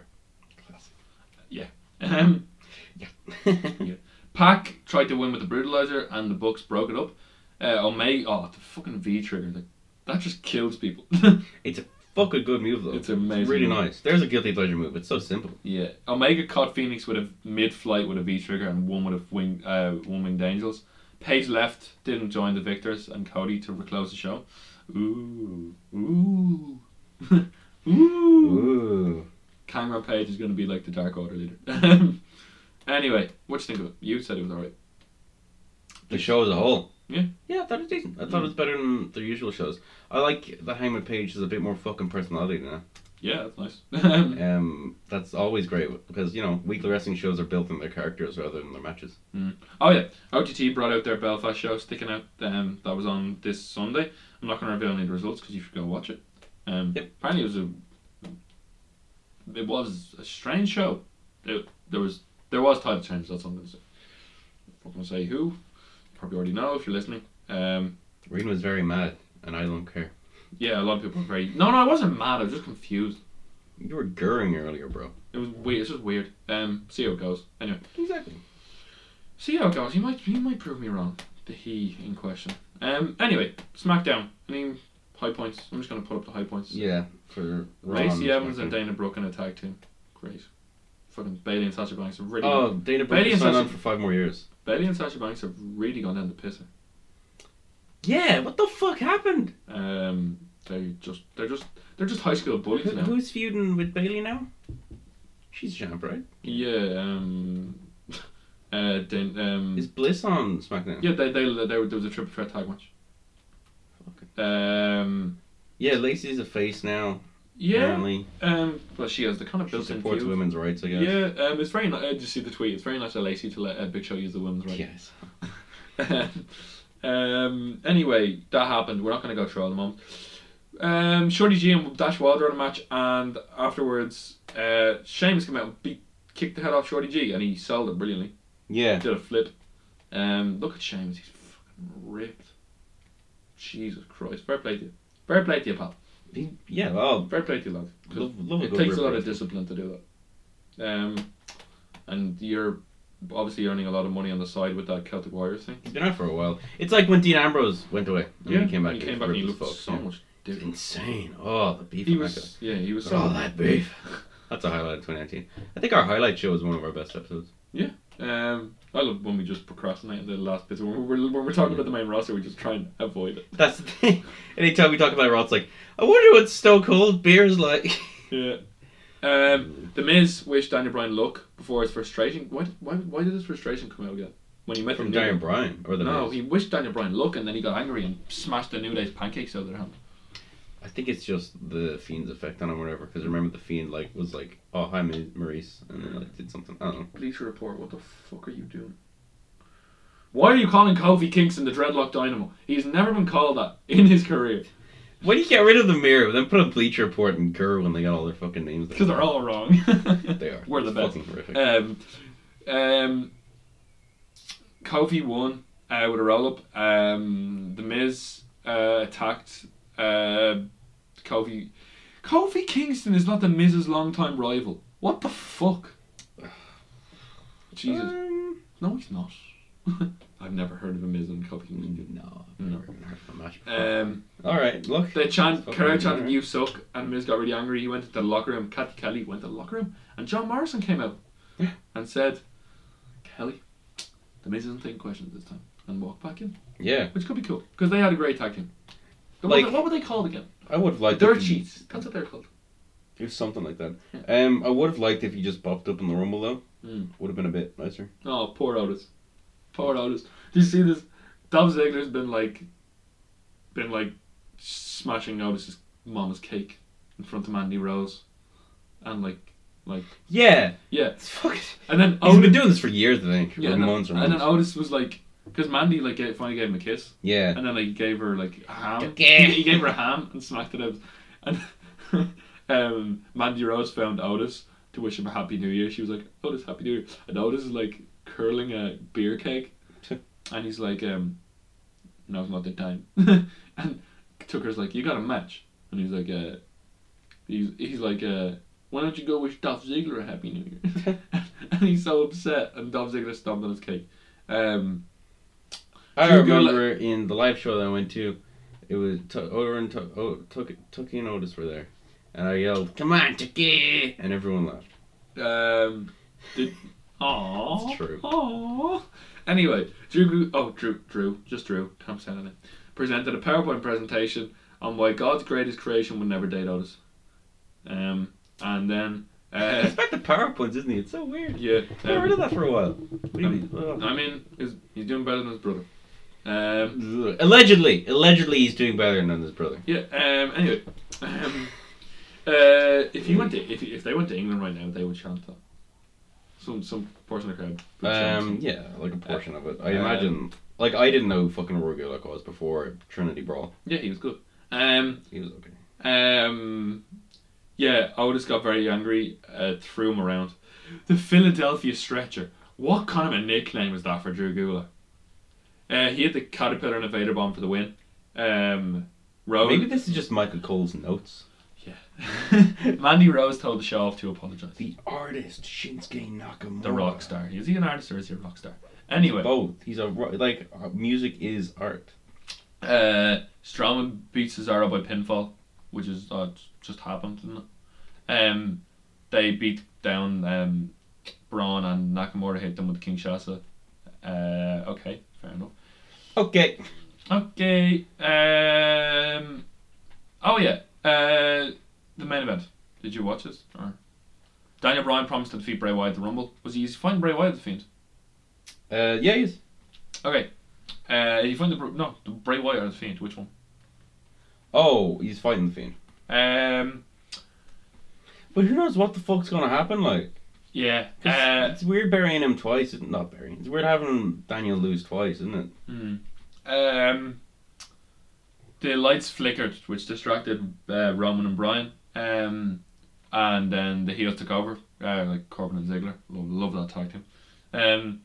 A: Classic.
B: Yeah. Um,
A: yeah.
B: Pac tried to win with the brutalizer, and the Bucks broke it up. Uh, Omega, oh the fucking V trigger, like, that just kills people.
A: [laughs]
B: [laughs]
A: It's a fucking good move though.
B: It's amazing.
A: really nice. There's a guilty pleasure move. It's so simple.
B: Yeah, Omega caught Phoenix with a mid-flight with a V trigger and one with a wing, uh, one winged angels. Page left, didn't join the victors, and Cody to close the show. Ooh, ooh, [laughs] ooh.
A: Ooh.
B: Cameron Page is going to be like the Dark Order leader. [laughs] anyway, what you think of it? You said it was alright.
A: The show as a whole.
B: Yeah.
A: Yeah, I thought it was decent. I thought it was better than their usual shows. I like the Hangman Page has a bit more fucking personality now.
B: Yeah, that's nice. [laughs]
A: Um, that's always great because you know weekly wrestling shows are built in their characters rather than their matches.
B: Oh yeah, OTT brought out their Belfast show, sticking out. Um, that was on this Sunday. I'm not going to reveal any of the results because you should go watch it. Um,
A: Yep.
B: apparently it was a, it was a strange show. It, there was there was title change. That's all I'm going to say. I'm not going to say who. You probably already know if you're listening. Um,
A: Rena was very mad, and I don't care.
B: yeah, a lot of people are very. No, no, I wasn't mad. I was just confused.
A: You were gurring earlier, bro.
B: It was weird. It's just weird. Um, see how it goes. Anyway,
A: Exactly.
B: see how it goes. He might he might prove me wrong. The he in question. Um, anyway, SmackDown. I mean, high points. I'm just going to put up the high points.
A: Yeah, for Raw
B: Lacey Evans
A: SmackDown.
B: and Dana Brooke in a tag team. Great. Fucking Bailey and Sasha Banks have really.
A: Oh, Dana Brooke
B: Bailey and
A: signed
B: Sasha-
A: on for five more years.
B: Bailey and Sasha Banks have really gone down the pisser.
A: Yeah, what the fuck happened?
B: Um, they just they're just they're just high school bullies
A: Who,
B: now.
A: who's feuding with Bailey now? She's champ, right?
B: Yeah. Um. [laughs] Uh. Dan, um.
A: Is Bliss on SmackDown?
B: yeah. They, they they there was a triple threat tag match. Um.
A: Yeah, Lacey's a face now.
B: Yeah.
A: Apparently,
B: Um. Well, she has the kind of
A: she
B: built-in
A: supports
B: feud.
A: women's rights. I guess.
B: Yeah. Um. It's very nice. Uh, did you see the tweet? It's very nice of Lacey to let uh, Big Show use the women's right.
A: Yes.
B: [laughs] um, anyway, that happened. We're not going to go through all the moment. Um, Shorty G and Dash Wilder on a match, and afterwards, uh, Sheamus came out and beat, kicked the head off Shorty G, and he sold it brilliantly.
A: Yeah.
B: Did a flip. Um, look at Sheamus, he's fucking ripped. Jesus Christ. Fair play to you. Fair play to you, pal.
A: He, yeah, well,
B: Fair play to you, lad. 'Cause
A: Love- love a
B: it
A: good
B: takes a lot
A: reprieve.
B: of discipline to do that. Um, and you're obviously earning a lot of money on the side with that Celtic Warriors thing.
A: he's been out for a while. It's like when Dean Ambrose went away and then he came back.
B: and he
A: it
B: came back and he
A: ripped
B: looked
A: as
B: so
A: fuck, yeah.
B: much
A: It's
B: different.
A: insane. Oh, the beef.
B: He
A: on that
B: was, yeah, he was
A: guy.
B: so.
A: Oh, that [laughs] beef. That's a highlight of 2019. I think our highlight show is one of our best episodes.
B: Um, I love when we just procrastinate in the last bits. When we're, when we're talking about the main roster, we just try and avoid it.
A: That's the thing. [laughs] Anytime we talk about Raw, it's like, I wonder what Stone Cold beer's like. [laughs]
B: Yeah. Um, the Miz wished Daniel Bryan luck before his frustration. Why, why, why did his frustration come out again? When he met
A: From
B: the New
A: Daniel
B: Day.
A: Bryan or the
B: No,
A: Miz.
B: he wished Daniel Bryan luck and then he got angry and smashed the New Day's pancakes out of their hand.
A: I think it's just the Fiend's effect on him, or whatever. Because remember, the Fiend like was like, "Oh, hi, Ma- Maurice," and then like did something. I don't know.
B: Police report, what the fuck are you doing? Why are you calling Kofi Kingston the Dreadlock Dynamo? He's never been called that in his career. [laughs]
A: Why do you get rid of the mirror, then put a Bleacher Report and Gur when they got all their fucking names?
B: Because they're all wrong. [laughs]
A: They are.
B: We're the
A: It's
B: best.
A: Fucking horrific.
B: Um, um, Kofi won uh, with a roll up. Um, the Miz uh, attacked uh, Kofi. Kofi Kingston is not the Miz's longtime rival. What the fuck? [sighs] Jesus.
A: Um,
B: No, he's not. [laughs] I've never heard of a Miz and Kofi Kingston.
A: no, Uh, I've
B: No.
A: never even heard of a match. before.
B: Um,
A: all right, look.
B: they chant,
A: Fucking
B: Kerry chanted,
A: alright.
B: "You suck," and Miz got really angry. He went to the locker room. Kat Kelly went to the locker room, and John Morrison came out
A: Yeah.
B: and said, "Kelly, the Miz isn't taking questions this time," and walked back in,
A: Yeah,
B: which could be cool because they had a great tag team. What,
A: Like-
B: were they, what were they called again?
A: I would have
B: The
A: liked.
B: Dirt
A: if you-
B: Sheets. That's what they're called.
A: It was something like that. Um, I would have liked if he just popped up in the Rumble though.
B: Mm.
A: Would have been a bit nicer.
B: Oh, poor Otis. Poor Otis. Do you see this? Dom Ziggler's been like, been like, smashing Otis's mama's cake in front of Mandy Rose, and like, like,
A: Yeah,
B: yeah.
A: it's fucking.
B: And then
A: He's
B: Otis,
A: been doing this for years, Oh, I think.
B: yeah,
A: or
B: and, then,
A: months or
B: and
A: months.
B: then Otis was like, because Mandy like gave, finally gave him a kiss,
A: yeah.
B: and then like he gave her like a ham.
A: Okay.
B: He, he gave her a ham and smacked it out. And [laughs] um, Mandy Rose found Otis to wish him a happy New Year. She was like, "Otis, happy New Year," and Otis is like curling a beer keg, and he's like, um, "Now's not the time." [laughs] and Tucker's like, "You got a match," and he's like, uh, "He's he's like." Uh, why don't you go wish Dolph Ziggler a happy New Year? [laughs] and he's so upset, and Dolph Ziggler stomped on his cake. Um,
A: I
B: Hugo
A: remember in the live show that I went to, it was T- Over and T- oh, Tuck- Tucky and Otis were there, and I yelled, "Come on, Tucky!" and everyone laughed.
B: Um, did, aww,
A: It's true.
B: Aww. Anyway, Drew, Gu- oh Drew, Drew, just Drew, Tom on it. Presented a PowerPoint presentation on why God's greatest creation would never date Otis. Um, and then, uh, [laughs]
A: it's back to PowerPoints, isn't he? It's so weird.
B: yeah,
A: I got rid of
B: um,
A: that for a while. What do you mean? Ugh.
B: I mean, he's, he's doing better than his brother. Um,
A: Ugh. Allegedly, allegedly, he's doing better than his brother.
B: yeah. Um, anyway, um, uh, if you went to, if, if they went to England right now, they would chant that. Some some portion of the crowd. would chant
A: Um, yeah, like a portion of it. I
B: Um,
A: imagine. Like I didn't know who fucking Rory Gulak was before Trinity Brawl.
B: Yeah, he was good. Um,
A: He was okay.
B: Um, yeah, Otis got very angry, uh, threw him around. The Philadelphia Stretcher. What kind of a nickname is that for Drew Gulak? Uh, he hit the Caterpillar and Invader Bomb for the win. Um, Rose.
A: Maybe this is just Michael Cole's notes.
B: [laughs] Mandy Rose told the show off to apologise.
A: The artist Shinsuke Nakamura.
B: The rock star. Is he an artist or is he a rock star? Anyway,
A: Both. He's a ro- like uh, music is art.
B: uh, Strowman beats Cesaro by pinfall, which is uh, just happened, didn't it? Um, they beat down um, Braun and Nakamura hit them with Kinshasa. Uh, okay, fair enough.
A: Okay.
B: Okay. Um, oh yeah. Uh, the main event. Did you watch it? Or? Daniel Bryan promised to defeat Bray Wyatt at the Rumble. Was he? He's fighting Bray Wyatt at the Fiend.
A: Uh, yeah, he is.
B: Okay. Uh, he fighting the Br- no the Bray Wyatt or the Fiend. Which one?
A: Oh, he's fighting the fiend.
B: Um.
A: But who knows what the fuck's gonna happen? Like,
B: Yeah.
A: 'Cause
B: Uh,
A: it's weird burying him twice. Isn't not burying. It's weird having Daniel lose twice, isn't it?
B: hmm. um, the lights flickered, which distracted uh, Roman and Brian. Um, and then the heels took over, uh, like Corbin and Ziggler. Love, love that tag team. Um,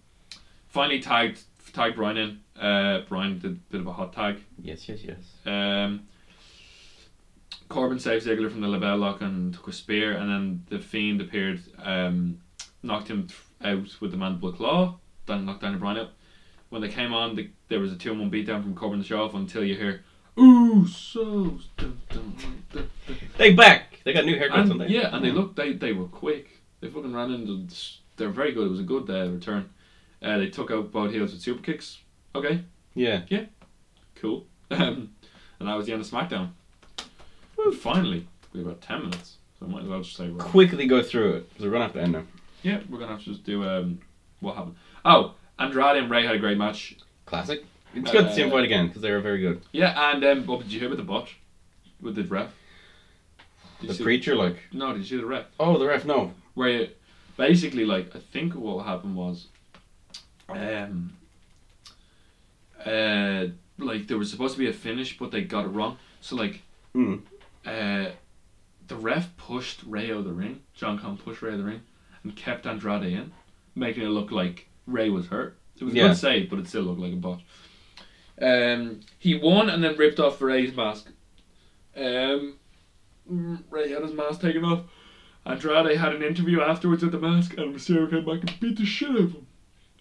B: finally tagged tagged Brian in. Uh, Brian did a bit of a hot tag.
A: Yes, yes, yes.
B: Um, Corbin saved Ziggler from the label lock and took a spear, and then the Fiend appeared, um, knocked him th- out with the mandible claw, then knocked Daniel Bryan out. When they came on, the, there was a 2 1 beatdown from Corbin and Shoff until you hear, Ooh, so.
A: They back. They Mm. got new haircuts on
B: And,
A: there.
B: yeah, and they looked, they, they were quick. They fucking ran in, they're very good. It was a good uh, return. Uh, they took out both heels with super kicks. Okay,
A: Yeah.
B: cool. Um, and that was the end of SmackDown. finally, we have about 10 minutes, so I might as well just say we're
A: Quickly go through it. 'cause We're gonna have to end them.
B: Yeah, we're gonna have to just do um, what happened. Oh, Andrade and Ray had a great match.
A: Classic. It's good to see them
B: Uh,
A: fight again because they were very good.
B: Yeah, and um, what did you hear about the botch with the ref? Did you
A: The
B: see-
A: preacher, like,
B: No, did you see the ref?
A: oh, the ref, no.
B: Where it, basically, like, I think what happened was, um, uh, like there was supposed to be a finish, but they got it wrong. So like,
A: Mm.
B: uh, the ref pushed Ray out of the ring. John Conn pushed Ray out of the ring and kept Andrade in, making it look like Ray was hurt. It was a
A: Yeah.
B: good save, but it still looked like a botch. Um, he won and then ripped off Ray's mask. Um, mm, Ray had his mask taken off. Andrade had an interview afterwards with the mask, and Mysterio came back and beat the shit out of him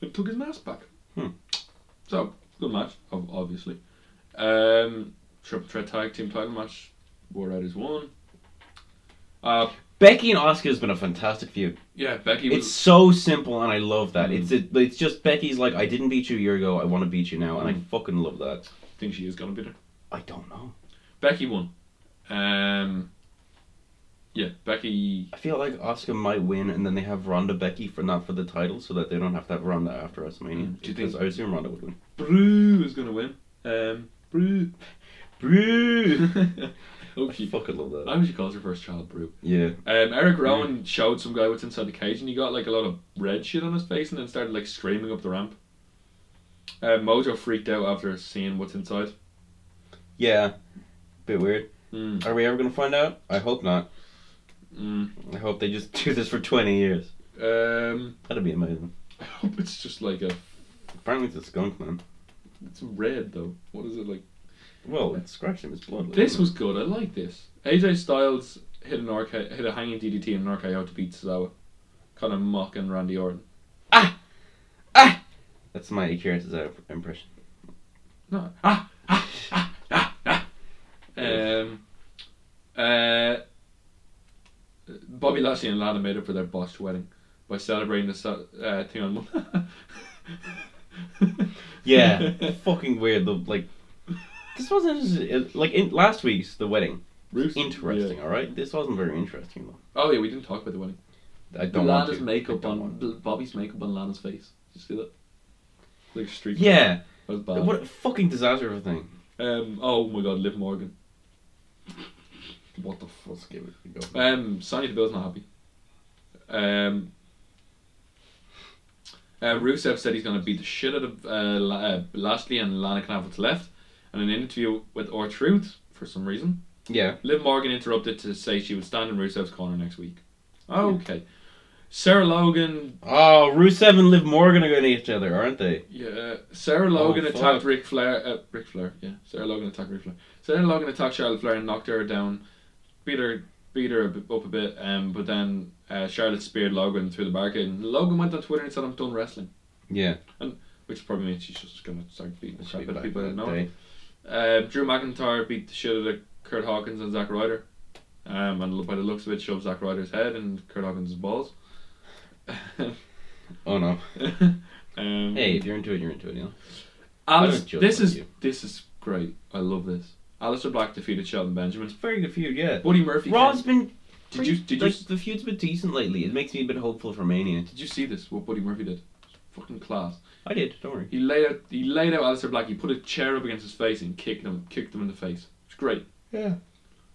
B: and took his mask back.
A: Hmm.
B: So good match, ob- obviously. Um, triple threat tag team title match. War Riders won. Uh,
A: Becky and Oscar has been a fantastic feud.
B: yeah, Becky was.
A: It's so simple, and I love that.
B: Mm.
A: It's it, it's just Becky's like, I didn't beat you a year ago. I want to beat you now, and I
B: Mm-hmm.
A: fucking love that.
B: I think she is gonna be there.
A: I don't know.
B: Becky won. Um, yeah, Becky.
A: I feel like Oscar might win, and then they have Ronda Becky for not for the title, so that they don't have to have Ronda after WrestleMania.
B: Mm. Do you
A: Because
B: think-
A: I assume Ronda would win.
B: Brew is gonna win. Um, Brew.
A: Brew.
B: oh,
A: I
B: she.
A: fucking love
B: I
A: that.
B: hope she calls her first child Brew.
A: Yeah.
B: Um, Eric Rowan showed some guy what's inside the cage, and he got like a lot of red shit on his face, and then started like screaming up the ramp. Uh, Mojo freaked out after seeing what's inside.
A: Yeah. Bit weird.
B: Mm,
A: Are we ever gonna find out? I hope not.
B: mm.
A: I hope they just [laughs] do this for twenty years.
B: Um,
A: That'd be amazing.
B: I hope it's just like a.
A: Apparently it's a skunk man.
B: It's red though. What is it like?
A: Well, it scratched him. It's blood. like,
B: This
A: isn't
B: was good. I like this. AJ Styles hit an RK, hit a hanging DDT and an RKO to beat Sazawa, kind of mocking Randy Orton.
A: it? That's my Akira Tozawa impression.
B: No. Ah, ah, ah, ah, ah. Um, uh, Bobby Lashley and Lana made up for their botched wedding by celebrating the so- uh, thing on Monday. [laughs]
A: Yeah. fucking weird. The like. This wasn't as- like in last week's the wedding.
B: Ruth-
A: Interesting,
B: yeah.
A: all right. This wasn't very interesting though.
B: Oh yeah, we didn't talk about the wedding.
A: I don't want
B: Lana's
A: to. I
B: makeup
A: don't
B: on
A: want to.
B: Bobby's makeup on Lana's face. Did you see that? Like streak.
A: Yeah.
B: That was bad.
A: What a fucking disaster of a thing.
B: Um, oh my god, Liv Morgan. What the fuck?
A: Let's give it a go.
B: Um, Sonya Deville's not happy. Um, uh, Rusev said he's going to beat the shit out of uh, La- uh, Lashley and Lana can have what's left. And in an interview with Or Truth, for some reason,
A: yeah.
B: Liv Morgan interrupted to say she would stand in Rusev's corner next week. Okay. Sarah Logan,
A: Oh, Rusev and Liv Morgan are going to each other, aren't they?
B: yeah. uh, Sarah Logan
A: Oh, fuck.
B: attacked Ric Flair. Uh, Ric Flair, yeah. Sarah Logan attacked Ric Flair. Sarah Logan attacked Charlotte Flair and knocked her down, beat her, beat her a bit- up a bit. Um, but then uh, Charlotte speared Logan through the barricade. And Logan went on Twitter and said, "I'm done wrestling,"
A: Yeah.
B: which probably means she's just gonna start beating the crap out of
A: Back
B: people
A: that
B: that know. her.
A: day.
B: Uh, Drew McIntyre beat the shit out of Kurt Hawkins and Zack Ryder. Um, and lo- by the looks of it, shoved Zack Ryder's head and Kurt Hawkins' balls. [laughs]
A: Oh no.
B: um,
A: Hey, if you're into it, you're into it, you know. I
B: Alice,
A: don't judge
B: this
A: like
B: is
A: you.
B: this is great. I love this. Alistair Black defeated Shelton Benjamin.
A: It's a very good feud, yeah.
B: Buddy Murphy.
A: Raw's
B: came-
A: been.
B: Did you- did you
A: like,
B: s-
A: The feud's been decent lately. It makes me a bit hopeful for Mania.
B: did you see this? What Buddy Murphy did? Fucking class.
A: I did. Don't worry.
B: He laid out he laid out Alistair Black. He put a chair up against his face and kicked him kicked him in the face. It's great.
A: Yeah.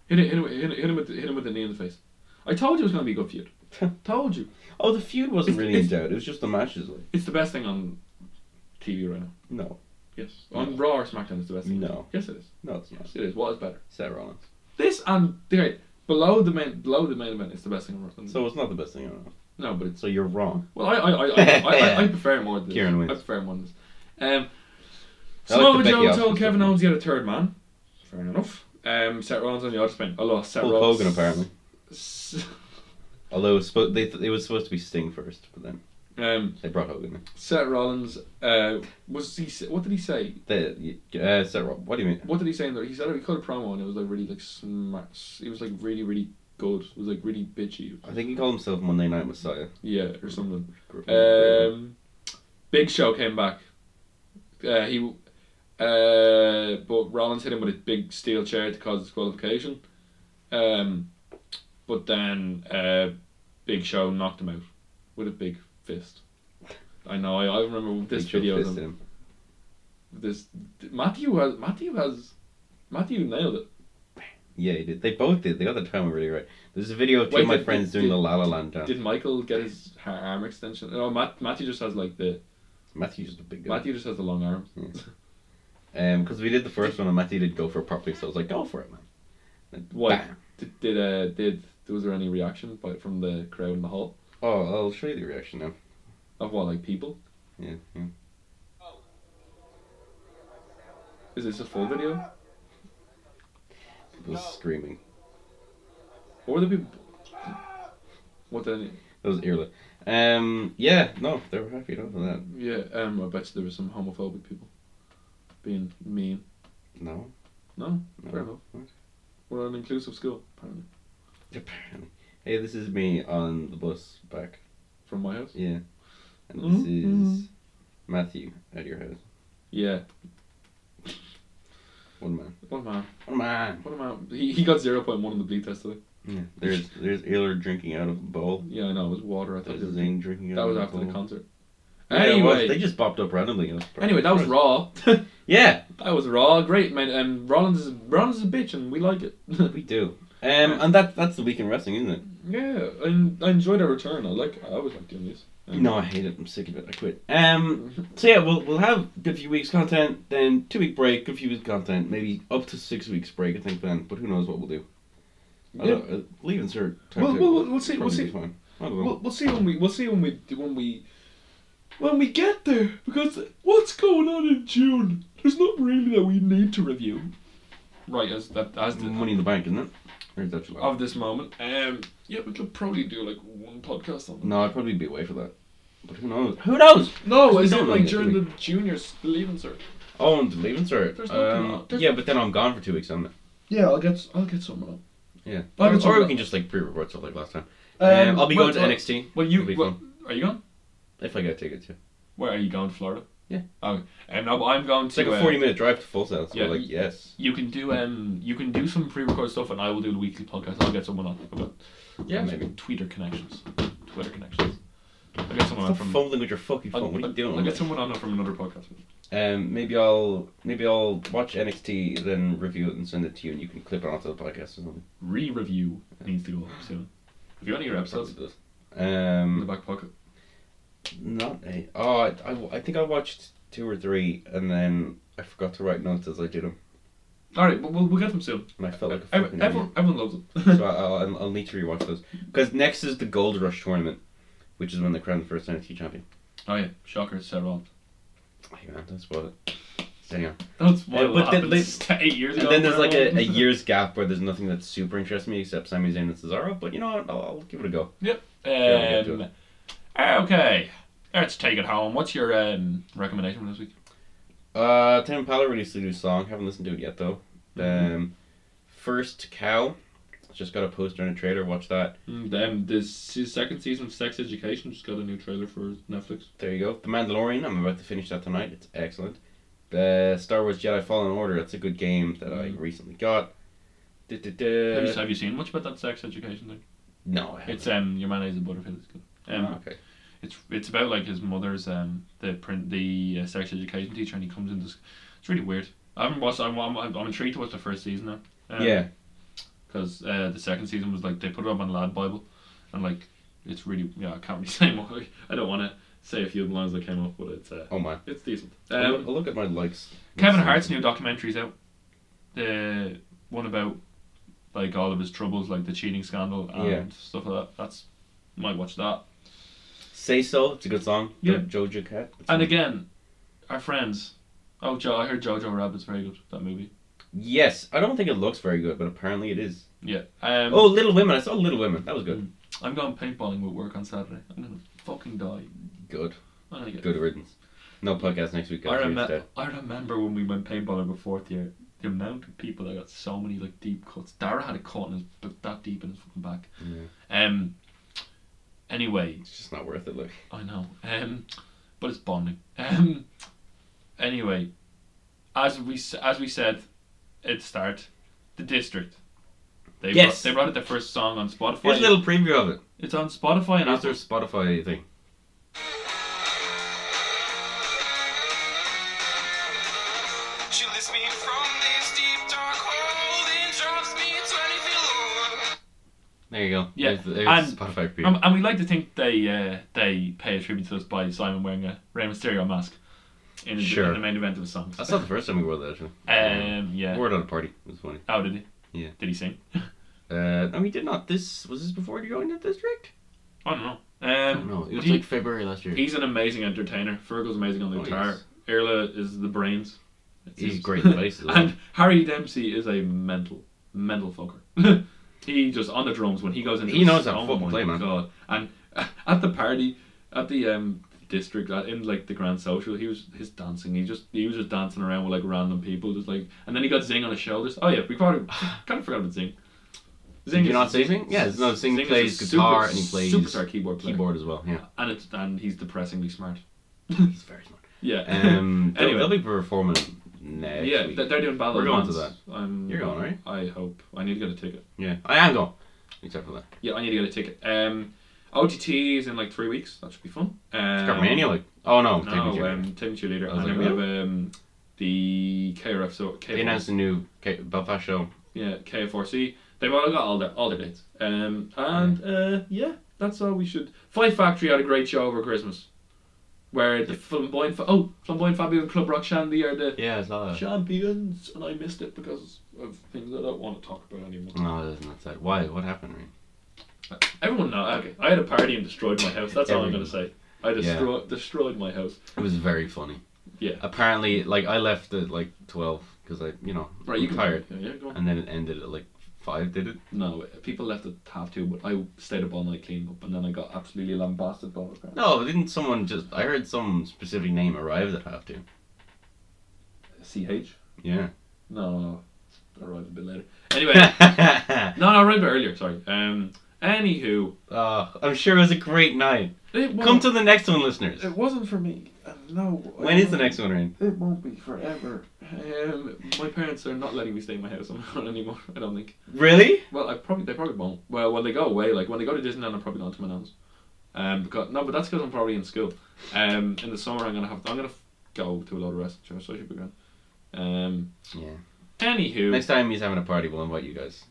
B: Hit, it, hit, him, hit, him- hit him with the, hit him with the knee in the face. I told you it was gonna be a good feud.
A: [laughs]
B: told you.
A: Oh, the feud wasn't
B: It's-
A: really in
B: [laughs] it's-
A: doubt. It was just the matches, like.
B: It's the best thing on TV right now.
A: No,
B: Yes. On Raw or SmackDown, it's the best thing.
A: No.
B: Yes, it is.
A: no, it's not.
B: Yes, it is. What is better?
A: Seth Rollins.
B: This and okay, below the main below the main event, it's the best thing on Raw.
A: So it's not the best thing. I don't know.
B: no, but it's.
A: So you're wrong.
B: Well, I I, I, I,
A: [laughs]
B: I, I prefer more than this.
A: Kieran wins.
B: I prefer more than this. Um,
A: I like
B: Samoa
A: the Becky
B: Joe
A: Austin
B: told
A: stuff
B: Kevin
A: more.
B: Owens he had a third man. Fair enough. Um, Seth Rollins on the odds spin. I lost Seth
A: Hulk
B: Rollins.
A: Hogan apparently.
B: S-
A: Although it was, supposed, they th- it was supposed to be Sting first, but then
B: Um,
A: they brought Hogan. in.
B: Seth Rollins. Uh, was he? s- What did he say?
A: They, uh, Seth Roll- what do you mean?
B: What did he say in there? He said he cut a promo and it was like really like smart. It was like really really good. It was like really bitchy.
A: I think he called himself Monday Night Messiah.
B: Yeah, or something. Um, Big Show came back. Uh, he, uh, but Rollins hit him with a big steel chair to cause disqualification. Um, but then uh, Big Show knocked him out with a big fist. I know. I, I remember this
A: Big Show
B: video. of
A: fist
B: him.
A: him.
B: This Matthew has Matthew has Matthew nailed it.
A: Yeah, he did. They both did. They got the timing really right. There's a video of two
B: Wait,
A: of my
B: did-
A: friends
B: did-
A: doing
B: did-
A: the La La Land dance.
B: Did Michael get his ha- arm extension? Oh, Matt, Matthew just has like the
A: Matthew's just a big guy.
B: Matthew just has the long arms.
A: Because we did the first one and Matthew did go for it properly, so I was like, go for it, man. And
B: What
A: bam.
B: did, did uh did was there any reaction by, from the crowd in the hall
A: Oh, I'll show you the reaction now.
B: of what like people?
A: Yeah, yeah.
B: Is this a full video?
A: People screaming.
B: Or were the people? What did any,
A: That was eerily. Um, yeah, no, they were happy enough with that.
B: yeah um I bet you there was some homophobic people being mean.
A: No,
B: No,
A: no.
B: fair enough. We're an inclusive school apparently
A: Apparently. Hey, this is me on the bus back.
B: from my house.
A: Yeah. And this is Matthew at your house.
B: Yeah,
A: One man.
B: what a man!
A: One man.
B: What a man! He, he got zero point one on the bleed test today.
A: Yeah. There's there's Ailer drinking out of a bowl.
B: Yeah, I know it was water. I
A: There's
B: thought they were-
A: Zane drinking out
B: that
A: of
B: was
A: a
B: after the
A: bowl.
B: concert.
A: Yeah, it was.
B: Anyway,
A: they just popped up randomly. I was surprised.
B: anyway, that was raw. [laughs] that
A: Yeah,
B: was raw. Great man. Um, Rollins is Rollins is a bitch, and we like it. [laughs]
A: we do. Um, and that that's the week in wrestling, isn't it?
B: Yeah, I, I enjoyed our return. I like. I always like doing this. Um,
A: No, I hate it. I'm sick of it. I quit. Um, so yeah, we'll we'll have good few weeks content, then two week break, good few weeks content, maybe up to six weeks break. I think then, but who knows what we'll do. I
B: Yeah.
A: don't- uh, Leave insert.
B: Well,
A: timetable.
B: we'll- we'll see, we'll
A: Probably
B: see.
A: be Fine. I don't know.
B: We'll, we'll see when we we'll see when we when we when we get there because what's going on in June? There's not really that we need to review. Right as that as
A: That's the money in the bank, isn't it? Or is that July?
B: of this moment. Um. Yeah, we could probably do like one podcast on.
A: No, I'd probably be away for that. But who knows? Who knows?
B: No,
A: We
B: is
A: don't
B: it
A: know
B: like
A: yet,
B: during
A: do
B: the juniors leaving cert?
A: Oh, and the leave insert.
B: There's no-
A: Um,
B: there's-
A: yeah, but then I'm gone for two weeks, isn't it?
B: Yeah, I'll get I'll get someone up.
A: Yeah.
B: Oh,
A: Or,
B: that's all
A: or we
B: right.
A: can just like pre-record stuff like last time. Um, I'll be
B: uh,
A: going to NXT
B: Well,
A: It'll
B: you
A: be
B: well, are you going?
A: if I get a ticket too.
B: Where are you going? Florida.
A: Yeah.
B: Okay. Um, no, but I'm going
A: It's
B: to
A: like a
B: uh,
A: forty-minute drive to Full Sail. So
B: yeah,
A: we're like
B: y-
A: yes.
B: You can do um, you can do some pre-recorded stuff, and I will do the weekly podcast. I'll get someone on. I've got
A: Yeah,
B: Twitter
A: maybe.
B: Twitter connections, Twitter connections. I'll get someone on
A: Stop
B: from.
A: fumbling with your fucking phone.
B: I'll,
A: what are you
B: I'll-
A: doing?
B: I'll get someone on from another podcast.
A: Um, maybe I'll maybe I'll watch NXT, then review it and send it to you, and you can clip it onto the podcast or something.
B: Re-review needs to go up soon. Have you got any of your episodes
A: Probably does.
B: in the
A: Um,
B: back pocket?
A: not a. Oh, I, I, I think I watched two or three, and then I forgot to write notes as I did them,
B: All right, we'll, we'll, we'll get them soon.
A: and I felt like a
B: Ev-
A: fucking
B: [laughs]
A: idiot.
B: everyone, everyone loves them.
A: so I'll, I'll, I'll need to rewatch those because next is the Gold Rush tournament, which is when they crown the first NXT champion.
B: oh yeah, shocker, Sarah. Rollins.
A: Hey man, that's what. Anyway.
B: That's what
A: Yeah, but then
B: happened [laughs] eight years
A: And
B: ago.
A: then there's like a, a
B: Sarah Rollins.
A: year's gap where there's nothing that super interests me except Sami Zayn and Cesaro. But you know what? I'll, I'll give it a go. we'll get to
B: Um, okay, let's take it home. What's your um, recommendation for this week?
A: Uh, Tim Impala released a new song. Haven't listened to it yet though.
B: Mm-hmm.
A: Um, First Cow. Just got a poster and a trailer. Watch that.
B: And, um, the se- second season of Sex Education just got a new trailer for Netflix.
A: There you go. The Mandalorian. I'm about to finish that tonight. It's excellent. Uh, Star Wars Jedi Fallen Order. That's a good game that I
B: Mhm.
A: recently got.
B: have, you,
A: Du-du-du.
B: have you seen much about that Sex Education thing?
A: No, I haven't.
B: It's um, your mayonnaise and butterfield is good. Um,
A: Oh, okay.
B: it's it's about like his mother's um, the print the uh, sex education teacher, and he comes into. This, it's really weird. I haven't watched. I'm, I'm, I'm intrigued to watch the first season now. Um,
A: yeah.
B: Because uh, the second season was like they put it up on Lad Bible, and like it's really yeah I can't really [laughs] say more. I don't want to say a few of the lines that came up, but it's uh,
A: Oh my.
B: it's decent.
A: I'll,
B: Um,
A: look, I'll look at my likes.
B: Kevin
A: uh,
B: Hart's new documentary's out. The one about like all of his troubles, like the cheating scandal and
A: Yeah.
B: stuff like that. That's might watch that.
A: Say So. It's a good song.
B: Yeah.
A: Jo- Jojo Cat.
B: And again, our friends. Oh, Joe, I heard Jojo Rabbit's very good. That movie.
A: Yes, I don't think it looks very good, but apparently it is.
H: Yeah. Um,
A: Oh, Little Women. I saw Little Women. That was good.
H: I'm going paintballing with work on Saturday. I'm gonna fucking die.
A: Good.
H: I'm gonna get.
A: Good riddance. No podcast next week,
H: I,
A: guys. You're
H: rem-
A: dead.
H: I remember when we went paintballing before year, the amount of people that got so many like deep cuts. Dara had a cut in his, but that deep in his fucking back.
A: Yeah.
H: Um. Anyway,
A: It's just not worth it, look.
H: I know. Um, but it's bonding. Um, anyway, as we s- as we said at the start, the district. They
A: Yes.
H: brought, they brought out their first song on Spotify.
A: Here's a little preview of it.
H: It's on Spotify and
A: Here's their
H: after
A: Spotify thing.
G: She lifts me from this deep dark hole and drops me 20 feet lower.
A: There you go.
H: Yeah,
A: There's, the- there's
H: and-
A: the Spotify preview.
H: and, and we like to think they uh, they pay a tribute to us by Simon wearing a Rey Mysterio mask in the,
A: Sure.
H: in the main event of a song.
A: That's not the first time we wore that, actually.
H: Um, yeah.
A: We wore it at a party. It was funny.
H: How did he?
A: Yeah.
H: Did he sing?
A: Uh, no, we did not. This was this before you joined the district.
H: I don't know. Um,
A: I don't know. It was
H: he-
A: like February last year.
B: He's an amamazing entertainer. Fergal's amazing on the
A: Oh,
B: guitar.
A: yes.
B: Erla is the brains. It
A: He's
B: seems.
A: great in the bass
B: [laughs]
A: as well.
B: and Harry Dempsey is a mental, mental fucker. [laughs] he just on the drums when he goes into
A: He
B: his-
A: knows how to
B: oh
A: fucking
B: my
A: play, man.
B: God. And [laughs] uh, at the party, at the um district, at, in like the grand social, he was his dancing. He just he was just dancing around with like random people, just like. And then he got Zing on his shoulders. Oh yeah,
A: [sighs]
B: we probably kind of forgot about Zing.
A: Did you
B: is-
A: not say Zing? Yeah, no, Zing
B: is
A: plays
B: a
A: guitar and he plays
B: superstar keyboard player.
A: Keyboard as well. Yeah,
B: and it's and he's depressingly smart.
A: [laughs] he's very smart.
B: Yeah.
A: [laughs] Um, anyway,
B: Anyway.
A: they'll be performing next
B: [laughs] yeah,
A: week.
B: th- they're doing ballet.
A: We're going to
B: dance. I'm,
A: You're going, right?
B: I hope. I need to get a ticket.
A: yeah, I am going. Except for that,
B: Yeah, I need to get a ticket. Um, OTT is in like three weeks. That should be fun. Um,
A: Carmania, like, oh no,
B: No,
A: take me to your-
B: um, Taking Cheerleader.
A: I was
B: And then we
A: like,
B: have um, the KRF. So
A: they
B: K4,
A: announced a new K- Belfast show.
B: yeah, KFRC. They've all got all their all their dates. Um, and uh, yeah, that's all we should. Five Factory had a great show over Christmas, where the flamboyant Fa- oh flamboyant Fabio and Club Rock Shandy are the
A: Yeah, I saw that.
B: champions, and I missed it because of things I don't want to talk about anymore.
A: No, it isn't that sad. Why? What happened? Right?
B: Everyone know. Okay, I had a party and destroyed my house. That's all I'm gonna say. I
A: Yeah.
B: destroy, destroyed my house.
A: It was very funny.
B: Yeah.
A: Apparently, like I left at like twelve because I, you know,
B: Right, you
A: I'm
B: can
A: tired,
B: Yeah, go on.
A: and then it ended at like five. Did it?
B: No, people left at half two, but I stayed up all night cleaning up, and then I got absolutely lambasted by the
A: No, didn't someone just? I heard some specific name arrived at half two.
B: CH.
A: Yeah. [laughs]
B: No, I arrived a bit later. Anyway, no, no, I arrived a bit earlier. Sorry. Um. Anywho,
A: Oh, I'm sure it was a great night.
B: it
A: Come
B: wasn't-
A: to the next one, listeners.
B: It wasn't for me. Uh, no. I
A: When is the
B: don't-
A: next one, Ryan?
B: It won't be forever. Um, my parents are not letting me stay in my house on my own anymore. I don't think.
A: Really?
B: Well, I probably they probably won't. Well, when they go away, like when they go to Disneyland, I'm probably going to my nan's. Um, because no, but that's because I'm probably in school. Um, in the summer, I'm gonna have I'm gonna f- go to a lot of rest so I should be grand. Um,
A: Yeah.
B: anywho,
A: Next time he's having a party, we'll invite you guys.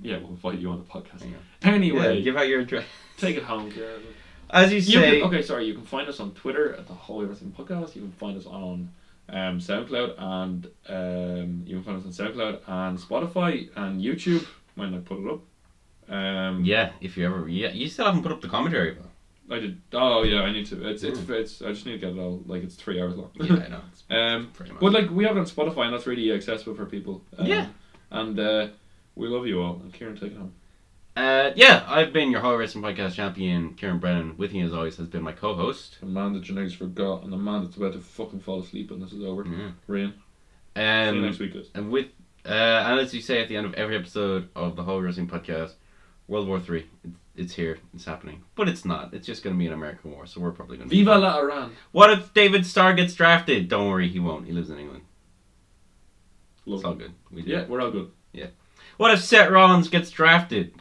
B: yeah, we'll invite you on the podcast.
A: Hang on.
B: Anyway,
A: Yeah, give out your address.
B: take it home, Karen.
A: As you
B: You
A: say.
B: can, okay, sorry. You can find us on Twitter at the Holy Wrestling Podcast. You can find us on um, SoundCloud and um, you can find us on SoundCloud and Spotify and YouTube when I put it up. Um,
A: Yeah, if you ever. Yeah, you still haven't put up the commentary. Though.
B: I did. Oh yeah, I need to. It's it's, it's I just need to get it all. Like it's three hours long.
A: Mm. Yeah, I know. It's
B: [laughs] um,
A: [laughs] pretty much.
B: but like we have it on Spotify, and that's really accessible for people. Um,
A: Yeah.
B: And uh, we love you all. And Kieran, take it home.
A: Uh, yeah, I've been your Hollow Racing Podcast champion, Kieran Brennan. With me, as always, has been my co-host.
B: The man that Janae's forgot, and the man that's about to fucking fall asleep, and this is over.
A: Yeah.
B: Rain. See you
A: Mm. Um,
B: next week, guys.
A: and with uh, and as you say at the end of every episode of the Hollow Racing Podcast, World War Three, it's, it's here, it's happening, but it's not. It's just going to be an American war, so we're probably going to.
B: Viva la Iran.
A: What if David Starr gets drafted? Don't worry, he won't. He lives in England.
B: Love
A: It's all
B: it.
A: good. We do.
B: Yeah, we're all good.
A: What if Seth Rollins gets drafted?